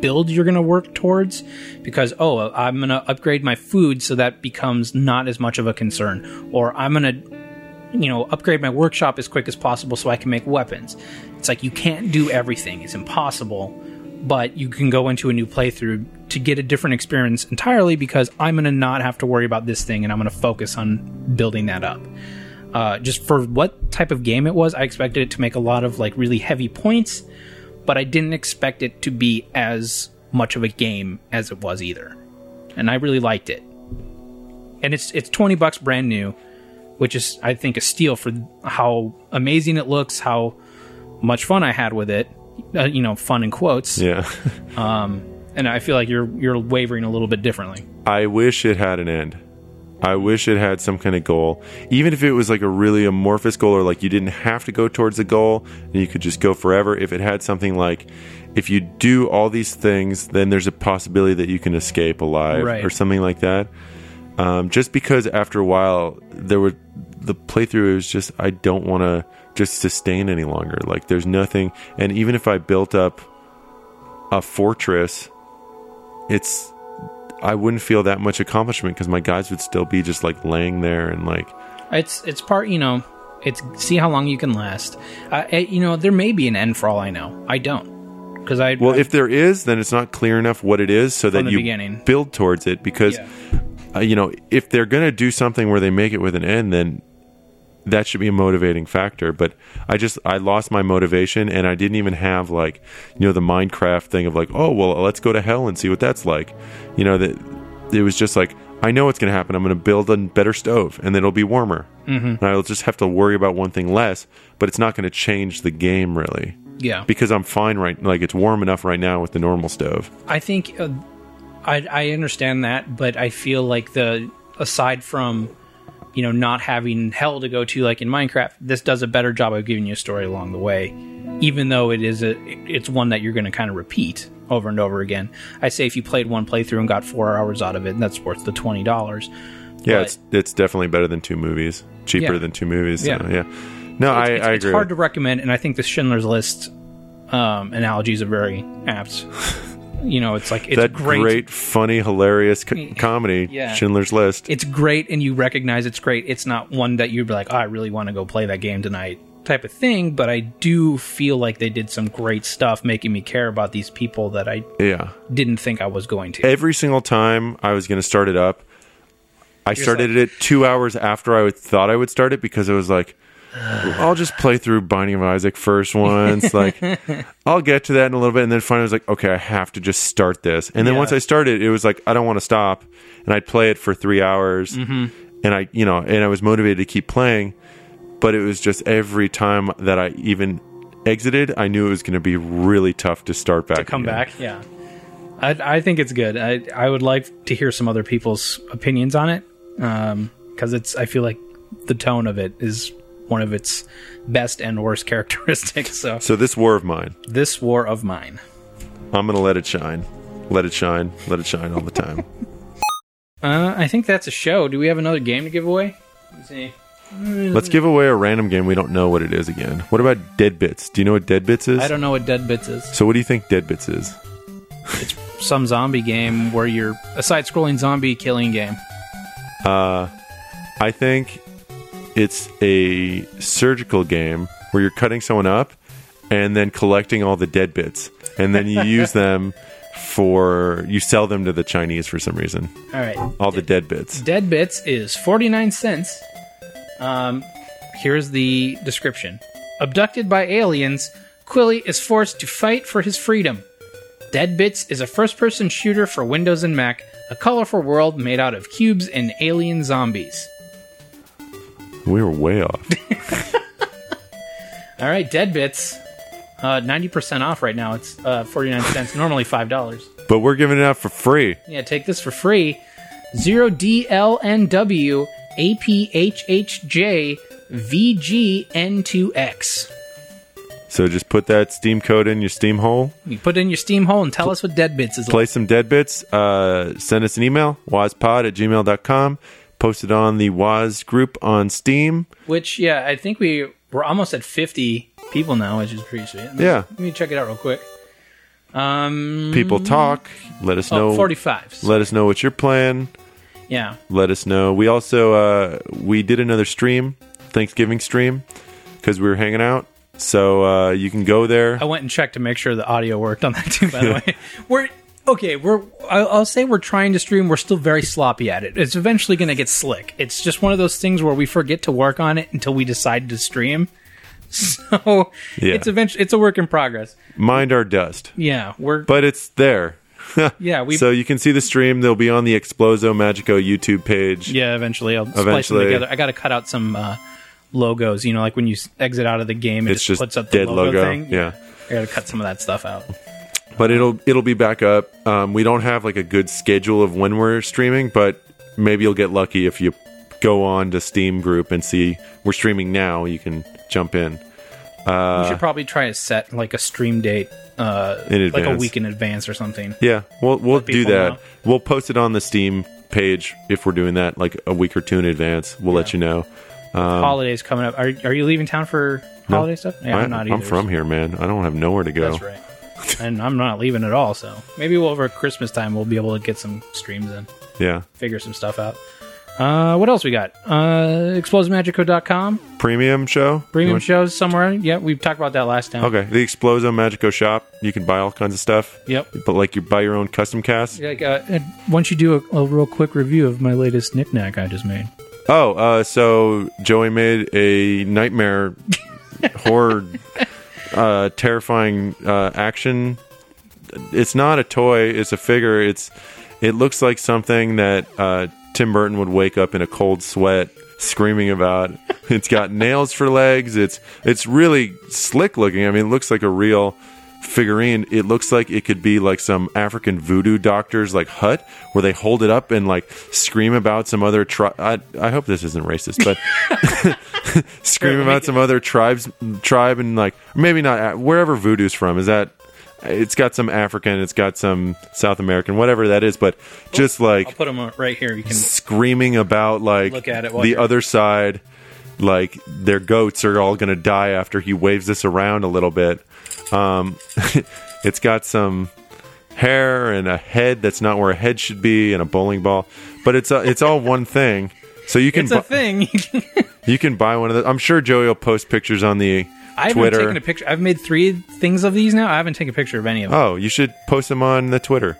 Speaker 1: build you're going to work towards because oh I'm going to upgrade my food so that becomes not as much of a concern or I'm going to you know upgrade my workshop as quick as possible so I can make weapons. It's like you can't do everything; it's impossible. But you can go into a new playthrough to get a different experience entirely because I'm going to not have to worry about this thing and I'm going to focus on building that up uh, just for what type of game it was i expected it to make a lot of like really heavy points but i didn't expect it to be as much of a game as it was either and i really liked it and it's it's 20 bucks brand new which is i think a steal for how amazing it looks how much fun i had with it uh, you know fun in quotes
Speaker 2: Yeah,
Speaker 1: and i feel like you're you're wavering a little bit differently
Speaker 2: I wish it had an end. I wish it had some kind of goal, even if it was like a really amorphous goal or like you didn't have to go towards the goal and you could just go forever. If it had something like, if you do all these things, then there's a possibility that you can escape alive
Speaker 1: Right.
Speaker 2: or something like that. Um, just because after a while, there were the playthrough is just, I don't want to just sustain any longer. Like there's nothing. And even if I built up a fortress, it's I wouldn't feel that much accomplishment because my guys would still be just like laying there and like
Speaker 1: It's it's part you know. It's see how long you can last. Uh, eh, you know there may be an end for all I know. I don't because I
Speaker 2: well if there is then it's not clear enough what it is so that
Speaker 1: the
Speaker 2: you
Speaker 1: beginning.
Speaker 2: build towards it because
Speaker 1: Yeah.
Speaker 2: uh, you know if they're going to do something where they make it with an end then that should be a motivating factor but I just I lost my motivation and I didn't even have like you know the Minecraft thing of like oh well let's go to hell and see what that's like you know that it was just like I know what's going to happen I'm going to build a better stove and then it'll be warmer
Speaker 1: Mm-hmm.
Speaker 2: and I'll just have to worry about one thing less but it's not going to change the game really
Speaker 1: yeah.
Speaker 2: because I'm fine right like it's warm enough right now with the normal stove.
Speaker 1: I think uh, I I understand that, but I feel like the aside from you know not having hell to go to like in Minecraft, this does a better job of giving you a story along the way, even though it is a it's one that you're going to kind of repeat over and over again. I say if you played one playthrough and got four hours out of it, that's worth the twenty dollars.
Speaker 2: Yeah,
Speaker 1: But-
Speaker 2: it's it's definitely better than two movies. Cheaper
Speaker 1: Yeah.
Speaker 2: than two movies. so,
Speaker 1: Yeah.
Speaker 2: yeah. No, I,
Speaker 1: it's,
Speaker 2: I
Speaker 1: it's
Speaker 2: agree.
Speaker 1: hard to recommend, and I think the Schindler's List um, analogies are very apt. you know, it's like it's
Speaker 2: that
Speaker 1: great.
Speaker 2: great. funny, hilarious co- comedy,
Speaker 1: Yeah.
Speaker 2: Schindler's List.
Speaker 1: It's great, and you recognize it's great. It's not one that you'd be like, oh, I really want to go play that game tonight, type of thing. But I do feel like they did some great stuff, making me care about these people that I
Speaker 2: yeah.
Speaker 1: didn't think I was going to.
Speaker 2: Every single time I was going to start it up, I started it two hours after I would, thought I would start it because I was like, I'll just play through Binding of Isaac first once. Like, I'll get to that in a little bit. And then finally, I was like, okay, I have to just start this. And then
Speaker 1: Yeah.
Speaker 2: once I started, it was like, I don't want to stop. And I'd play it for three hours.
Speaker 1: Mm-hmm.
Speaker 2: And I, you know, and I was motivated to keep playing. But it was just every time that I even exited, I knew it was going to be really tough to start back.
Speaker 1: come
Speaker 2: again.
Speaker 1: back. Yeah, I, I think it's good. I I would like to hear some other people's opinions on it because it's. I feel like the tone of it is one of its best and worst characteristics. So
Speaker 2: So, this war of mine,
Speaker 1: this war of mine.
Speaker 2: I'm going to let it shine. Let it shine. Let it shine all the time.
Speaker 1: Uh, I think that's a show. Do we have another game to give away? Let's see.
Speaker 2: Let's give away a random game we don't know what it is again. What about Dead Bits? Do you know what Dead Bits is?
Speaker 1: I don't know what Dead Bits is.
Speaker 2: So what do you think Dead Bits is?
Speaker 1: Some zombie game where you're a side-scrolling zombie killing game.
Speaker 2: I think it's a surgical game where you're cutting someone up and then collecting all the dead bits and then you use them for you sell them to the Chinese for some reason.
Speaker 1: All right.
Speaker 2: All the dead bits.
Speaker 1: Dead Bits is 49 cents. Um, here's the description Abducted by aliens, Quilly is forced to fight for his freedom. Dead Bits is a first person shooter for Windows and Mac, a colorful world made out of cubes and alien zombies.
Speaker 2: We were way off.
Speaker 1: All right, Dead Bits. Uh, 90% off right now. It's uh, 49 cents, normally $5.
Speaker 2: but we're giving it out for free.
Speaker 1: Yeah, take this for free. 0DLNW APHHJ VGN2X.
Speaker 2: So just put that Steam code in your Steam hole,
Speaker 1: You put in your Steam hole and tell us what Dead Bits is like.
Speaker 2: play some dead bits, uh, send us an email, wazpod at gmail.com, post it on the Waz group on Steam.
Speaker 1: Which, yeah, I think we we're almost at 50 people now, which is pretty sweet. Let me-
Speaker 2: Yeah.
Speaker 1: Let me check it out real quick. Um,
Speaker 2: People talk. Let us
Speaker 1: oh,
Speaker 2: know
Speaker 1: 45s.
Speaker 2: let us know what you're playing.
Speaker 1: yeah.
Speaker 2: let us know. We also uh, we did another stream, Thanksgiving stream, because we were hanging out. So uh, you can go there.
Speaker 1: I went and checked to make sure the audio worked on that too. By the way, we're okay. We're I'll, I'll say we're trying to stream. We're still very sloppy at it. It's eventually going to get slick. It's just one of those things where we forget to work on it until we decide to stream. So
Speaker 2: Yeah.
Speaker 1: it's eventually it's a work in progress.
Speaker 2: Mind our dust,
Speaker 1: Yeah, we're
Speaker 2: but it's there.
Speaker 1: yeah we
Speaker 2: so you can see the stream. They'll be on the Exploso Magico YouTube page.
Speaker 1: yeah eventually I'll splice them
Speaker 2: Eventually.
Speaker 1: together. I got to cut out some uh, logos. You know, like when you s- exit out of the game, it
Speaker 2: It's just
Speaker 1: puts up the
Speaker 2: dead
Speaker 1: logo,
Speaker 2: logo,
Speaker 1: thing.
Speaker 2: yeah.
Speaker 1: I got to cut some of that stuff out.
Speaker 2: But it'll it'll be back up. Um, we don't have like a good schedule of when we're streaming, but maybe you'll get lucky if you go on to Steam group and see we're streaming now. You can jump in.
Speaker 1: we should probably try to set like a stream date uh,
Speaker 2: Uh, In
Speaker 1: like a
Speaker 2: advance.
Speaker 1: week in advance or something.
Speaker 2: Yeah, we'll we'll do
Speaker 1: people
Speaker 2: that.
Speaker 1: know.
Speaker 2: We'll post it on the Steam page if we're doing that, like a week or two in advance. We'll let you know. Um,
Speaker 1: holidays coming up. Are, are you leaving town for holiday stuff? Yeah,
Speaker 2: I,
Speaker 1: I'm not either.
Speaker 2: from here, man. I don't have nowhere to go.
Speaker 1: That's right. and I'm not leaving at all. So maybe we'll, over Christmas time we'll be able to get some streams in,
Speaker 2: Yeah,
Speaker 1: figure some stuff out. Uh, what else we got? Uh, ExplosiveMagico.com,
Speaker 2: premium show. You
Speaker 1: premium
Speaker 2: want-
Speaker 1: shows somewhere. Yeah, we talked about that last time.
Speaker 2: Okay, the Exploso Magico shop. You can buy all kinds of stuff.
Speaker 1: Yep.
Speaker 2: But like you buy your own custom cast.
Speaker 1: Yeah, Like, uh, and once you do a, a real quick review of my latest knickknack I just made.
Speaker 2: Oh, uh, so Joey made a nightmare horror, uh, terrifying uh, action. It's not a toy; it's a figure. It's it looks like something that uh, Tim Burton would wake up in a cold sweat screaming about. It's got nails for legs. It's it's really slick looking. I mean, it looks like a real figurine. It looks like it could be like some African voodoo doctor's like hut where they hold it up and like scream about some other tribe. I, I hope this isn't racist, but scream about some other tribes tribe and like maybe not uh, wherever voodoo's from. Is that? It's got some African, it's got some South American, whatever that is, but just like
Speaker 1: I'll put them right here. You can.
Speaker 2: screaming about like
Speaker 1: Look at it while
Speaker 2: the
Speaker 1: you're-
Speaker 2: other side like their goats are all going to die after he waves this around a little bit um it's got some hair and a head that's not where a head should be and a bowling ball but it's a, it's all one thing so you can
Speaker 1: It's a
Speaker 2: bu-
Speaker 1: thing.
Speaker 2: you can buy one of those i'm sure joey will post pictures on the
Speaker 1: I haven't
Speaker 2: twitter
Speaker 1: taken a picture. I've made three things of these now. I haven't taken a picture of any of them.
Speaker 2: oh you should post them on the twitter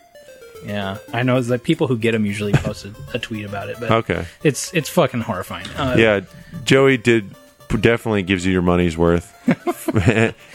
Speaker 1: Yeah, I know. It's like people who get them usually post a, a tweet about it, but
Speaker 2: Okay.
Speaker 1: it's it's fucking horrifying. Uh,
Speaker 2: yeah joey did definitely gives you your money's worth.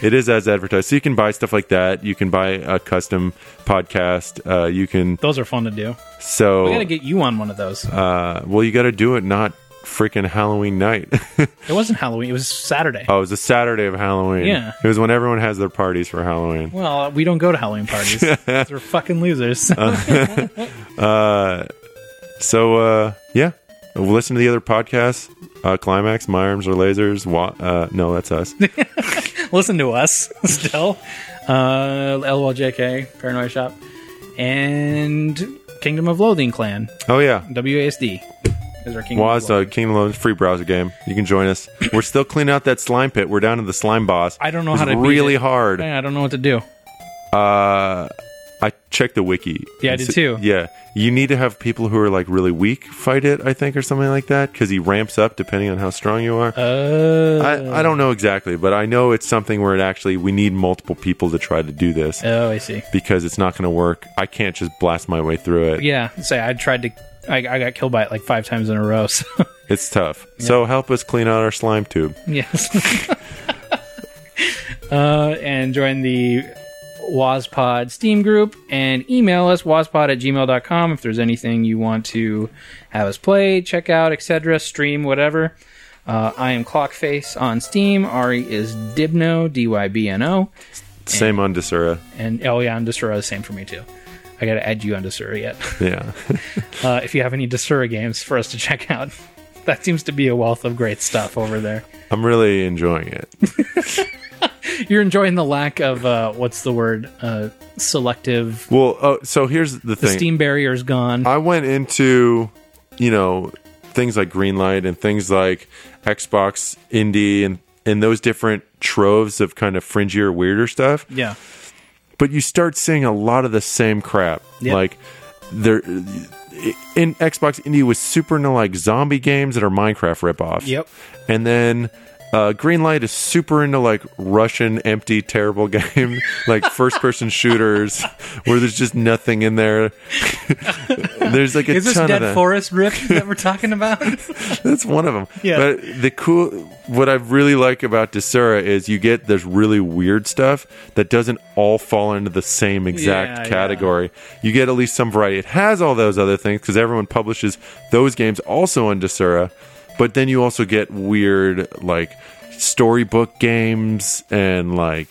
Speaker 2: it is as advertised. So you can buy stuff like that. You can buy a custom podcast. Uh, you can
Speaker 1: Those are fun to do.
Speaker 2: so
Speaker 1: We gotta get you on one of those.
Speaker 2: uh, well, you got to do it not freaking Halloween night.
Speaker 1: It wasn't Halloween. It was Saturday.
Speaker 2: oh, it was a Saturday of Halloween.
Speaker 1: Yeah.
Speaker 2: it was when everyone has their parties for Halloween.
Speaker 1: Well, we don't go to Halloween parties. They're fucking losers.
Speaker 2: Uh. So uh, yeah, listen to the other podcasts. Uh, Climax, my arms are lasers. Wa- uh, no, that's us.
Speaker 1: Listen to us still. Uh, LOLJK, Paranoia Shop, and Kingdom of Loathing Clan,
Speaker 2: Oh yeah,
Speaker 1: WASD. Is our Kingdom
Speaker 2: Waz
Speaker 1: of
Speaker 2: uh,
Speaker 1: Loathing.
Speaker 2: Kingdom Loans free browser game. You can join us. We're still cleaning out that slime pit. We're down to the slime boss.
Speaker 1: I don't know
Speaker 2: It was
Speaker 1: how to beat
Speaker 2: really
Speaker 1: it.
Speaker 2: hard.
Speaker 1: Yeah, I don't know what to do.
Speaker 2: Uh, I checked the wiki.
Speaker 1: Yeah, I did too.
Speaker 2: Yeah, you need to have people who are like really weak fight it, I think, or something like that, because he ramps up depending on how strong you are.
Speaker 1: Uh,
Speaker 2: I, I don't know exactly, but I know it's something where it actually we need multiple people to try to do this
Speaker 1: oh, I see.
Speaker 2: because it's not going to work. I can't just blast my way through it.
Speaker 1: Yeah, say I tried to. I, I got killed by it like five times in a row. So
Speaker 2: It's tough. So help us clean out our slime tube.
Speaker 1: yes. uh, and join the Wazpod Steam group and email us wazpod at gmail.com if there's anything you want to have us play, check out, etc., stream, whatever. Uh, I am Clockface on Steam. Ari is Dibno, D Y B N O.
Speaker 2: Same on Desura.
Speaker 1: And oh, yeah, on Desura is same for me too. I gotta add you on Desura yet.
Speaker 2: Yeah.
Speaker 1: uh, if you have any Desura games for us to check out. That seems to be a wealth of great stuff over there.
Speaker 2: I'm really enjoying it.
Speaker 1: You're enjoying the lack of uh, what's the word? Uh, selective.
Speaker 2: Well, oh, so here's the
Speaker 1: The
Speaker 2: thing. Uh,
Speaker 1: steam barrier is gone.
Speaker 2: I went into, you know, things like Greenlight and things like Xbox Indie and and those different troves of kind of fringier, weirder stuff.
Speaker 1: yeah,
Speaker 2: But you start seeing a lot of the same crap.
Speaker 1: Yeah.
Speaker 2: Like there in Xbox Indie was super into like zombie games that are Minecraft ripoffs.
Speaker 1: Yep.
Speaker 2: And then uh, Greenlight is super into like Russian empty terrible game, like first person shooters where there's just nothing in there. there's like a
Speaker 1: is this
Speaker 2: ton
Speaker 1: Dead
Speaker 2: of that.
Speaker 1: Forest Rip that we're talking about?
Speaker 2: That's one of them.
Speaker 1: Yeah.
Speaker 2: But the cool, what I really like about Desura is you get this really weird stuff that doesn't all fall into the same exact
Speaker 1: Yeah, yeah.
Speaker 2: category. You get at least some variety. It has all those other things because everyone publishes those games also on Desura, but then you also get weird like storybook games and like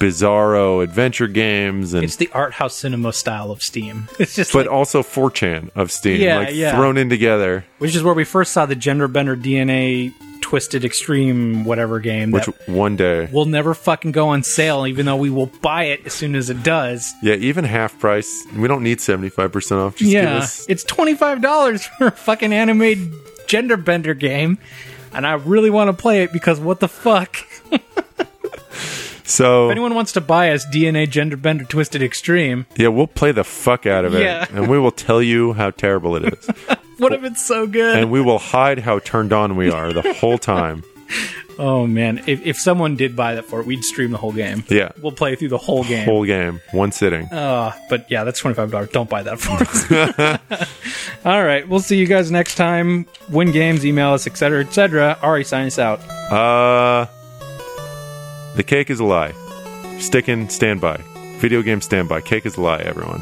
Speaker 2: bizarro adventure games and
Speaker 1: it's the art house cinema style of Steam. It's just
Speaker 2: but
Speaker 1: like-
Speaker 2: also 4chan of Steam
Speaker 1: Yeah,
Speaker 2: like
Speaker 1: yeah.
Speaker 2: thrown in together.
Speaker 1: which is where we first saw the gender bender DNA twisted extreme whatever game
Speaker 2: Which
Speaker 1: that
Speaker 2: one day
Speaker 1: will never fucking go on sale, even though we will buy it as soon as it does.
Speaker 2: Yeah, even half price. We don't need seventy five percent off. Just give
Speaker 1: yeah,
Speaker 2: us.
Speaker 1: it's twenty five dollars for a fucking anime gender bender game, and I really want to play it because what the fuck? If
Speaker 2: So
Speaker 1: anyone wants to buy us DNA gender bender twisted extreme,
Speaker 2: yeah, we'll play the fuck out of it,
Speaker 1: Yeah.
Speaker 2: and we will tell you how terrible it is,
Speaker 1: what if it's so good?
Speaker 2: and we will hide how turned on we are the whole time.
Speaker 1: oh man, if if someone did buy that for it, we'd stream the whole game.
Speaker 2: Yeah.
Speaker 1: we'll play through the whole game.
Speaker 2: Whole game, one sitting.
Speaker 1: Uh, but yeah, that's twenty five dollars. Don't buy that for us. All right, we'll see you guys next time. Win games, email us, etc., etc. Ari, sign us out.
Speaker 2: Uh, the cake is a lie. Stick in standby. Video game standby. Cake is a lie. Everyone.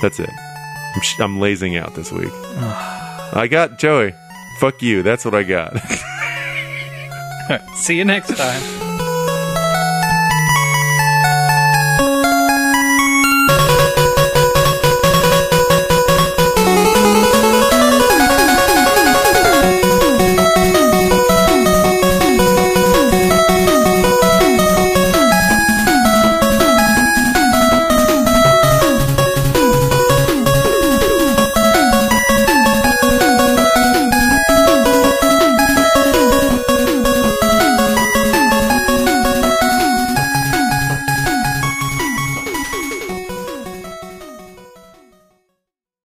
Speaker 2: That's it. I'm, sh- I'm lazing out this week. I got Joey. Fuck you. That's what I got.
Speaker 1: See you next time.